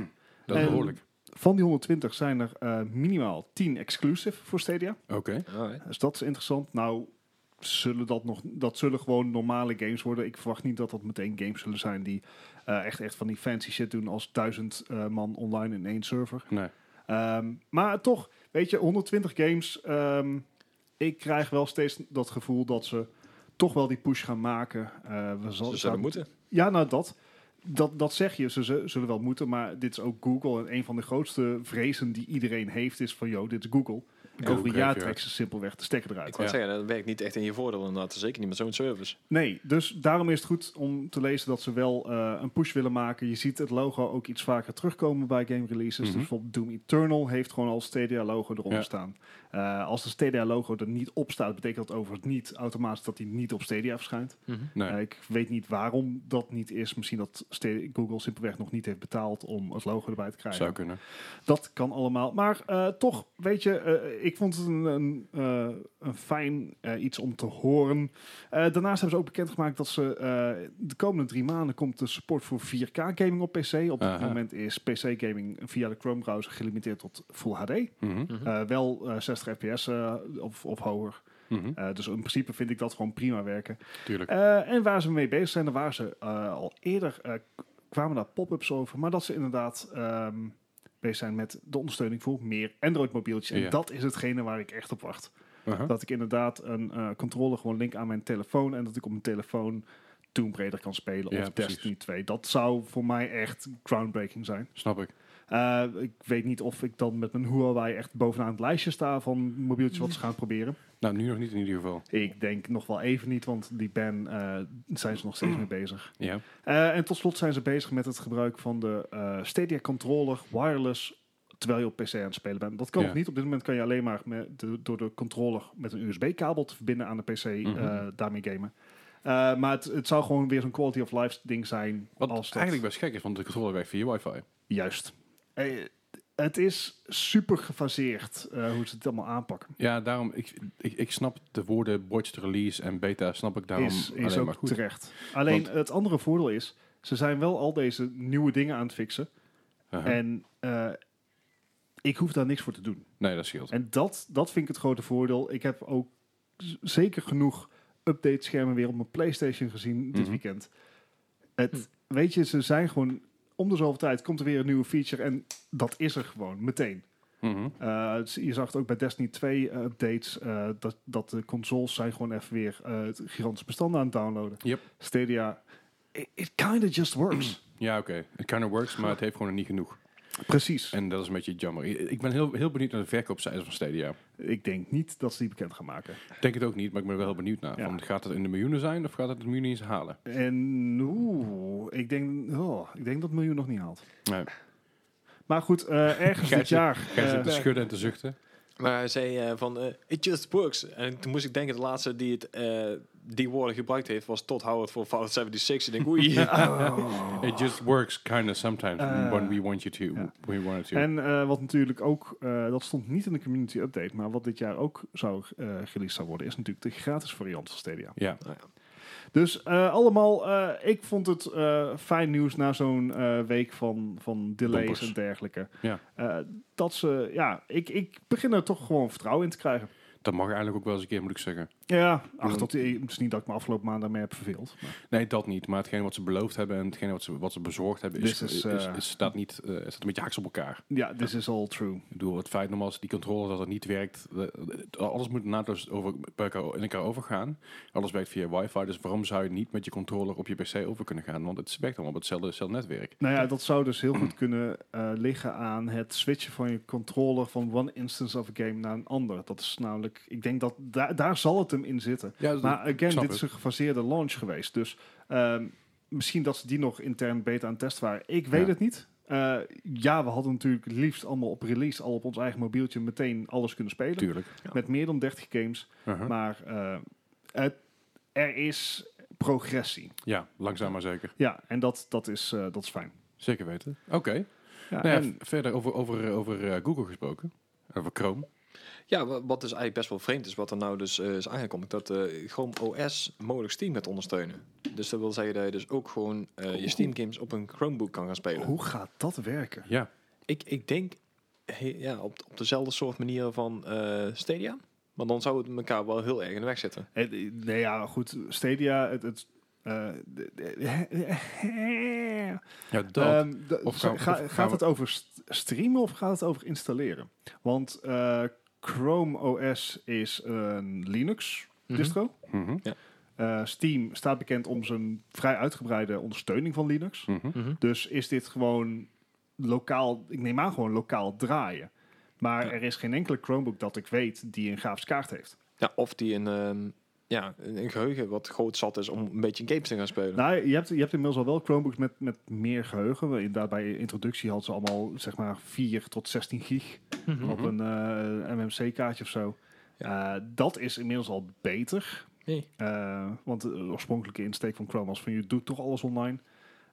dat is En- behoorlijk. Van die 120 zijn er eh, minimaal 10 exclusive voor Stadia. Oké. Alright. Dus dat is interessant. Nou, zullen dat, nog, dat zullen gewoon normale games worden. Ik verwacht niet dat dat meteen games zullen zijn die eh, echt, echt van die fancy shit doen als duizend eh, man online in één server. Nee. Ehm, maar toch, weet je, 120 games. ehm, ik krijg wel steeds dat gevoel dat ze toch wel die push gaan maken. Eh, we zal- Ze zullen moeten. Ja, nou dat. Dat, dat zeg je, ze ze zullen wel moeten, maar dit is ook Google. En een van de grootste vrezen die iedereen heeft is van, joh, dit is Google. Over een jaar trekt ze simpelweg de stekker eruit. Ik wou Ja. zeggen, dat werkt niet echt in je voordeel inderdaad. Zeker niet met zo'n service. Nee, dus daarom is het goed om te lezen dat ze wel eh, een push willen maken. Je ziet het logo ook iets vaker terugkomen bij game releases. Dus Mhm. bijvoorbeeld Doom Eternal heeft gewoon al Stadia logo eronder Ja. staan. Eh, als de Stadia logo er niet op staat, betekent dat overigens niet automatisch dat die niet op Stadia verschijnt. Mhm. Nee. Eh, ik weet niet waarom dat niet is. Misschien dat Stadia- Google simpelweg nog niet heeft betaald om het logo erbij te krijgen. Zou kunnen. Dat kan allemaal. Maar eh, toch, weet je, eh, ik vond het een, een, eh, een fijn eh, iets om te horen. Eh, daarnaast hebben ze ook bekendgemaakt dat ze eh, de komende drie maanden komt de support voor 4K gaming op PC. Op dit Aha. moment is PC gaming via de Chrome browser gelimiteerd tot Full HD. Mhm, Mhm. Eh, wel eh, 60 fps eh, of, of hoger. mhm, Eh, dus in principe vind ik dat gewoon prima werken. Tuurlijk. Eh, en waar ze mee bezig zijn, daar waren ze eh, al eerder, eh, k- kwamen daar pop-ups over, maar dat ze inderdaad ehm, bezig zijn met de ondersteuning voor meer Android-mobieltjes. En Ja. dat is hetgene waar ik echt op wacht. Aha. eh, Dat ik inderdaad een eh, controller gewoon link aan mijn telefoon en dat ik op mijn telefoon Tomb Raider kan spelen Ja, of precies. Destiny 2. Dat zou voor mij echt groundbreaking zijn. Snap ik. Eh, ik weet niet of ik dan met mijn Huawei echt bovenaan het lijstje sta van mobieltjes wat ze gaan proberen. Nou, nu nog niet in ieder geval. Ik denk nog wel even niet, want die ban eh, zijn ze nog steeds mee bezig. Ja. Eh, en tot slot zijn ze bezig met het gebruik van de eh, Stadia controller wireless terwijl je op PC aan het spelen bent. Dat kan Ja. nog niet. Op dit moment kan je alleen maar met de, door de controller met een USB-kabel te verbinden aan de PC Mhm. eh, daarmee gamen. Eh, maar het, het zou gewoon weer zo'n quality of life ding zijn. Wat als dat eigenlijk best gek is, want de controller werkt via wifi. juist. Eh, het is super gefaseerd eh, hoe ze het allemaal aanpakken. Ja, daarom, ik, ik, ik snap de woorden botched release en beta, snap ik daarom is, is alleen maar ook goed. terecht. Alleen Want- het andere voordeel is, ze zijn wel al deze nieuwe dingen aan het fixen. Aha. En eh, ik hoef daar niks voor te doen. Nee, dat scheelt. En dat, dat vind ik het grote voordeel. Ik heb ook z- zeker genoeg update-schermen weer op mijn PlayStation gezien dit Mhm. weekend. Het, Weet je, ze zijn gewoon om de zoveel tijd komt er weer een nieuwe feature en dat is er gewoon meteen. Mhm. Eh, het- je zag het ook bij Destiny 2 updates eh, dat, dat de consoles zijn gewoon even weer eh, het gigantische bestanden aan het downloaden. Yep. Stadia, it, it kind of just works. Ja, oké. It kind of works, maar het heeft gewoon nog niet genoeg. Precies. En dat is een beetje jammer. I- Ik ben heel, heel benieuwd naar de verkoopcijfers van Stadia. Ik denk niet dat ze die bekend gaan maken. Ik denk het ook niet, maar ik ben er wel heel benieuwd naar. Ja. Van, gaat het in de miljoenen zijn of gaat het de miljoenen eens halen? En oeh, ik denk, oh, ik denk dat miljoen nog niet haalt. Nee. Maar goed, eh, ergens Gijs dit zit- jaar. Gijs zit eh, te schudden en te zuchten. Maar hij zei eh, van, eh, it just works. En toen moest ik denken, de laatste die het, eh, die woorden gebruikt heeft, was Todd Howard voor Fallout 76. Ik denk, oei. It just works kind of sometimes Eh, when we want you to. ja. We want it to. en eh, wat natuurlijk ook, eh, dat stond niet in de community update, maar wat dit jaar ook zou eh gereleased zou worden, is natuurlijk de gratis variant van Stadia. ja. Dus eh, allemaal, eh, ik vond het eh, fijn nieuws na zo'n eh, week van, van delays Bumpers. en dergelijke. Ja. Eh, dat ze, ja, ik, ik begin er toch gewoon vertrouwen in te krijgen. Dat mag eigenlijk ook wel eens een keer, moet ik zeggen. Ja, ach, dat, eh, het is niet dat ik me afgelopen maand daarmee heb verveeld. maar- Nee, dat niet. Maar hetgeen wat ze beloofd hebben en hetgeen wat ze, wat ze bezorgd hebben, is, This is, is, eh, is- staat, niet, eh, staat een beetje haaks op elkaar. Ja, this is all true. Ik bedoel, het feit nogmaals, die controle dat het niet werkt, eh, alles moet naadloos over, bij elkaar, in elkaar overgaan. Alles werkt via wifi, dus waarom zou je niet met je controller op je pc over kunnen gaan? Want het werkt allemaal op hetzelfde, hetzelfde netwerk. Nou ja, dat zou dus heel goed kunnen eh, liggen aan het switchen van je controller van one instance of a game naar een ander. Dat is namelijk, ik denk dat daar daar zal het hem in zitten. Ja, dat- Maar again, snap dit ik. is een gefaseerde launch geweest. Dus ehm, misschien dat ze die nog intern beter aan het testen waren. Ik weet Ja. het niet. Eh, ja, we hadden natuurlijk het liefst allemaal op release, al op ons eigen mobieltje, meteen alles kunnen spelen. tuurlijk. Met meer dan 30 games. Uh-huh. Maar eh, het, er is progressie. Ja, langzaam maar zeker. Ja, en dat, dat, is, eh, dat is fijn. Zeker weten. Oké. Ja, Nou ja, en- v- verder over, over, eh, over eh, Google gesproken. Over Chrome. Ja, wa- wat dus eigenlijk best wel vreemd is, wat er nou dus eh, is aangekondigd, dat eh Chrome OS mogelijk Steam gaat ondersteunen. Dus dat wil zeggen dat je dus ook gewoon eh, je Steam games op een Chromebook kan gaan spelen. Hoe gaat dat werken? Ja. Ik, ik denk he- ja, op, op dezelfde soort manier van eh, Stadia. Want dan zou het elkaar wel heel erg in de weg zitten. Eh, Nee, ja, goed. Stadia, het... het eh, de- de- Ja, dat. Ehm, de- Of zo- gaan- ga- of gaan Gaat we- het over st- streamen of gaat het over installeren? Want eh, Chrome OS is een Mhm. Linux-distro. Mhm, Eh, Steam staat bekend om zijn vrij uitgebreide ondersteuning van Linux. mhm. Dus is dit gewoon lokaal, ik neem aan gewoon lokaal draaien. Maar Ja. er is geen enkele Chromebook dat ik weet die een grafische kaart heeft. Ja, of die een, ehm, ja, een, een geheugen wat groot zat is om een beetje games te gaan spelen. Nou, je hebt, je hebt inmiddels al wel Chromebooks met, met meer geheugen. We- Inderdaad, bij introductie hadden ze allemaal zeg maar 4 tot 16 gig Mhm. op een eh, MMC-kaartje of zo. Eh, dat is inmiddels al beter. Nee. Eh, want de oorspronkelijke insteek van Chrome was van je doet toch alles online.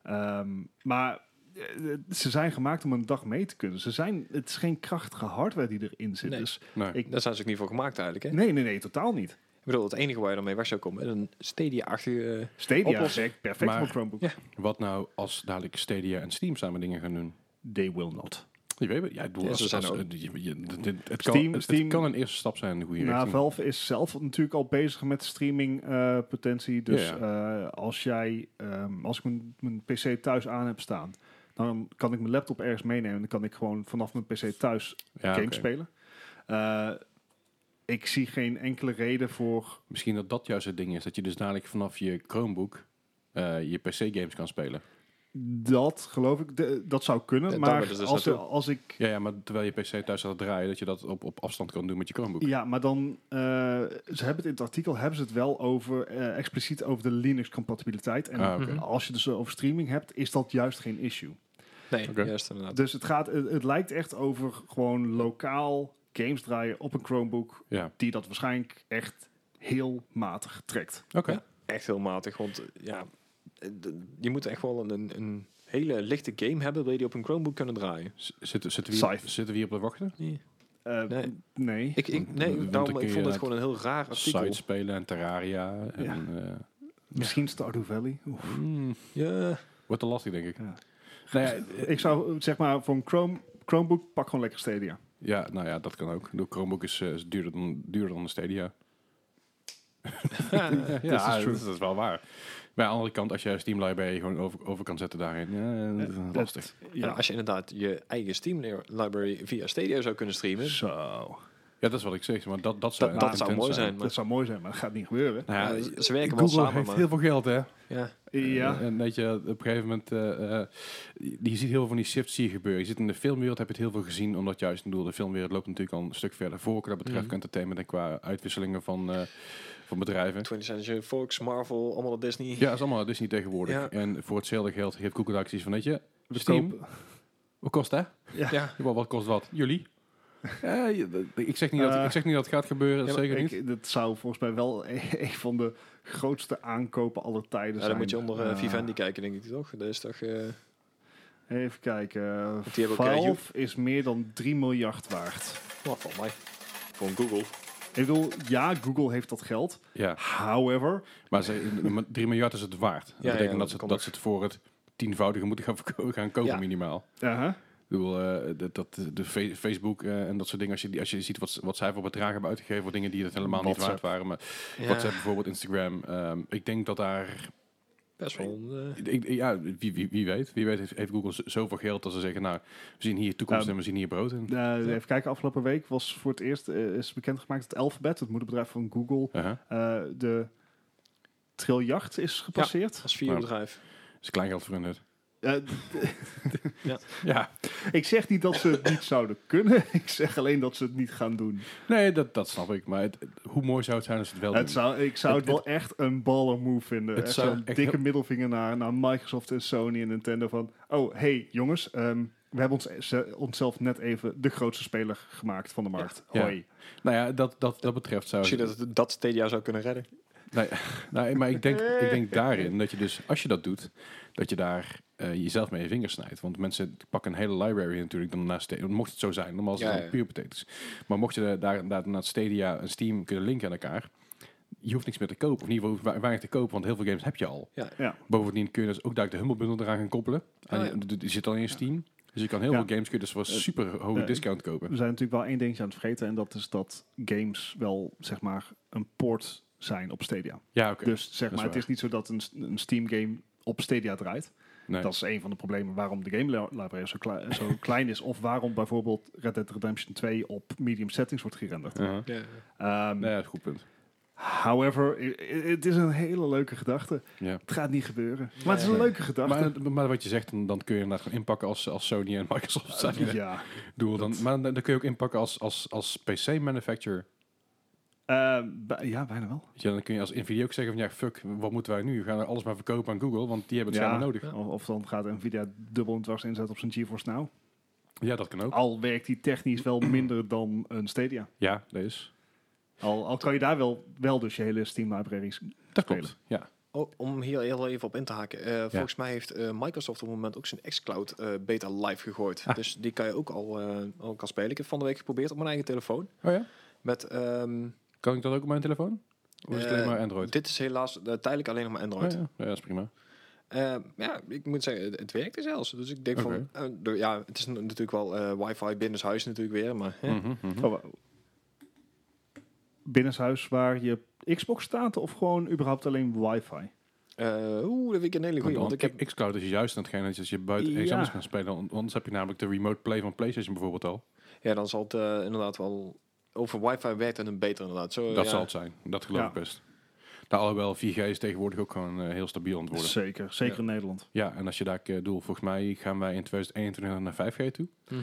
Ehm, maar eh, ze zijn gemaakt om een dag mee te kunnen. Ze zijn, het is geen krachtige hardware die erin zit. Nee. Dus, Nee. Ik- Daar zijn ze ook niet voor gemaakt eigenlijk. Hè? nee, nee, nee, totaal niet. Ik bedoel, het enige waar je dan mee weg zou komen, een Stadia-achtige... eh, Stadia Oplossing. werkt perfect Maar- voor Chromebook. Ja. Wat nou als dadelijk Stadia en Steam samen dingen gaan doen? They will not. Je weet het. Ja, ik bedoel, Ja, als, ze zijn als- ook- eh, je- je- dit- dit- het, Steam- kan, het- Steam- het kan een eerste stap zijn in de goede Nou, richting. Valve is zelf natuurlijk al bezig met streaming eh, potentie. Dus Ja, eh, als jij, ehm, als ik mijn, mijn PC thuis aan heb staan, dan kan ik mijn laptop ergens meenemen. Dan kan ik gewoon vanaf mijn PC thuis Ja, games Ah, oké. spelen. Eh, ik zie geen enkele reden voor. Misschien dat dat juist het ding is. Dat je dus dadelijk vanaf je Chromebook eh, je PC-games kan spelen. Dat geloof ik, De- dat zou kunnen. Ja, daar maar willen ze dus als, naartoe. als ik. Ja, ja, maar terwijl je PC thuis gaat draaien, dat je dat op, op afstand kan doen met je Chromebook. Ja, maar dan. eh, ze hebben het in het artikel hebben ze het wel over eh, expliciet over de Linux-compatibiliteit. En Ah, oké. Mhm. als je dus over streaming hebt, is dat juist geen issue. Nee, Oké. juist inderdaad. Dus het, gaat, het, het lijkt echt over gewoon lokaal games draaien op een Chromebook, Ja, die dat waarschijnlijk echt heel matig trekt. oké. Ja. Echt heel matig, want eh, ja, eh, d- je moet echt wel een, een, een hele lichte game hebben, wil je die op een Chromebook kunnen draaien. Z- Zitten, zitten, we hier, Scythe. zitten we hier op te wachten? Nee. Eh, Nee. nee. Ik, ik, Want nee, dan daarom, kun ik je vond het inderdaad gewoon een heel raar artikel. Side spelen en Terraria. En, Ja. eh, Misschien Stardew Valley. Oeh. hmm, Ja, wordt te lastig, denk ik. Ja. Nou ja, Ik zou eh, zeg maar voor een Chrome, Chromebook pak gewoon lekker Stadia. ja, nou ja, dat kan ook. De Chromebook is, eh, is duurder, dan, duurder dan de Stadia. ja, is true. dat, dat is wel waar. Maar aan de andere kant, als je Steam Library gewoon over, over kan zetten daarin, ja, dat is dat- lastig. Ja, als je inderdaad je eigen Steam li- library via Stadia zou kunnen streamen, Zo. Ja, dat is wat ik zeg, maar dat, dat zou dat, dat inderdaad zou intens mooi zijn. Dat Maar, zou mooi zijn, maar dat gaat niet gebeuren. Nou ja, ja, ze werken wel Google samen, heeft maar heel veel geld, hè? ja, eh, Ja. Eh, En dat je op een gegeven moment, eh, eh, je ziet heel veel van die shifts hier gebeuren. Je zit in de filmwereld, heb je het heel veel gezien, omdat juist, ik bedoel, de filmwereld loopt natuurlijk al een stuk verder voor, wat dat betreft, Mhm. qua entertainment en qua uitwisselingen van, eh, van bedrijven. 20th Century Fox, Marvel, allemaal op Disney. Ja, dat is allemaal Disney tegenwoordig. Ja. En voor hetzelfde geld heeft Google acties van, weet je, We Steam. kopen- wat kost hè? ja. Jawel, wat kost wat? Jullie? Ja, je- dat- ik, zeg niet dat, Eh, ik zeg niet dat het gaat gebeuren, ja, maar zeker niet. Ik, dat zou volgens mij wel een van de grootste aankopen aller tijden Ja, zijn. dan moet je onder eh, Eh, Vivendi kijken, denk ik toch? Dat is toch eh, Even kijken. die hebben ook, eh, Valve is meer dan 3 miljard waard. wat van mij. Gewoon Google. Ik bedoel, ja, Google heeft dat geld. Ja, However, maar ze, 3 miljard is het waard. Dat ja, betekent dat dat, ze, komt dat ook. ze het voor het tienvoudige moeten gaan, verko- gaan kopen Ja. minimaal. uh-huh, Ik bedoel, eh, dat, dat, de fe- Facebook eh, en dat soort dingen, als je, die- als je ziet wat, ze- wat zij voor bedragen hebben uitgegeven, voor dingen die het helemaal niet waard WhatsApp. waren. Maar Ja, WhatsApp bijvoorbeeld, Instagram. ehm, ik denk dat daar, best wel. eh, ik- ik- ja, wie, wie, wie weet, wie weet heeft, heeft Google z- zoveel geld dat ze zeggen, nou, we zien hier toekomst Nou, en we zien hier brood in. eh, even kijken, afgelopen week was voor het eerst eh, is bekendgemaakt dat Alphabet, het moederbedrijf van Google, Uh-huh. eh, de triljard is gepasseerd. als vier Maar- bedrijf. Dat is klein geld voor hun nut. Eh, Ja, ik zeg niet dat ze het niet zouden kunnen, ik zeg alleen dat ze het niet gaan doen. nee, dat, dat snap ik. Maar het- het- hoe mooi zou het zijn als ze het wel Het doen? zou, ik zou het, Het- wel echt een baller move vinden. Het Echt zou zo'n echt dikke heel- middelvinger naar, naar Microsoft en Sony en Nintendo van... Oh, hey jongens, ehm, we hebben ons, ze- onszelf net even de grootste speler gemaakt van de markt. Ja. Hoi. Nou ja, dat, dat, dat betreft zou Misschien dat het- dat Stadia zou kunnen redden. Nee, nee, Nou, maar ik denk, ik denk daarin dat je dus, als je dat doet, dat je daar eh, jezelf mee je vingers snijdt. Want mensen pakken een hele library natuurlijk dan naast Stadia. Mocht het zo zijn, normaal is het Ja, dan ja. puur potatoes. Maar mocht je daar- daar inderdaad naar Stadia en Steam kunnen linken aan elkaar, je hoeft niks meer te kopen. Of in ieder geval hoeft wa- weinig te kopen, want heel veel games heb je al. Ja. Ja. Bovendien kun je dus ook daar de Humble Bundle eraan gaan koppelen. Aan Oh, je- ja. die- Die zit al in je Steam. Dus je kan heel Ja. veel games kun je dus voor een super hoge eh, discount kopen. We zijn natuurlijk wel één dingetje aan het vergeten... en dat is dat games wel, zeg maar, een port zijn op Stadia. Ja, oké. Dus zeg is maar, het waar. is niet zo dat een, een Steam-game op Stadia draait. Nee. Dat is een van de problemen waarom de game li- library zo, kle- zo klein is... of waarom bijvoorbeeld Red Dead Redemption 2 op medium settings wordt gerenderd. Uh-huh. Ja. Ehm, Nee, dat is een goed punt. However, i- i- het is een hele leuke gedachte. Ja. Het gaat niet gebeuren. Maar het is een Nee. leuke gedachte. Maar, maar wat je zegt, dan, dan kun je inderdaad gewoon inpakken als, als Sony en Microsoft zijn. ja. Doel dan. Maar dan, dan kun je ook inpakken als, als, als PC-manufacturer. Eh, bij- ja, bijna wel. Ja, dan kun je als NVIDIA ook zeggen van ja, fuck, wat moeten wij nu? Gaan we alles maar verkopen aan Google, want die hebben het Ja. samen nodig. Of, of dan gaat Nvidia dubbel en dwars inzetten op zijn GeForce Now. Ja, dat kan ook. Al werkt die technisch wel minder dan een Stadia. Ja, dat is. Al, al kan je daar wel, wel dus je hele Steam libraries Dat Spelen. klopt. Ja. Oh, om hier heel even op in te haken. eh, Volgens mij heeft eh, Microsoft op het moment ook zijn xCloud eh beta live gegooid. Ah. Dus die kan je ook al, eh ook al spelen. Ik heb van de week geprobeerd op mijn eigen telefoon. Oh ja? Met, ehm, Kan ik dat ook op mijn telefoon? Of is het eh, alleen maar Android? Dit is helaas eh, tijdelijk alleen nog maar Oh Android. ja. ja, dat is prima. Eh, ja, ik moet zeggen, het, het werkte zelfs. Dus ik denk Oké. van, eh, door- ja, het is n- natuurlijk wel eh, wifi binnenshuis natuurlijk weer, maar hè. Mhm, mhm. Oh, wauw. Binnenshuis waar je Xbox staat of gewoon überhaupt alleen wifi? Eh, oeh, dat vind ik een hele goeie, want ik heb... xCloud is juist aan hetgeen dat je- als je buiten iets Ja. anders kan spelen. Want Anders heb je namelijk de remote play van PlayStation bijvoorbeeld al. Ja, dan zal het eh, inderdaad wel... Over wifi werkt het een beter inderdaad. Zo, dat ja. zal het zijn. Dat geloof Ja. ik best. Nou, alhoewel 4G is tegenwoordig ook gewoon eh, heel stabiel aan het worden. Zeker, zeker Ja. in Nederland. Ja, en als je daar eh, doel, volgens mij gaan wij in 2021 naar 5G toe. Mhm.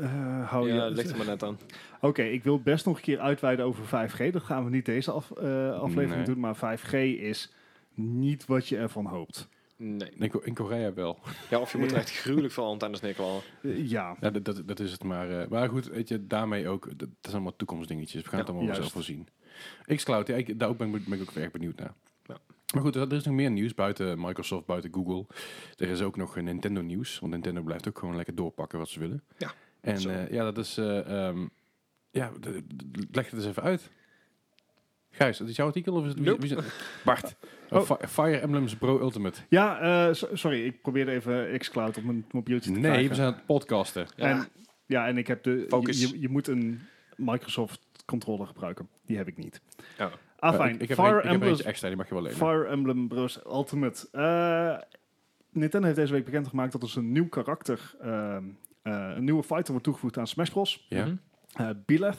Eh, Oh, hou ja, je... ligt er maar net aan. Oké, ik wil best nog een keer uitweiden over 5G. Dat gaan we niet deze af- eh, aflevering Nee. doen, maar 5G is niet wat je ervan hoopt. Nee. In, Ko- in Korea wel. Ja, of je moet er echt gruwelijk veel antennes neerkwalen. Eh, ja, Ja, dat, dat, dat is het maar. eh, maar goed, weet je, daarmee ook. Dat, dat zijn allemaal toekomstdingetjes. We gaan Ja, het allemaal wel zelf juist. wel zien. Xcloud, ja, ik, daar ook ben, ik- ben ik ook erg benieuwd naar. Ja. Maar goed, dus er er is nog meer nieuws buiten Microsoft, buiten Google. Er is ook nog eh, Nintendo nieuws. Want Nintendo blijft ook gewoon lekker doorpakken wat ze willen. Ja, En zo. eh, ja, dat is... eh, ehm, ja, d- d- leg het eens even uit. Gijs, dat is jouw artikel of is het... wie- Nope. wie is het? Bart. Oh. Fi- Fire Emblems Pro Ultimate. ja eh, so- sorry, ik probeerde even Xcloud op mijn mobieltje te Nee, krijgen. we zijn aan het podcasten. Ja. En, ja, en ik heb de... Focus. Je, je moet een Microsoft controller gebruiken. Die heb ik niet. Ja. Ah, Eh, fijn. ik, ik heb er een- Fire ik heb er Emblem eentje extra, die mag je wel lenen. Fire Emblem Bros Ultimate. Eh, Nintendo heeft deze week bekendgemaakt dat er een nieuw karakter, ehm, eh, een nieuwe fighter wordt toegevoegd aan Smash Bros. ja? Mhm. Eh Byleth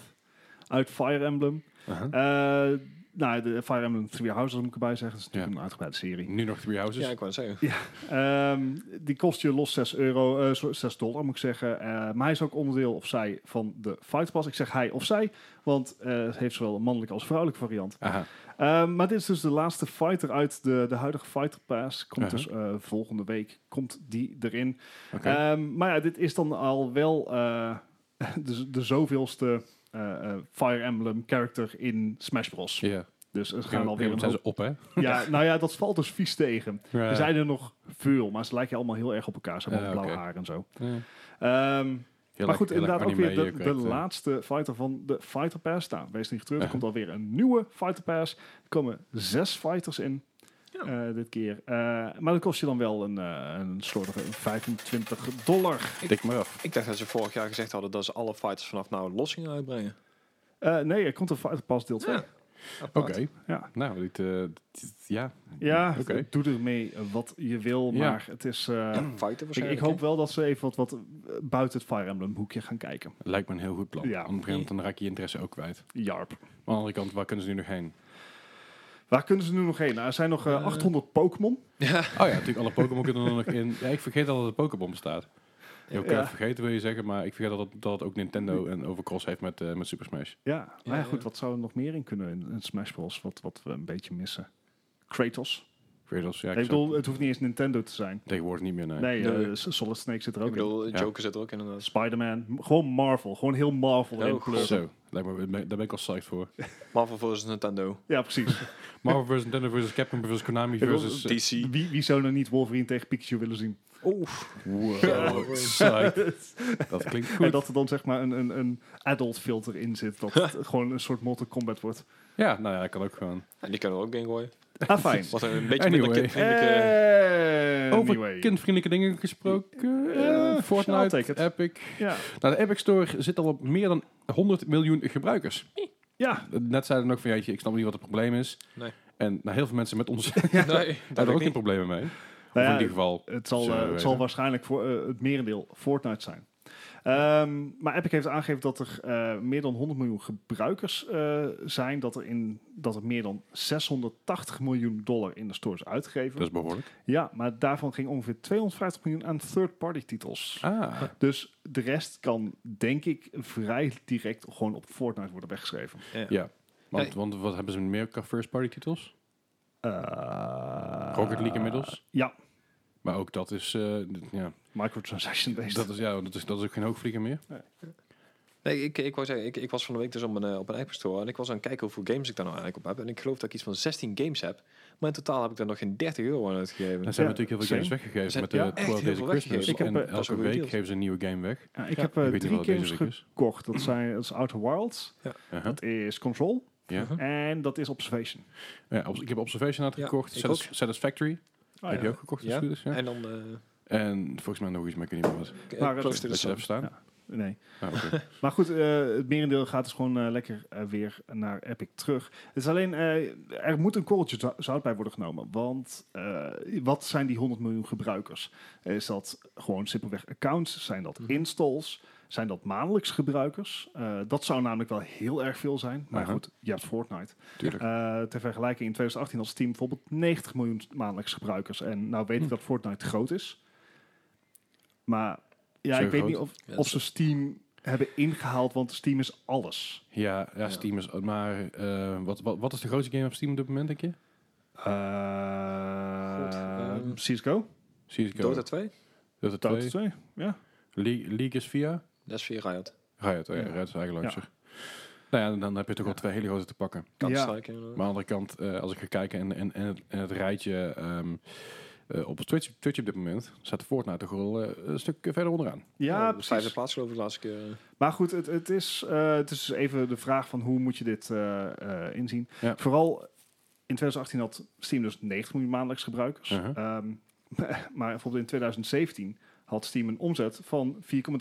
uit Fire Emblem. Aha. Eh, nou, de Fire Emblem Three Houses moet ik erbij zeggen. Dat is natuurlijk Ja. een uitgebreide serie. Eh, Nu nog Three Houses. ja, ik wou het zeggen. Ehm, die kost je los 6 euro, eh, zo- 6 dollar moet ik zeggen. Eh, maar hij is ook onderdeel of zij van de Fight Pass. Ik zeg hij of zij, want eh, het heeft zowel een mannelijke als vrouwelijke variant. Aha. Ehm, maar dit is dus de laatste fighter uit de, de huidige Fighter Pass. Komt Aha. dus eh, volgende week komt die erin. Oké. Ehm, maar ja, dit is dan al wel eh, de, de zoveelste eh, eh, Fire Emblem character in Smash Bros. Ja. Dus er gaan Gaan alweer een zijn hoop... ze op, hè? Ja, nou ja, dat valt dus vies tegen. Ja. Er zijn er nog veel, maar ze lijken allemaal heel erg op elkaar. Ze hebben Ja, allemaal blauw Eh, oké. haar en Ja. zo. Ehm, Heel maar erg- heel goed, erg inderdaad ook weer anime, de, eh, de kwijt, eh. laatste fighter van de Fighter Pass. Nou, wees niet getreurd, er Ja. komt alweer een nieuwe Fighter Pass. Er komen zes fighters in Ja. eh, dit keer. Eh, maar dat kost je dan wel een, eh een slordige 25 dollar. Tik maar af. Ik dacht dat ze vorig jaar gezegd hadden dat ze alle fighters vanaf nou los gingen uitbrengen. Eh, nee, er komt een Fighter Pass deel 2. Ja, Oké. Ja. Nou, dit, eh, dit- ja. Oké. doe ermee wat je wil, Ja. maar het is... eh, Fighter ik, ik waarschijnlijk. hoop wel dat ze even wat, wat eh, buiten het Fire Emblem hoekje gaan kijken. Lijkt me een heel goed plan. Ja. Ja. Aan het begin, dan raak je je interesse ook kwijt. Jarp. Maar aan de andere kant, waar kunnen ze nu nog heen? Waar kunnen ze nu nog heen? Nou, er zijn nog eh, 800 Pokémon. Oh ja, natuurlijk, alle Pokémon kunnen er nog in. Ja, ik vergeet al dat het Pokémon bestaat. Je kan Ja. het vergeten, wil je zeggen, maar ik vergeet dat het, dat het ook Nintendo en Overcross heeft met, eh, met Super Smash. Ja, maar ja, Ja, goed, ja. wat zou er nog meer in kunnen in, in Smash Bros? Wat, wat we een beetje missen. Kratos. Kratos, ja, ik ik bedoel, zou- het hoeft niet eens Nintendo te zijn. tegenwoordig niet meer, nee. Nee, Nee. eh, Solid Snake zit er ook Ik bedoel, Ja. Joker zit er ook in inderdaad. Spider-Man. M- Gewoon Marvel. Gewoon heel Marvel Oh, in god. kleur. Zo, lijkt me, daar ben ik al psyched voor. Marvel vs. Nintendo. Ja, precies. Marvel vs. Nintendo vs. Capcom vs. Konami bedoel, vs. eh, DC. wie, wie zou nou niet Wolverine tegen Pikachu willen zien? Oef. Wow, psyched. Dat klinkt En goed. dat er dan zeg maar een, een, een adult filter in zit. Dat het gewoon een soort Mortal Kombat wordt. Ja, nou ja, dat kan ook gewoon. En die kunnen er ook in gooien. Ah, fijn. Wat een beetje Anyway. Eh, minder kindvriendelijke... Over Anyway. kindvriendelijke dingen gesproken. eh, Eh, I'll take it. Fortnite, Epic. Ja. Nou, de Epic Store zit al op meer dan 100 miljoen gebruikers. ja, Net zeiden we nog van, jeetje, ik snap niet wat het probleem is. Nee. En nou, heel veel mensen met ons hebben Nee, dat daar ook ook geen niet. problemen mee. Nou of ja, in ieder geval, Het zal, Zullen we eh, het weten. zal waarschijnlijk voor, eh, het merendeel Fortnite zijn. Ehm, maar Epic heeft aangegeven dat er eh, meer dan 100 miljoen gebruikers eh, zijn. Dat er, in, dat er meer dan 680 miljoen dollar in de store is uitgegeven. dat is behoorlijk. Ja, maar daarvan ging ongeveer 250 miljoen aan third-party titels. Ah, Dus de rest kan, denk ik, vrij direct gewoon op Fortnite worden weggeschreven. ja. Want, Nee. want wat hebben ze meer qua first party titels? Eh, Rocket League inmiddels? Ja, Maar ook dat is, eh, d- ja, microtransaction-based. dat is, ja, dat is, dat is ook geen hoogvlieger meer. Nee, ik, ik, wou zeggen, ik, ik was van de week dus op een, eh, op een Apple Store en ik was aan het kijken hoeveel games ik daar nou eigenlijk op heb. En ik geloof dat ik iets van 16 games heb, maar in totaal heb ik daar nog geen 30 euro aan uitgegeven. Dan zijn Ja, natuurlijk heel veel same. games weggegeven Zijn- met de ja, echt 12 heel Days veel of Christmas. weggegeven. en Ik heb, eh, dat is elke een goede week deal. geven ze een nieuwe game weg. Ja, ik Ja, heb ik eh, weet niet drie wat deze games week is. gekocht. Dat, zijn, dat is Outer Wilds, Uh-huh. dat is Control Ja. en dat is Observation. Ah, Ja, obs- ik heb Observation had Uh-huh. Ja, gekocht. ik Satis- ook. Oh, Satisfactory. heb je ook gekocht, als Ja. het goed is. Ja. En dan eh En volgens mij nog iets, maar ik weet niet meer wat. Maar, eh, Close to the Dat je Sun. hebt staan. Ja. Nee. Ah, oké. Maar goed, eh, het merendeel gaat dus gewoon eh, lekker eh, weer naar Epic terug. Het is alleen, eh, er moet een korreltje zo- zout bij worden genomen. Want eh, wat zijn die 100 miljoen gebruikers? Is dat gewoon simpelweg accounts? Zijn dat Mhm. installs? Zijn dat maandelijks gebruikers? Eh, dat zou namelijk wel heel erg veel zijn. Maar Aha. goed, je hebt Fortnite. Tuurlijk. Eh, ter vergelijking in 2018 als team bijvoorbeeld 90 miljoen maandelijks gebruikers. En nou weet ik Hm. dat Fortnite groot is. Maar ja, Zo ik weet groot? niet of, Ja, of ze Steam hebben ingehaald, want Steam is alles. Ja, ja, Ja. Steam is... Maar eh, wat, wat, wat is de grootste game op Steam op dit moment, denk je? Ah. Eh, Goed, ehm, CSGO? CSGO. Dota 2? Dota 2. Dota 2? Ja. Le- League is via. Dat is via Riot. Riot, ja, Ja. Riot is eigenlijk Ja. launcher. Nou ja, dan heb je toch wel twee hele grote te pakken. Counter-Strike. Maar aan de andere kant, eh, als ik ga kijken en, en, en, het, en het rijtje ehm, eh, op Twitch, Twitch op dit moment, staat Fortnite toch wel eh, een stuk verder onderaan. Ja, Vijfde precies. plaats geloof ik oh, de laatste keer. eh. Maar goed, het, het, is, eh, het is even de vraag van hoe moet je dit eh, eh, inzien. Ja. Vooral in 2018 had Steam dus 90 miljoen maandelijks gebruikers. Uh-huh. Ehm, maar bijvoorbeeld in 2017 had Steam een omzet van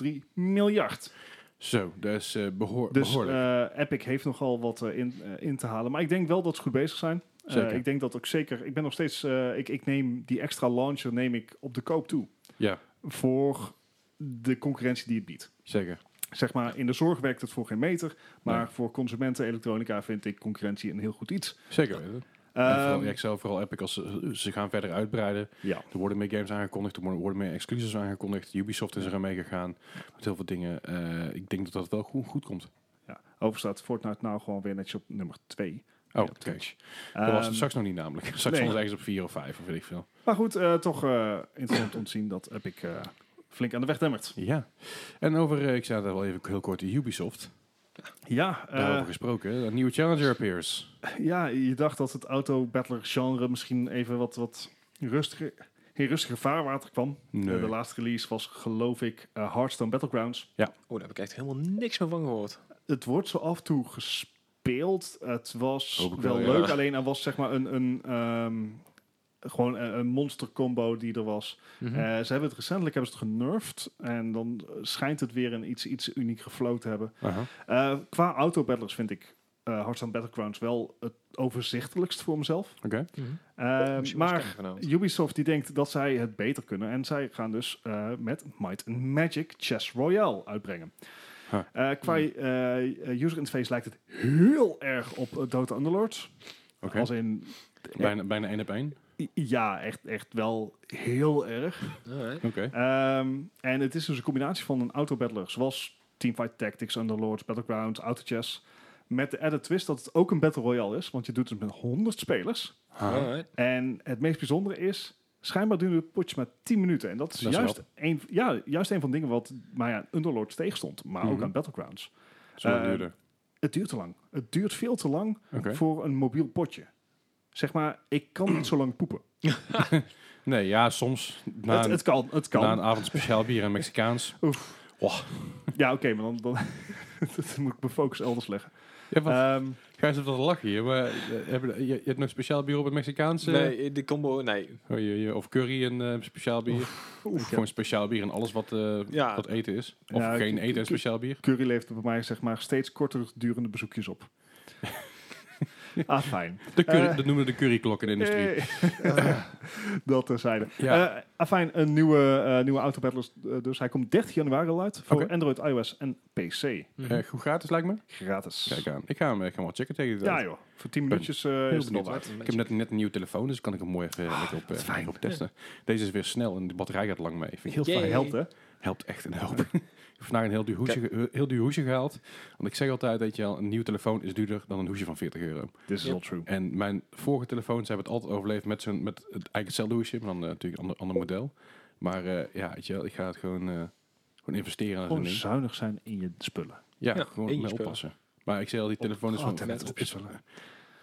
4,3 miljard. Zo, dat is eh, behoor- Dus behoorlijk. eh, Epic heeft nogal wat eh, in, eh, in te halen. Maar ik denk wel dat ze goed bezig zijn. Eh, Zeker. ik denk dat ook zeker. Ik ben nog steeds. eh, ik, ik neem die extra launcher neem ik op de koop toe. ja, Voor de concurrentie die het biedt. zeker. Zeg maar, in de zorg werkt het voor geen meter. Maar Nee. voor consumenten elektronica vind ik concurrentie een heel goed iets. Zeker weten. en vooral, Ehm, ja, ik zelf vooral Epic, als ze, ze gaan verder uitbreiden. ja. Er worden meer games aangekondigd, er worden- worden meer exclusives aangekondigd. Ubisoft is er aan meegegaan met heel veel dingen. Eh, ik denk dat dat wel goed, goed komt. Oh, ja. Overigens staat Fortnite nou gewoon weer netjes op nummer 2. Oh, oké. Dat was het straks nog niet namelijk. Straks Ehm, nee. was ergens op 4 of 5 of weet ik veel. Maar goed, eh, toch eh, interessant om te zien dat Epic eh, flink aan de weg demmert. Ja. En over, eh, ik zei het al even heel kort, Ubisoft. Ja, eh, Daarover gesproken, een nieuwe challenger appears. ja, je dacht dat het auto-battler-genre misschien even wat, wat rustiger, in rustiger vaarwater kwam. Nee. Eh, de laatste release was, geloof ik, eh, Hearthstone Battlegrounds. Oh, daar heb ik echt helemaal niks meer van gehoord. Het wordt zo af en toe gespeeld. Het was Hoop ik wel wel, leuk, ja. alleen er was zeg maar een... een ehm, gewoon eh, een, een monster combo die er was. Eh, ze hebben het recentelijk hebben ze het genurfd. En dan eh, schijnt het weer een iets, iets uniek gefloat te hebben. Aha. Eh, qua autobattlers vind ik eh Hearthstone Battlegrounds wel het overzichtelijkst voor mezelf. Oké. Mhm. Eh, Misschien wel eens maar kijken vanavond. Ubisoft die denkt dat zij het beter kunnen. En zij gaan dus eh, met Might and Magic Chess Royale uitbrengen. Huh. Eh, qua eh, user interface lijkt het heel erg op eh, Dota Underlords. Oké. Als in, Bijna, bijna één op één. ja, echt, echt wel heel erg. Alright. Oké. Ehm, en het is dus een combinatie van een autobattler, zoals Teamfight Tactics, Underlords, Battlegrounds, Autochess. Met de added twist dat het ook een Battle Royale is, want je doet het met 100 spelers. Aha. Alright. En het meest bijzondere is, schijnbaar duurde het potje maar 10 minuten. En dat is, Dat is juist, een, ja, juist een van de dingen wat mij aan Underlords tegenstond, maar ook Mhm. aan Battlegrounds. Zo lang Eh, duurde. Het duurt te lang. Het duurt veel te lang Oké. voor een mobiel potje. Zeg maar, ik kan niet zo lang poepen. Nee, ja, soms na, het, een- het kan, het na kan. een avond speciaal bier en Mexicaans. Oef. Oh. Ja, oké, maar dan, dan dat moet ik mijn focus elders leggen. Ja, wat, Ehm, ga eens even wat lachen hier. Maar, eh, hebben, je, je hebt nog speciaal bier op het Mexicaanse? Nee, eh, de combo, nee. Oh, je- je- of curry en eh, speciaal bier? Of gewoon speciaal bier en alles wat, eh, Ja. wat eten is? Of Ja, geen ik- eten en ik- speciaal bier? Curry leeft bij mij zeg maar steeds korter durende bezoekjes op. ah, fijn. De curry, Eh. dat noemen we de curryklok in de industrie. Eh, dat terzijde. Ja. Eh ah, fijn, een nieuwe, eh nieuwe Autobattlers. eh, dus hij komt 30 januari al uit voor Oké. Android, iOS en PC. Eh, goed gratis lijkt me. Gratis. Kijk aan. Ik ga hem, eh, ik ga hem wel checken tegen die tijd. ja joh, voor 10 minuutjes eh, is het benieuwd. al uit. Ik heb net, net een nieuwe telefoon, dus kan ik hem mooi even Ah, lekker op, wat eh, fijn. op testen. Deze is weer snel en de batterij gaat lang mee. Vind ik- Heel fijn, Yay. helpt hè? helpt echt een hoop. ik heb vandaag een heel duur, hoesje, ge- heel duur hoesje gehaald. Want ik zeg altijd, weet je wel, een nieuw telefoon is duurder dan een hoesje van 40 euro. This is Ja. all true. En mijn vorige telefoons hebben het altijd overleefd met, zo'n, met het, eigenlijk hetzelfde hoesje, maar dan eh, natuurlijk een ander, ander model. Maar eh, ja, weet je wel, ik ga het gewoon, eh, gewoon investeren aan zo'n Gewoon ding. zuinig zijn in je spullen. Ja, Ja, in gewoon je mee spullen. oppassen. Maar ik zei al, die telefoon is oh, van... ten- het op is- spullen.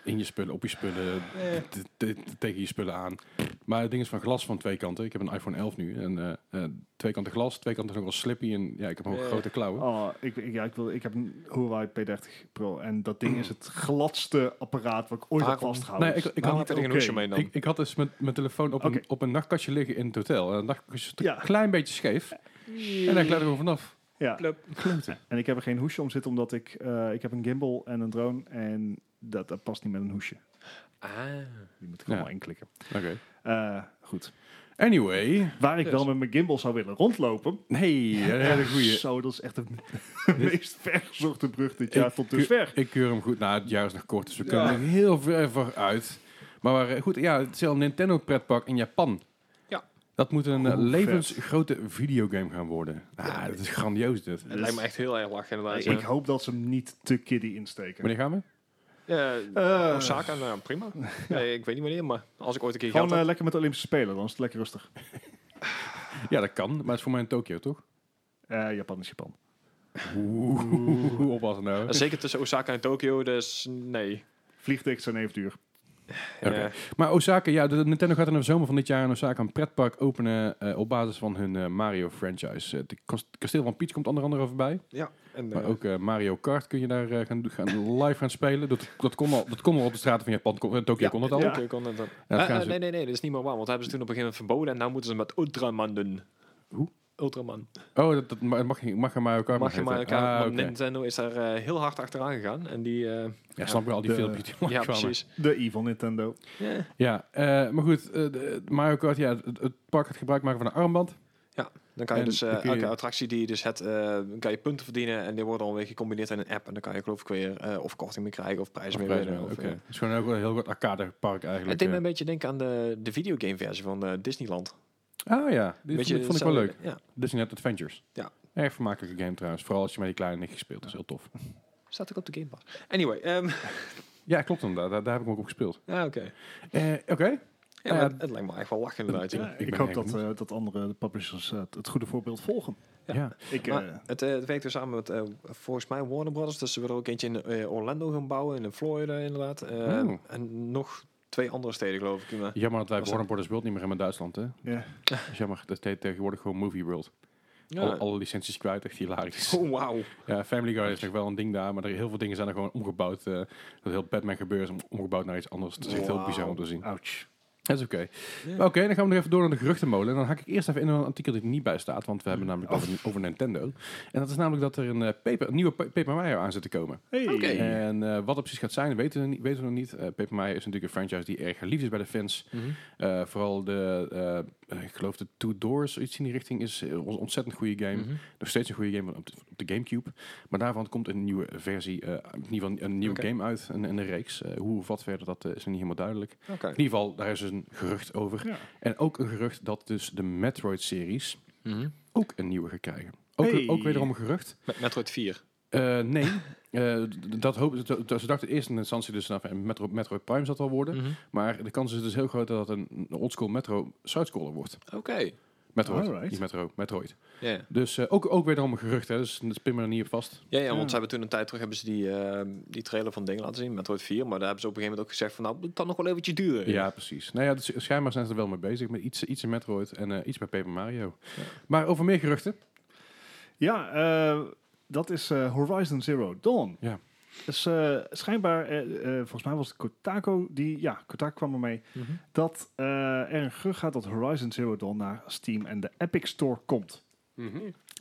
in je spullen, op je spullen, Eh. t- t- tegen je spullen aan. Maar het ding is van glas van twee kanten. Ik heb een iPhone 11 nu. En eh, eh, twee kanten glas, twee kanten nog wel slippy. En ja, ik heb ook Eh. grote klauwen. Oh, ik, ik- ja, ik, wil, ik heb een Huawei P30 Pro en dat ding is het gladste apparaat wat ik ooit heb Waarom? vastgehouden. Nee, ik, ik, Waarom had, heb je er geen oké. hoesje mee dan? Nou, ik, ik had dus mijn, mijn telefoon op, Oké. een, op een nachtkastje liggen in het hotel. En dat nachtkastje is Ja. een klein beetje scheef. En daar glijdt er gewoon vanaf. ja. Club. En ik heb er geen hoesje om zitten omdat ik, eh, ik heb een gimbal en een drone en dat, dat past niet met een hoesje. Ah. Die moet ik Ja. allemaal inklikken. Oké. Eh, goed. Anyway. Waar ik Yes. wel met mijn gimbal zou willen rondlopen. Nee, een hele goeie. Zo, dat is echt de meest vergezochte brug dit jaar tot keur- dusver. Ik keur hem goed. Nou, het jaar is nog kort, dus we kunnen er heel ver vooruit. Maar eh, goed, ja, het is al een Nintendo pretpark in Japan. Ja. Dat moet een Hoe eh, vet. levensgrote videogame gaan worden. Ah, dat is grandioos dit. Het lijkt me echt heel erg lachen inderdaad. Ik hoop dat ze hem niet te kiddy insteken. Wanneer gaan we? Ja, Eh, Oh, Osaka, nou prima. eh. Nee, ik weet niet wanneer, maar als ik ooit een keer Gewoon geld heb... eh, lekker met de Olympische Spelen, dan is het lekker rustig. Ja, dat kan. Maar het is voor mij in Tokio, toch? Eh, Japan is Japan. Oeh, hoe oppassen nou. Eh, Zeker tussen Osaka en Tokio, dus nee. Vliegtickets zijn even duur. Oké. Eh, Maar Osaka, ja, de- Nintendo gaat in de zomer van dit jaar in Osaka een pretpark openen eh, op basis van hun eh, Mario franchise. Eh, Het kast- kasteel van Peach komt onder andere voorbij. ja, en Maar eh, ook eh, Mario Kart kun je daar eh, gaan, do- gaan live gaan spelen. Dat, dat, kon al, dat kon al op de straten van Japan. Kon, eh, Tokio kon dat al. ja. Tokio kon het dan. dat Eh, gaan eh, ze- nee, nee, nee, dat is niet meer waar, want dat hebben ze toen op een gegeven moment verboden en nu moeten ze het met Ultraman doen. Hoe? Ultraman. Oh, dat, dat ma- mag, je- mag je Mario Kart Mag je heten. maar elkaar, Ah, want oké. Nintendo is daar eh, heel hard achteraan gegaan en die... eh, Ja, snap je al die De- filmpjes die ja, langskwamen. precies. De Evil Nintendo. Ja. Ja, eh, maar goed. eh, de- Mario Kart, ja, het, het park gaat gebruik maken van een armband. Dan kan je En dus eh, dan kun je- elke attractie die je dus het, eh, kan je punten verdienen en die worden dan weer gecombineerd in een app en dan kan je geloof ik weer eh, of korting mee krijgen of prijs Of mee prijs winnen. wel, of, oké. eh, Het is gewoon ook wel een heel goed arcadepark het eigenlijk. deed me eh. een beetje denken aan de, de videogame versie van eh, Disneyland. Ah ja, die vond, Beetje ik- vond ik wel leuk. hetzelfde- Ja, Disneyland Adventures. Ja. Erg vermakelijke game trouwens. Vooral als je met die kleine nichtjes speelt. Dat is heel tof. staat ook op de Game Pass. Anyway, ehm, Ja, klopt inderdaad. Daar, daar heb ik hem ook op gespeeld. ja, oké. Eh, Oké. Ja, Ja, maar het lijkt me echt wel lachen inderdaad. Ja, Ja. ik ik ben hoop erg dat, eh, dat andere publishers eh, het- het goede voorbeeld volgen. Ja. Ik, eh, Maar het, eh, het werkt dus samen met eh, volgens mij Warner Brothers. Dus ze willen ook eentje in eh, Orlando gaan bouwen en in Florida inderdaad. Eh, Oeh. En nog twee andere steden geloof ik. Maar- Jammer dat wij Was Warner Brothers World niet meer hebben in Duitsland, hè? ja. Dat is jammer. Dat heet tegenwoordig gewoon Movie World. Ja. Alle, alle licenties kwijt, echt hilarisch. Oh, wauw. Ja, Family Guy is nog wel een ding daar, maar er, heel veel dingen zijn er gewoon omgebouwd. eh, dat heel Batman gebeurt is om- omgebouwd naar iets anders. Het is echt heel Wauw. bizar om te zien. Ouch. Dat is oké. Maar Oké, dan gaan we nog even door naar de geruchtenmolen. En dan hak ik eerst even in een artikel die er niet bij staat, want we hebben het namelijk over, over Nintendo. En dat is namelijk dat er een, eh, paper, een nieuwe pa- Paper Mario aan zit te komen. Hey. Oké. En eh, wat dat precies gaat zijn, weten we, niet, weten we nog niet. Eh, Paper Mario is natuurlijk een franchise die erg geliefd is bij de fans. Eh, vooral de, eh, ik geloof de Two Doors, iets in die richting, is eh, een ontzettend goede game. Mhm. Nog steeds een goede game op de, op de Gamecube. Maar daarvan komt een nieuwe versie, eh, in ieder geval een nieuwe Oké. game uit en een, reeks. Eh, hoe of wat verder, dat eh, is nog niet helemaal duidelijk. Oké. In ieder geval, daar is dus een gerucht over. Ja. En ook een gerucht dat dus de Metroid-series Mhm. ook een nieuwe gaat krijgen. Ook, Hey. ook wederom een gerucht. Met Metroid 4. Eh, nee, Eh, d- dat hoop, dat- dat- ze dachten eerst in instantie dus nou, van Metro, Metroid Prime zal het wel Mm. worden. Mhm. Maar de kans is dus heel groot dat het een een oldschool Metro Sidescroller wordt. Oké. Metroid, Alright. niet Metro, Metroid. Ja. Dus eh, ook, ook wederom een gerucht, hè, dus dat spin me er niet op vast. Ja, ja, Ja. want ze hebben toen een tijd terug hebben ze die, eh, die trailer van dingen laten zien, Metroid 4. Maar daar hebben ze op een gegeven moment ook gezegd van, nou, het kan nog wel eventjes duren. Ja, precies. Nou ja, dus schijnbaar zijn ze er wel mee bezig. Met iets, iets in Metroid en eh, iets bij Paper Mario. Ja. Maar over meer geruchten. Ja, eh, dat is eh, Horizon Zero Dawn. Ja. Dus eh, schijnbaar, eh, eh, volgens mij was het Kotaku die, ja, Kotaku kwam ermee, Mhm. dat eh, er een gerucht gaat dat Horizon Zero Dawn naar Steam en de Epic Store komt.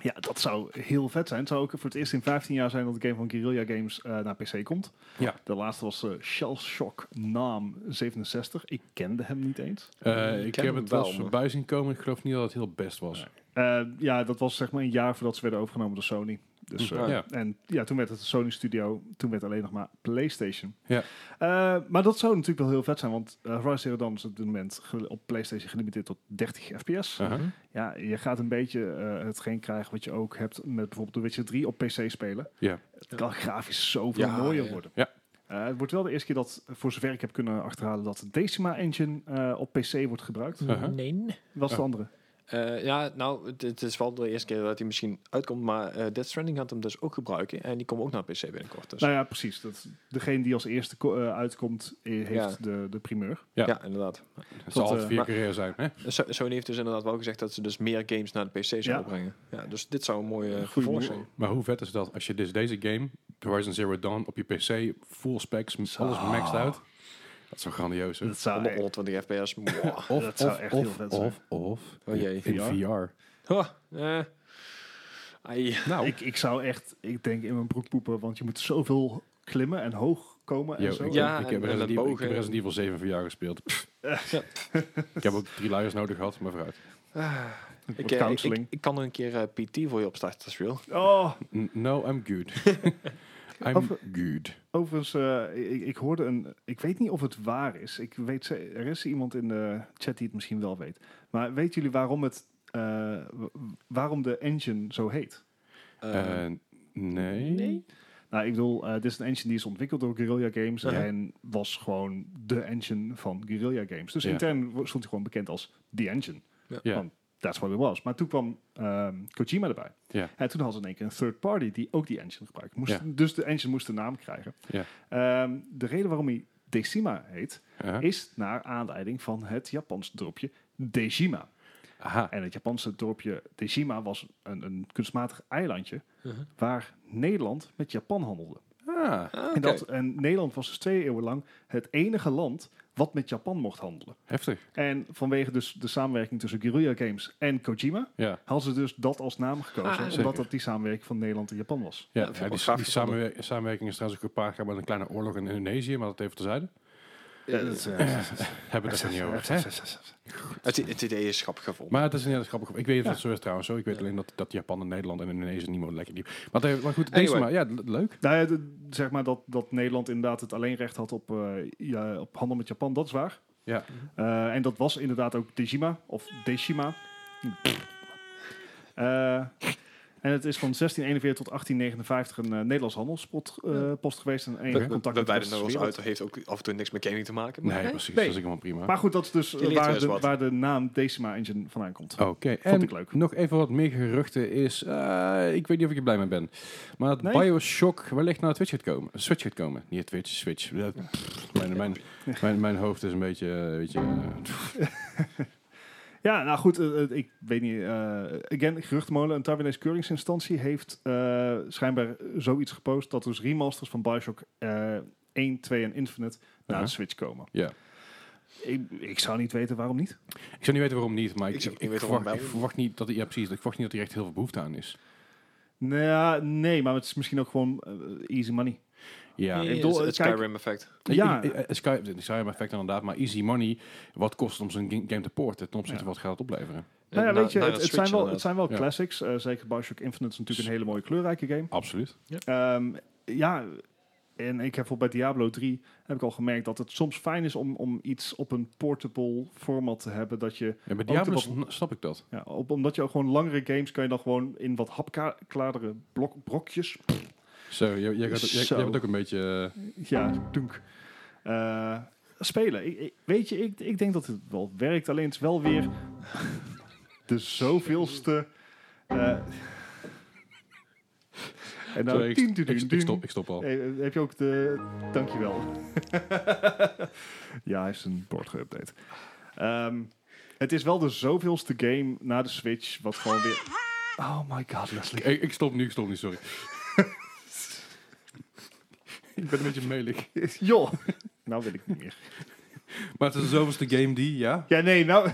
Ja, dat zou heel vet zijn. Het zou ook voor het eerst in 15 jaar zijn dat de game van Guerrilla Games eh, naar PC komt. Ja. De laatste was eh Shell Shock Naam 67. Ik kende hem niet eens. Eh, ik ken heb hem het wel wel, eens maar- voorbij zien komen. Ik geloof niet dat het heel best was. Eh, ja, dat was zeg maar een jaar voordat ze werden overgenomen door Sony. Dus, eh, Mhm. Ja. En ja, toen werd het een Sony Studio, toen werd alleen nog maar PlayStation. Ja. Eh, maar dat zou natuurlijk wel heel vet zijn, want eh, Horizon Zero Dawn is op dit moment ge- op PlayStation gelimiteerd tot 30 FPS. Aha. Ja, je gaat een beetje eh, hetgeen krijgen wat je ook hebt met bijvoorbeeld The Witcher 3 op PC spelen. Ja. Het kan grafisch zoveel Ja, mooier ja. worden. Ja. Eh, het wordt wel de eerste keer dat, voor zover ik heb kunnen achterhalen, dat de Decima Engine eh, op PC wordt gebruikt. Aha. Nee. Was de Oh. andere? Eh, ja, nou, het, het is wel de eerste keer dat hij misschien uitkomt, maar eh Death Stranding gaat hem dus ook gebruiken en die komt ook naar PC binnenkort. Dus. Nou ja, precies. Dat, degene die als eerste ko- eh, uitkomt, eh, heeft Ja. de, de primeur. ja. ja. inderdaad. Het Tot, zal altijd eh, vier maar- carrière zijn. Hè? So- Sony heeft dus inderdaad wel gezegd dat ze dus meer games naar de PC zouden Ja. brengen. Ja, dus dit zou een mooie eh, Goeie vervolg move. zijn. Maar hoe vet is dat als je dus deze game, Horizon Zero Dawn, op je PC, full specs, m- Zo. alles maxed out. Dat is zo grandioos. hè? Dat zou, Onder 120 fps. Mwah. Of, dat zou echt heel vet zijn. Of, of, Oh jee. in VR. Huh, eh. Ai. Nou, eh, ik, ik zou echt, ik denk, in mijn broek poepen, want je moet zoveel klimmen en hoog komen en yo, eh, zo. ik, Ja. ik, en- heb en Resident een Evil, ik boog, heb hè. Resident Evil 7 VR gespeeld. Pff. Ja. ik heb ook drie luiers nodig gehad, maar vooruit. Ah, Wat ik, eh, ik, counseling. ik, ik kan er een keer eh, PT voor je opstarten als je wil. Oh, N- No, I'm good. I'm Over- good. Overigens, eh, ik, ik hoorde een. Ik weet niet of het waar is. Ik weet, ze- er is iemand in de chat die het misschien wel weet. Maar weten jullie waarom het. eh, w- waarom de engine zo heet? Eh, Eh, nee. nee? Nou, ik bedoel, eh, dit is een engine die is ontwikkeld door Guerrilla Games. Ja. En was gewoon de engine van Guerrilla Games. Dus Ja. intern wo- stond hij gewoon bekend als The Engine. Ja. Want That's what it was. Maar toen kwam ehm, Kojima erbij. Ja. En toen hadden ze in één keer een third party die ook die engine gebruikt. Moest, Ja. Dus de engine moest de naam krijgen. Ja. Ehm, de reden waarom hij Decima heet, Aha. is naar aanleiding van het Japanse dorpje Dejima. Aha. En het Japanse dorpje Dejima was een, een kunstmatig eilandje Uh-huh. Mhm. waar Nederland met Japan handelde. Ah, Ah, En, oké. dat, en Nederland was dus twee eeuwen lang het enige land wat met Japan mocht handelen. heftig. En vanwege dus de samenwerking tussen Guerrilla Games en Kojima, Ja. hadden ze dus dat als naam gekozen. Ah, omdat zeker. dat die samenwerking van Nederland en Japan was. Ja, Ja, ja, vind ik wel die, gaaf die gevonden. samenwer- samenwerking is trouwens ook gepaard gegaan met een kleine oorlog in Indonesië, maar dat even terzijde. Eh, Hebben we het er niet over. Hè? het, het idee is grappig gevonden. Maar het is een heel grappig. Ik weet niet of het zo is trouwens. Zo. Ik weet alleen dat, dat Japan en Nederland en Indonesië niet meer lekker diep. Maar, eh, maar goed, deze maar. Anyway. Ja, le- leuk. Nou ja, de- zeg maar dat, dat Nederland inderdaad het alleenrecht had op, eh, ja, op handel met Japan, dat is waar. Ja. Eh, en dat was inderdaad ook Dejima, of Deshima. Eh, en het is van 1641 tot 1859 een eh, Nederlands handelspost eh, post geweest. En We- enige we- contact we met de wijden er westerse ons wereld. uit. heeft ook af en toe niks met gaming te maken. Maar Nee, hey. precies. Nee. Dat is helemaal prima. Maar goed, dat is dus eh, Je leert wel waar, eens de, wat. waar de naam Decima Engine vandaan komt. Oké, Vond en ik leuk. nog even wat meer geruchten is, eh, ik weet niet of ik er blij mee ben, maar dat Nee? Bioshock wellicht naar de Twitch gaat komen. Switch gaat komen, niet Twitch, Switch. Ja, pff, Mijn, mijn, mijn, mijn hoofd is een beetje, eh, weet je, eh, pff, Ja, nou goed, eh, eh, ik weet niet. eh again, geruchtmolen, een Taiwanese keuringsinstantie heeft eh, schijnbaar zoiets gepost dat dus remasters van Bioshock eh 1, 2 en Infinite naar Ja. de Switch komen. Ja. Ik, ik zou niet weten waarom niet. ik zou niet weten waarom niet, maar ik, Ik zou ook ik, niet weten waarom verwacht, ik wel. verwacht niet dat, hij- ja, precies, ik verwacht niet dat hij echt heel veel behoefte aan is. Nou ja, nee, maar het is misschien ook gewoon eh, easy money. Ja, Nee, ik bedoel, het- het kijk- Skyrim effect. Ja. ja. Ik, ik, Sky, eh, Skyrim effect inderdaad, maar easy money, wat kost het om zo'n ga- game te porten ten opzichte Ja. van wat gaat het opleveren? Nou ja, Na- weet je, na het, dat het Switch zijn wel, het inderdaad. zijn wel Ja. Dus- classics. eh, zeker Bioshock Infinite is natuurlijk een hele mooie kleurrijke game. Absoluut. Ehm, ja, en ik heb voor bij Diablo 3 heb ik al gemerkt dat het soms fijn is om, om iets op een portable format te hebben. Dat je, Ja, bij te Diablo wat- sn- snap ik dat. ja, op, omdat je ook gewoon langere games kan je dan gewoon in wat hapklaardere blok, brokjes. Zo, jij, jij, gaat- jij, Zo. jij bent ook een beetje... eh, Ja, dunk. eh, spelen. Ik, ik- weet je, ik, ik denk dat het wel werkt. Alleen het is wel weer de zoveelste. eh, en nou, Sorry, ik- tien, tien, ik, tien, ik, tien. stop, ik stop al. Hey, eh, heb je ook de... Dankjewel. ja, hij is een bord geüpdate. Ehm, het is wel de zoveelste game na de Switch, wat gewoon weer... Oh my god, Leslie. Ik, ik stop nu, ik stop nu, sorry. ik ben een beetje melig. Joh. nou wil ik niet meer. Maar het is de zoveelste game die, ja? Ja, nee, nou...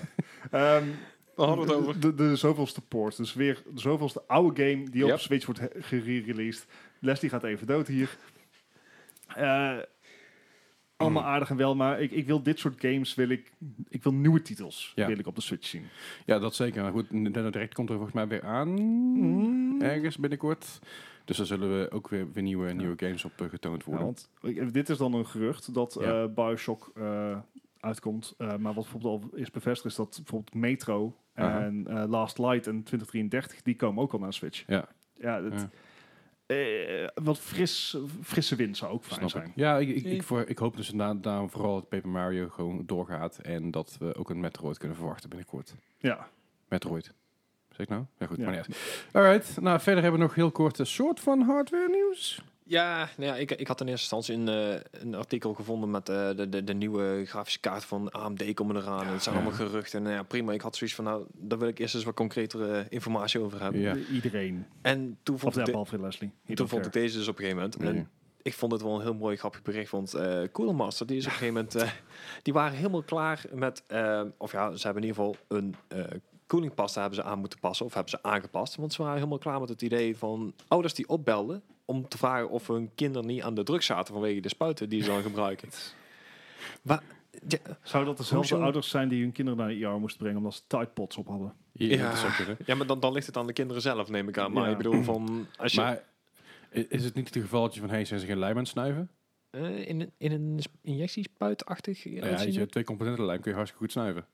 ehm, We hadden we het over. De, de zoveelste port. Dus weer de zoveelste oude game die op Yep. de Switch wordt he- gerereleased. Leslie gaat even dood hier. Eh, allemaal Hmm. aardig en wel, maar ik, ik wil dit soort games, wil ik, ik wil nieuwe titels, Ja. wil ik op de Switch zien. Ja, dat zeker. Maar goed, Nintendo Direct komt er volgens mij weer aan. Ergens binnenkort. Dus daar zullen we ook weer, weer nieuwe, nieuwe games op eh, getoond Ja, worden. want ik- dit is dan een gerucht dat eh Ja. Bioshock eh, uitkomt. Eh, maar wat bijvoorbeeld al is bevestigd is dat bijvoorbeeld Metro Aha. en eh, Last Light en 2033, die komen ook al naar Switch. Ja. ja, dat- eh, wat fris, frisse wind zou ook fijn Snap zijn. ik. Ja, ik, ik, Nee. ik, voor, ik hoop dus daarna daarom vooral dat Paper Mario gewoon doorgaat. En dat we ook een Metroid kunnen verwachten binnenkort. Ja. Metroid. Zeg ik nou? Ja, goed, Ja. maar niet uit. Alright, nou verder hebben we nog heel kort een soort van hardware nieuws. Ja, nou ja ik, ik had in eerste instantie een, eh, een artikel gevonden met eh, de, de, de nieuwe grafische kaart van AMD komen eraan. Het zijn Ja. allemaal geruchten. Nou ja, prima. Ik had zoiets van, nou, daar wil ik eerst eens wat concretere eh, informatie over hebben. Ja. Iedereen. En toen Of vond, ja, ik, de- behalve Leslie. He toen don't vond ik care. deze dus op een gegeven moment. Nee. En ik vond het wel een heel mooi grappig bericht, want eh Coolmaster, die is op een gegeven moment, eh, die waren helemaal klaar met, eh, of ja, ze hebben in ieder geval een eh koelingpasta hebben ze aan moeten passen, of hebben ze aangepast, want ze waren helemaal klaar met het idee van ouders die opbelden om te vragen of hun kinderen niet aan de druk zaten vanwege de spuiten die ze dan gebruiken. Wa- ja, Zou dat dezelfde Hoezo? ouders zijn die hun kinderen naar de IR moesten brengen omdat ze Tide Pods op hadden? Ja, dat is ook weer, hè. ja, maar dan, dan ligt het aan de kinderen zelf, neem ik aan. Maar Ja. ik bedoel, van, als je Maar i- is het niet het geval dat je van, hey, zijn ze geen lijm aan het snuiven? eh, in, in een sp- injectiespuitachtig... Nou ja, uitzien- weet je, twee componenten lijm kun je hartstikke goed snuiven.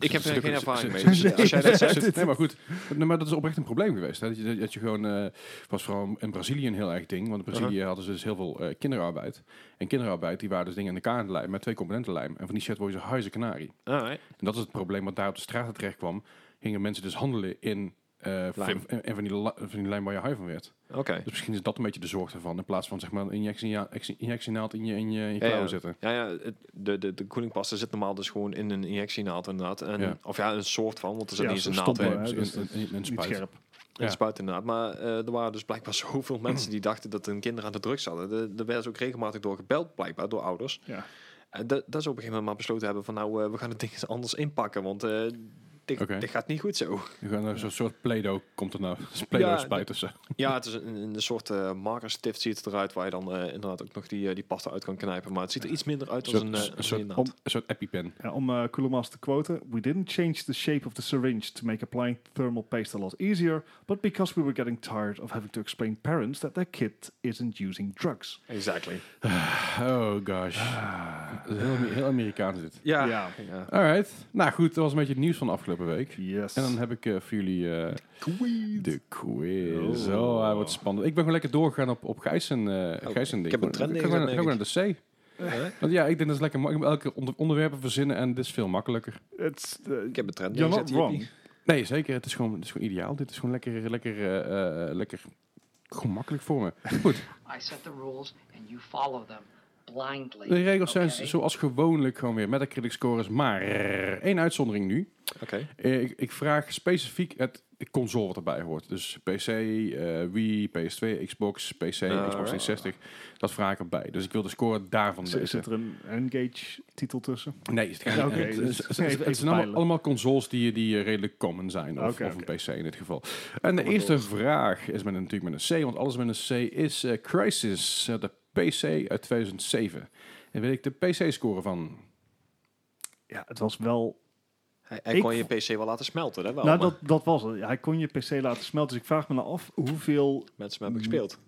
Ik heb er geen ervaring mee. Zit- Dus als jij dat zit- zegt, zit- Nee, maar goed. Nee, maar dat is oprecht een probleem geweest. Hè? Dat, je, dat je gewoon, eh, was vooral in Brazilië een heel erg ding. Want in Uh-huh. Brazilië hadden ze dus heel veel eh, kinderarbeid. En kinderarbeid, die waren dus dingen in de kaartenlijm met twee componenten lijm. En van die shit word je zo'n huizen kanarie. alright. En dat is het probleem wat daar op de straten terecht kwam. Gingen mensen dus handelen in... eh Lijm. van- en van die, la- van die lijm waar je high van werd. oké. Dus misschien is dat een beetje de zorg ervan. In plaats van zeg maar een injectie- injectie- injectienaald in je, in je, in je Ja, klauwen ja. zetten. Ja, ja, het- de, de, de koelingpasta zit normaal dus gewoon in een injectienaald inderdaad. En, Ja. Of ja, een soort van, want er zit Ja, niet eens zo'n een naald in. stomper, Een hè, in- dus in- dat is in- in Niet spuit. scherp. Ja. spuit inderdaad. Maar eh, er waren dus blijkbaar zoveel mensen die dachten dat hun kinderen aan de drugs hadden. De- Er werden ze ook regelmatig door gebeld, blijkbaar, door ouders. Ja. En dat, dat ze op een gegeven moment maar besloten hebben van nou, eh, we gaan het ding eens anders inpakken, want... eh, dit, Oké. dit gaat niet goed zo. Je gaat naar Zo'n soort Play-Doh komt er nou. Play-Doh Ja, spuit of zo. Ja, het is een, een soort eh markerstift ziet het eruit waar je dan eh, inderdaad ook nog die, eh, die pasta uit kan knijpen. Maar het ziet er iets minder uit als Zo- een, eh, zo- als zo- een naald. Een soort EpiPen. Ja, om eh Kulomas te quoten, we didn't change the shape of the syringe to make applying thermal paste a lot easier, but because we were getting tired of having to explain parents that their kid isn't using drugs. Exactly. Oh gosh. Ah, Dat is heel, heel Amerikaans dit. Ja. Ja. ja. Alright. Nou goed, dat was een beetje het nieuws van de afgelopen week. Yes. En dan heb ik eh, voor jullie eh, de quiz. Oh. Oh, hij wordt spannend. Ik ben gewoon lekker doorgegaan op, op Gijs en eh Oh, Gijs en ik ding. heb een trend Ik ga gewoon- ik ga ingezet, gewoon naar de C. Eh, Want ja, ik denk dat is lekker makkelijk. Elke onder- onderwerpen verzinnen en dit is veel makkelijker. It's, eh, Ik heb een trend you're not neergezet, wrong. Jippie. Nee, zeker. Het is gewoon, het is gewoon ideaal. Dit is gewoon lekker, lekker, eh, eh, lekker gewoon makkelijk voor me. Goed, I set the rules and you follow them blindly. de regels zijn okay? zoals gewoonlijk gewoon weer met de critic scores. Maar één uitzondering nu. Oké. Eh, Ik, ik vraag specifiek het console wat erbij hoort. Dus PC, eh, Wii, PS2, Xbox, PC, Xbox 360. Dat vraag ik erbij. Dus ik wil de score daarvan Z- weten. Zit er een Engage-titel tussen? Nee, het, Ja, oké. het- het- het- Dus het- even- het even zijn allemaal, peilen. allemaal consoles die, die eh, redelijk common zijn. Of, Oké, of oké. een PC in dit geval. En de eerste door. vraag is met, een- natuurlijk met een C. Want alles met een C is eh, Crisis. eh, de PC uit 2007. En weet ik de PC-score van? Ja, het was wel... Hij, hij Ik kon je PC wel laten smelten, hè? Wel, nou, maar dat, dat was het. Hij kon je PC laten smelten, dus ik vraag me nou af hoeveel, mensen Mm. hebben gespeeld.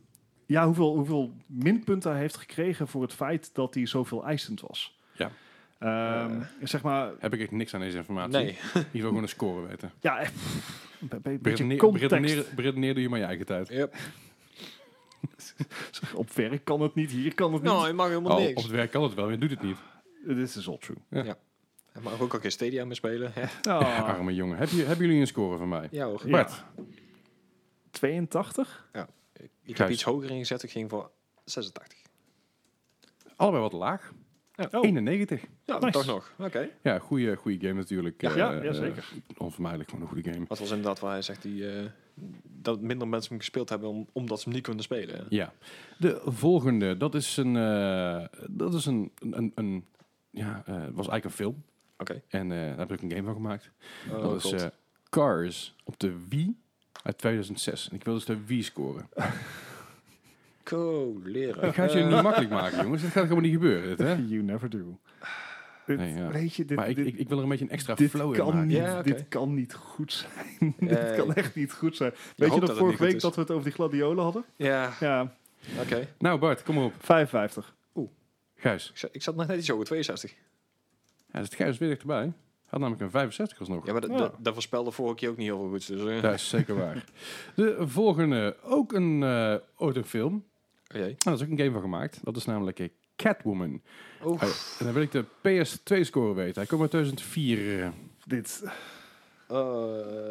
ja, hoeveel, hoeveel minpunten hij heeft gekregen voor het feit dat hij zoveel eisend was. Ja. Ehm, zeg maar, Heb ik echt niks aan deze informatie. Nee. Ik wil gewoon een score weten. Ja, eh, pff, een be- beetje Beredeneer- context. Beredeneer beredeneer doe je maar je eigen tijd. Yep. Op werk kan het niet, hier kan het niet. Nou, je mag helemaal Oh, op niks. het werk kan het wel, maar je doet het niet. This is dus all true. Hij mag ook al geen Stadia meer spelen. hè? Ah, Arme jongen. Heb je, hebben jullie een score van mij? ja hoor. Ja. Bart, 82? Ik heb Gijs. iets hoger ingezet. Ik ging voor 86. allebei wat laag. Oh. 91. Ja, Nice. toch nog. Oké. Ja, goede game natuurlijk. Ja, Eh, ja, ja, eh, zeker. onvermijdelijk gewoon een goede game. Wat was inderdaad waar hij zegt die, eh, dat minder mensen hem gespeeld hebben om- omdat ze hem niet konden spelen. Ja. De volgende, dat is een... eh, dat is een... een, een ja, eh, was eigenlijk een film. Oké. En eh, daar heb ik ook een game van gemaakt. Oh, dat is God. eh, Cars op de Wii uit 2006. En ik wil dus de Wii scoren. Cool, leren. Ik ga het julthe niet makkelijk maken, jongens. Dat gaat gewoon niet gebeuren, dit, hè? You never do. Dit, Nee, ja. Weet je, dit, Maar ik, dit, ik, ik wil er een beetje een extra dit flow in kan maken. niet, Ja, oké. dit kan niet goed zijn. dit Eh, kan echt niet goed zijn. Weet je hoopt dat nog het niet vorige goed week is. dat we het over die gladiolen hadden? Eh, Ja, Ja, oké. Nou Bart, kom maar op. 55. Gijs. Ik, zat- ik zat nog net iets hoger, 62. Ja, zit Gijs weer dichterbij. Hij Had namelijk een 65 alsnog. Ja, maar dat, Ja. dat, dat voorspelde vorige keer ook niet heel veel goed. Dus, eh, Dat is zeker waar. De volgende, ook een eh ooit een film. Nou, oh jee. daar is ook een game van gemaakt. Dat is namelijk eh, Catwoman. Oeh. eh, Oh, en dan wil ik de PS2-score weten. Hij komt uit 2004. Dit, Eh,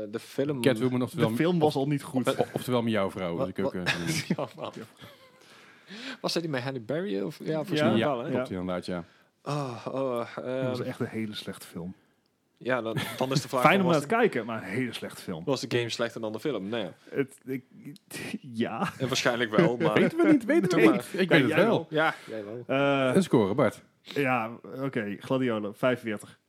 de film... Catwoman, oftewel, De film was al niet goed. o- oftewel met jouw vrouw. Was Wat- ik ook, eh, noemde. Ja, man. Was dat die met Halle Berry? Of, ja, volgens Ja, mij ja, wel, hè? klopt inderdaad, ja. Oh, oh, ehm, dat was echt een hele slechte film. ja, dan, dan is de vraag... Fijn van, om naar was, te kijken, maar een hele slechte film. de, was de game slechter dan de film? Nee, Het, ik, ja. en waarschijnlijk wel, maar... Weten we niet, weten we Doe niet. maar. Ik weet het jij wel. Ja, jij wel. Eh, Een score, Bart. ja, oké. Gladiolen, 45.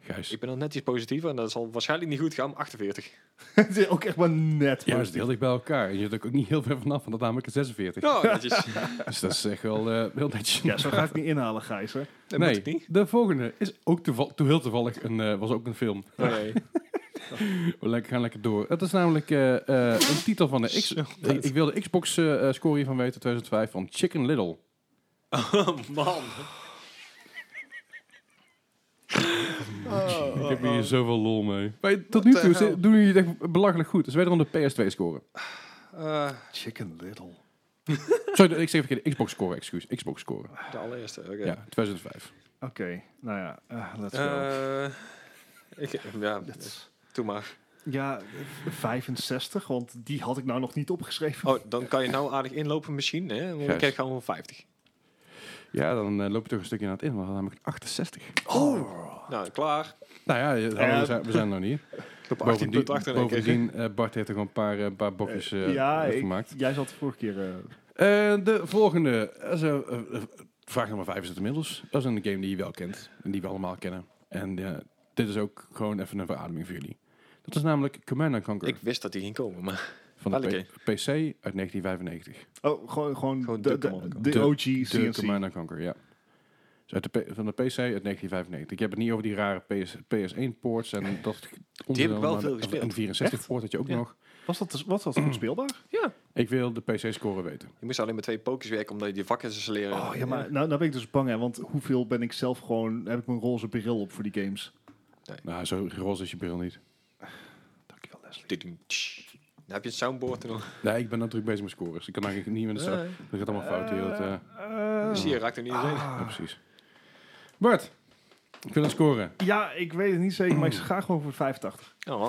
Gijs. Ik ben nog net iets positiever en dat zal waarschijnlijk niet goed gaan, maar 48. Het is ook echt maar net. Ja, dat is positief. heel dicht bij elkaar. En je zit ook niet heel ver vanaf, want dat namelijk een 46. Nou, netjes. Dus dat is echt wel eh, heel netjes. Ja, zo ga ik het niet inhalen, Gijs. Hè. Dat moet nee, ik niet. de volgende is ook toeval, toe- heel toevallig een, eh, was ook een film. Nee. We le- gaan lekker door. Het is namelijk eh, eh, een titel van de X. Ik, ik wil de Xbox eh, eh, score hiervan weten, 2005, van Chicken Little. Oh, man. ik heb hier zoveel lol mee. Maar tot nu the toe hell? ze- doen jullie het echt belachelijk goed. Dus wederom de PS2 score. Eh, Chicken Little. Sorry, de- ik zeg verkeerd. de Xbox score, excuus. Xbox score. de allereerste, oké. Ja, 2005. Oké, nou ja, eh, let's go. Eh, ik, ja, doe maar. Ja, 65, want die had ik nou nog niet opgeschreven. Oh, dan kan je nou aardig inlopen misschien, hè? Want Juist. ik krijg gewoon 50. Ja, dan eh, loop je toch een stukje naar het in. We hadden namelijk 68. Oh, Nou, klaar. Nou ja, je- hallo, we, zijn, we zijn er nog niet. Ik loop 18 Bovendien, punten achter in één keer. bovendien eh, Bart heeft er gewoon een paar, eh, paar bokjes eh, ja, ik- gemaakt. jij zat de vorige keer... eh, Eh, de volgende. Dat is, eh, eh, vraag nummer 5 is het inmiddels. Dat is een game die je wel kent. En die we allemaal kennen. En eh, dit is ook gewoon even een verademing voor jullie. Dat is namelijk Command and Conquer Ik wist dat die ging komen, maar... van de welke? P- PC uit 1995. Oh, gewoon, gewoon, Gewoon de, de de, command. de De- OG De CNC. Command and Conquer, ja. Dus uit de P- van de PC uit 1995. Ik heb het niet over die rare PS, PS1-ports en dat... Die wel veel gespeeld. Een 64-poort had je ook Ja. nog. Was dat, dus- was dat gewoon speelbaar? Ik wil de PC-score weten. Je moest alleen met twee pokers werken omdat je die vakken te Eh, leren. Oh ja, maar nou, nou ben ik dus bang, hè, want hoeveel ben ik zelf gewoon... Heb ik mijn roze bril op voor die games? Nou, zo roze is je bril niet. Dankjewel, Leslie. Dan heb je een soundboard en dan... Nee, ik ben natuurlijk bezig met scores. Ik kan eigenlijk niet meer... de sta- Dat gaat allemaal fout hier. Dat, eh, Zie je, raakt er niet in. Ja, precies. Bart, ik wil een scoren. Ja, ik weet het niet zeker, maar ik ga gewoon voor 85. Oh,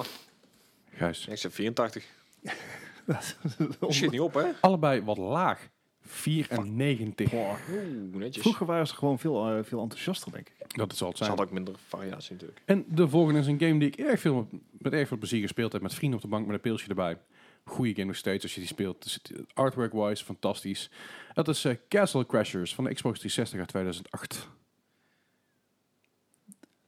Gijs. ik zeg 84. Dat is Dat schiet on- niet op, hè? Allebei wat laag. 94. Oeh, netjes. Vroeger waren ze gewoon veel, eh, veel enthousiaster, denk ik. Dat zal het Ze zijn. Oh, hadden ook minder variatie natuurlijk. En de volgende is een game die ik erg veel, met erg veel plezier gespeeld heb. Met vrienden op de bank met een pilsje erbij. Goeie game nog steeds als je die speelt. Dus het- Artwork-wise, fantastisch. Dat is eh, Castle Crashers van de Xbox 360 uit 2008.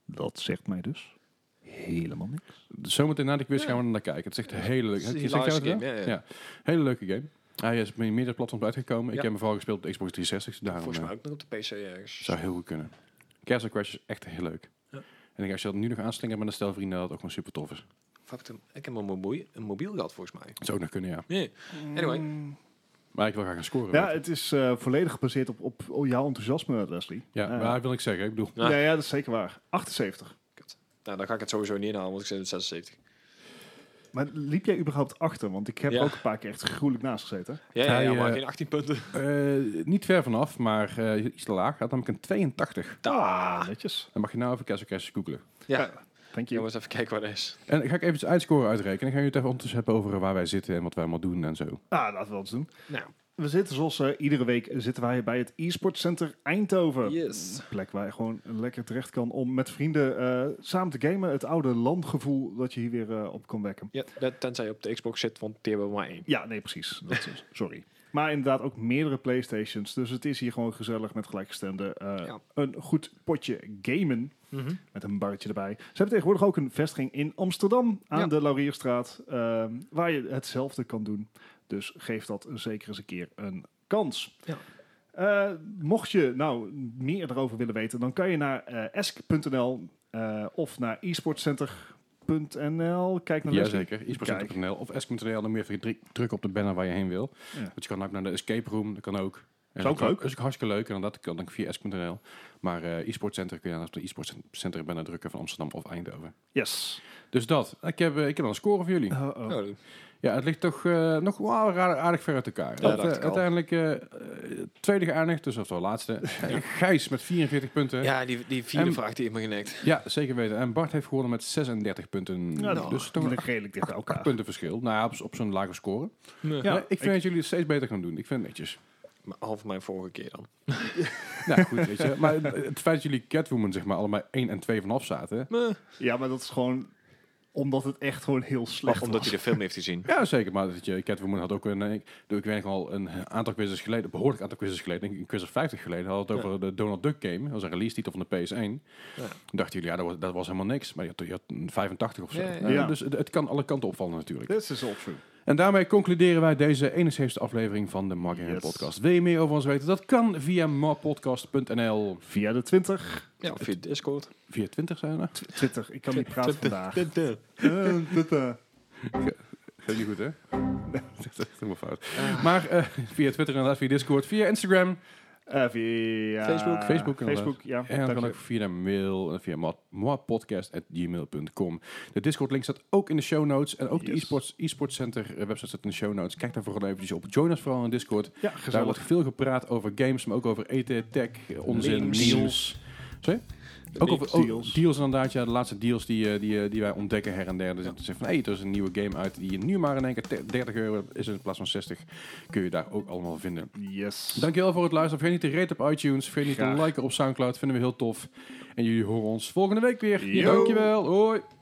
Dat zegt mij dus helemaal niks. Zometeen na de quiz gaan we er naar kijken. Het is echt een hele leuke Het heb is je- een zeg jij hilarische het wel? game, ja, ja. Hele leuke game. Hij is op meerdere platforms uitgekomen. Ik Ja. heb hem vooral gespeeld op de Xbox 360. Daarom, Volgens eh, mij ook nog op de PC ergens. Zou heel goed kunnen. Castle Crash is echt heel leuk. Ja. En ik, als je dat nu nog aanslingert met een stel vrienden, dat het ook gewoon super tof is. Of heb ik hem- Ik heb hem een mobiel, een mobiel gehad, volgens mij. Dat zou ook nog kunnen, ja. Nee. Anyway, Maar ik wil graag gaan scoren. Ja, weet je. het is eh, volledig gebaseerd op, op jouw enthousiasme, Leslie. ja Eh, maar dat wil ik zeggen. Ik bedoel, Ja. ja, ja, dat is zeker waar. 78. nou, dan ga ik het sowieso niet inhalen, want ik zit op 76. Maar liep jij überhaupt achter? Want ik heb Ja. ook een paar keer echt gruwelijk naast gezeten. Ja, ja, Hij, ja maar eh, geen 18 punten. eh, niet ver vanaf, maar eh, iets te laag. Had namelijk een 82. Ah, netjes. Dan mag je nou even Castle Crash googlen. Ja, Thank you. jongens, even kijken waar dat is. En dan ga ik even het uitscoren uitrekenen. Dan gaan jullie het even ondertussen hebben over eh, waar wij zitten en wat wij allemaal doen en zo. Ah, laten we dat eens doen. Nou, We zitten zoals eh, iedere week zitten wij bij het e-sport center Eindhoven. yes. Een plek waar je gewoon lekker terecht kan om met vrienden eh, samen te gamen. Het oude landgevoel dat je hier weer eh, op kan wekken. Ja, dat- tenzij je op de Xbox zit, want die hebben we maar één. Ja, nee, precies. Dat is, sorry. Maar inderdaad ook meerdere Playstations. Dus het is hier gewoon gezellig met gelijkgestemden. eh, Ja. Een goed potje gamen. Met een barretje erbij. Ze hebben tegenwoordig ook een vestiging in Amsterdam aan Ja. de Laurierstraat. eh, waar je hetzelfde kan doen. Dus geef dat zeker eens een keer een kans. Ja. Eh, mocht je nou meer erover willen weten, dan kan je naar eh, esk.nl eh, of naar esportcenter.nl. Kijk naar Leslie. Jazeker, e-sportcenter.nl of s.nl. Dan moet je even drie- drukken op de banner waar je heen wil. Ja. Want je kan ook naar de escape room, dat kan ook. Is ook leuk. Dat is ook hartstikke leuk. En dat kan dan via Esk.nl. Maar eh e-sport center kun je naast de e-sport center bijna drukken van Amsterdam of Eindhoven. Yes. Dus dat. Ik heb, eh, ik heb al een score voor jullie. Uh-oh. Oh, Ja, het ligt toch eh, nog wel aardig, aardig ver uit elkaar. Ja, Want, dacht eh, ik al. uiteindelijk eh, eh, tweede geëindigd, dus oftewel laatste. Gijs met 44 punten. Ja. Ja, die, die vierde En- vraag die heeft me genekt. zeker weten. En Bart heeft gewonnen met 36 punten. Ja, nou, dus dus toch een redelijk dicht bij acht elkaar. punten verschil. Nou ja, op, op zo'n lage score. Nee. Ja, Ja, ik vind ik- dat jullie het steeds beter gaan doen. Ik vind het netjes. Maar Half mijn vorige keer dan. nou goed, weet je. Maar het het feit dat jullie Catwoman zeg maar allemaal 1 en 2 vanaf zaten. Meh. Ja, maar dat is gewoon omdat het echt gewoon heel slecht omdat was. hij de film heeft gezien. Ja, zeker. Maar dat je, Catwoman had ook een... eh, Ik, bedoel, ik weet nog al een aantal quizzes geleden, een behoorlijk aantal quizzes geleden, ik denk een quiz of 50 geleden, had het over de Donald Duck game. Dat was een release titel van de PS1. Ja. dachten jullie, ja, dat was, dat was helemaal niks. Maar je had, je had een 85 of zo. Ja, ja, Eh, ja. Dus het, het kan alle kanten opvallen natuurlijk. This is all true. En daarmee concluderen wij deze 71ste aflevering van de Mark Herring Yes. Podcast. Wil je meer over ons weten? Dat kan via marpodcast.nl. Via de 20. Ja, via Discord. Via Twitter zijn we. Tw- 20. Ik kan niet praten vandaag. Eh, dit, eh, Vind je goed, hè? dat is echt helemaal fout. Maar eh, via Twitter inderdaad, via Discord, via Instagram. eh, via Facebook. Facebook inderdaad. Facebook, ja. En dan dank kan je. ook via de mail, eh, via mo- moapodcast.gmail.com. De Discord-link staat ook in de show notes. En ook de Yes. e-sports, e-sports Center eh, website staat in de show notes. Kijk daar vooral eventjes op. Join ons vooral in Discord. Ja, Daar wordt gezellig. veel gepraat over games, maar ook over eten, tech, eh, onzin, Memes. deals. Sorry? Ook over Memes, oh, deals. deals inderdaad. Ja, de laatste deals die, eh, die, eh, die wij ontdekken her en der. Dus zeggen van, hé, hey, er is een nieuwe game uit die je nu maar in één keer te- 30 euro is in plaats van 60. Kun je daar ook allemaal vinden. Yes. Dankjewel voor het luisteren. Vergeet niet te raten op iTunes. Vergeet niet Graag. te liken op Soundcloud. Vinden we heel tof. En jullie horen ons volgende week weer. Yo. Dankjewel. Hoi.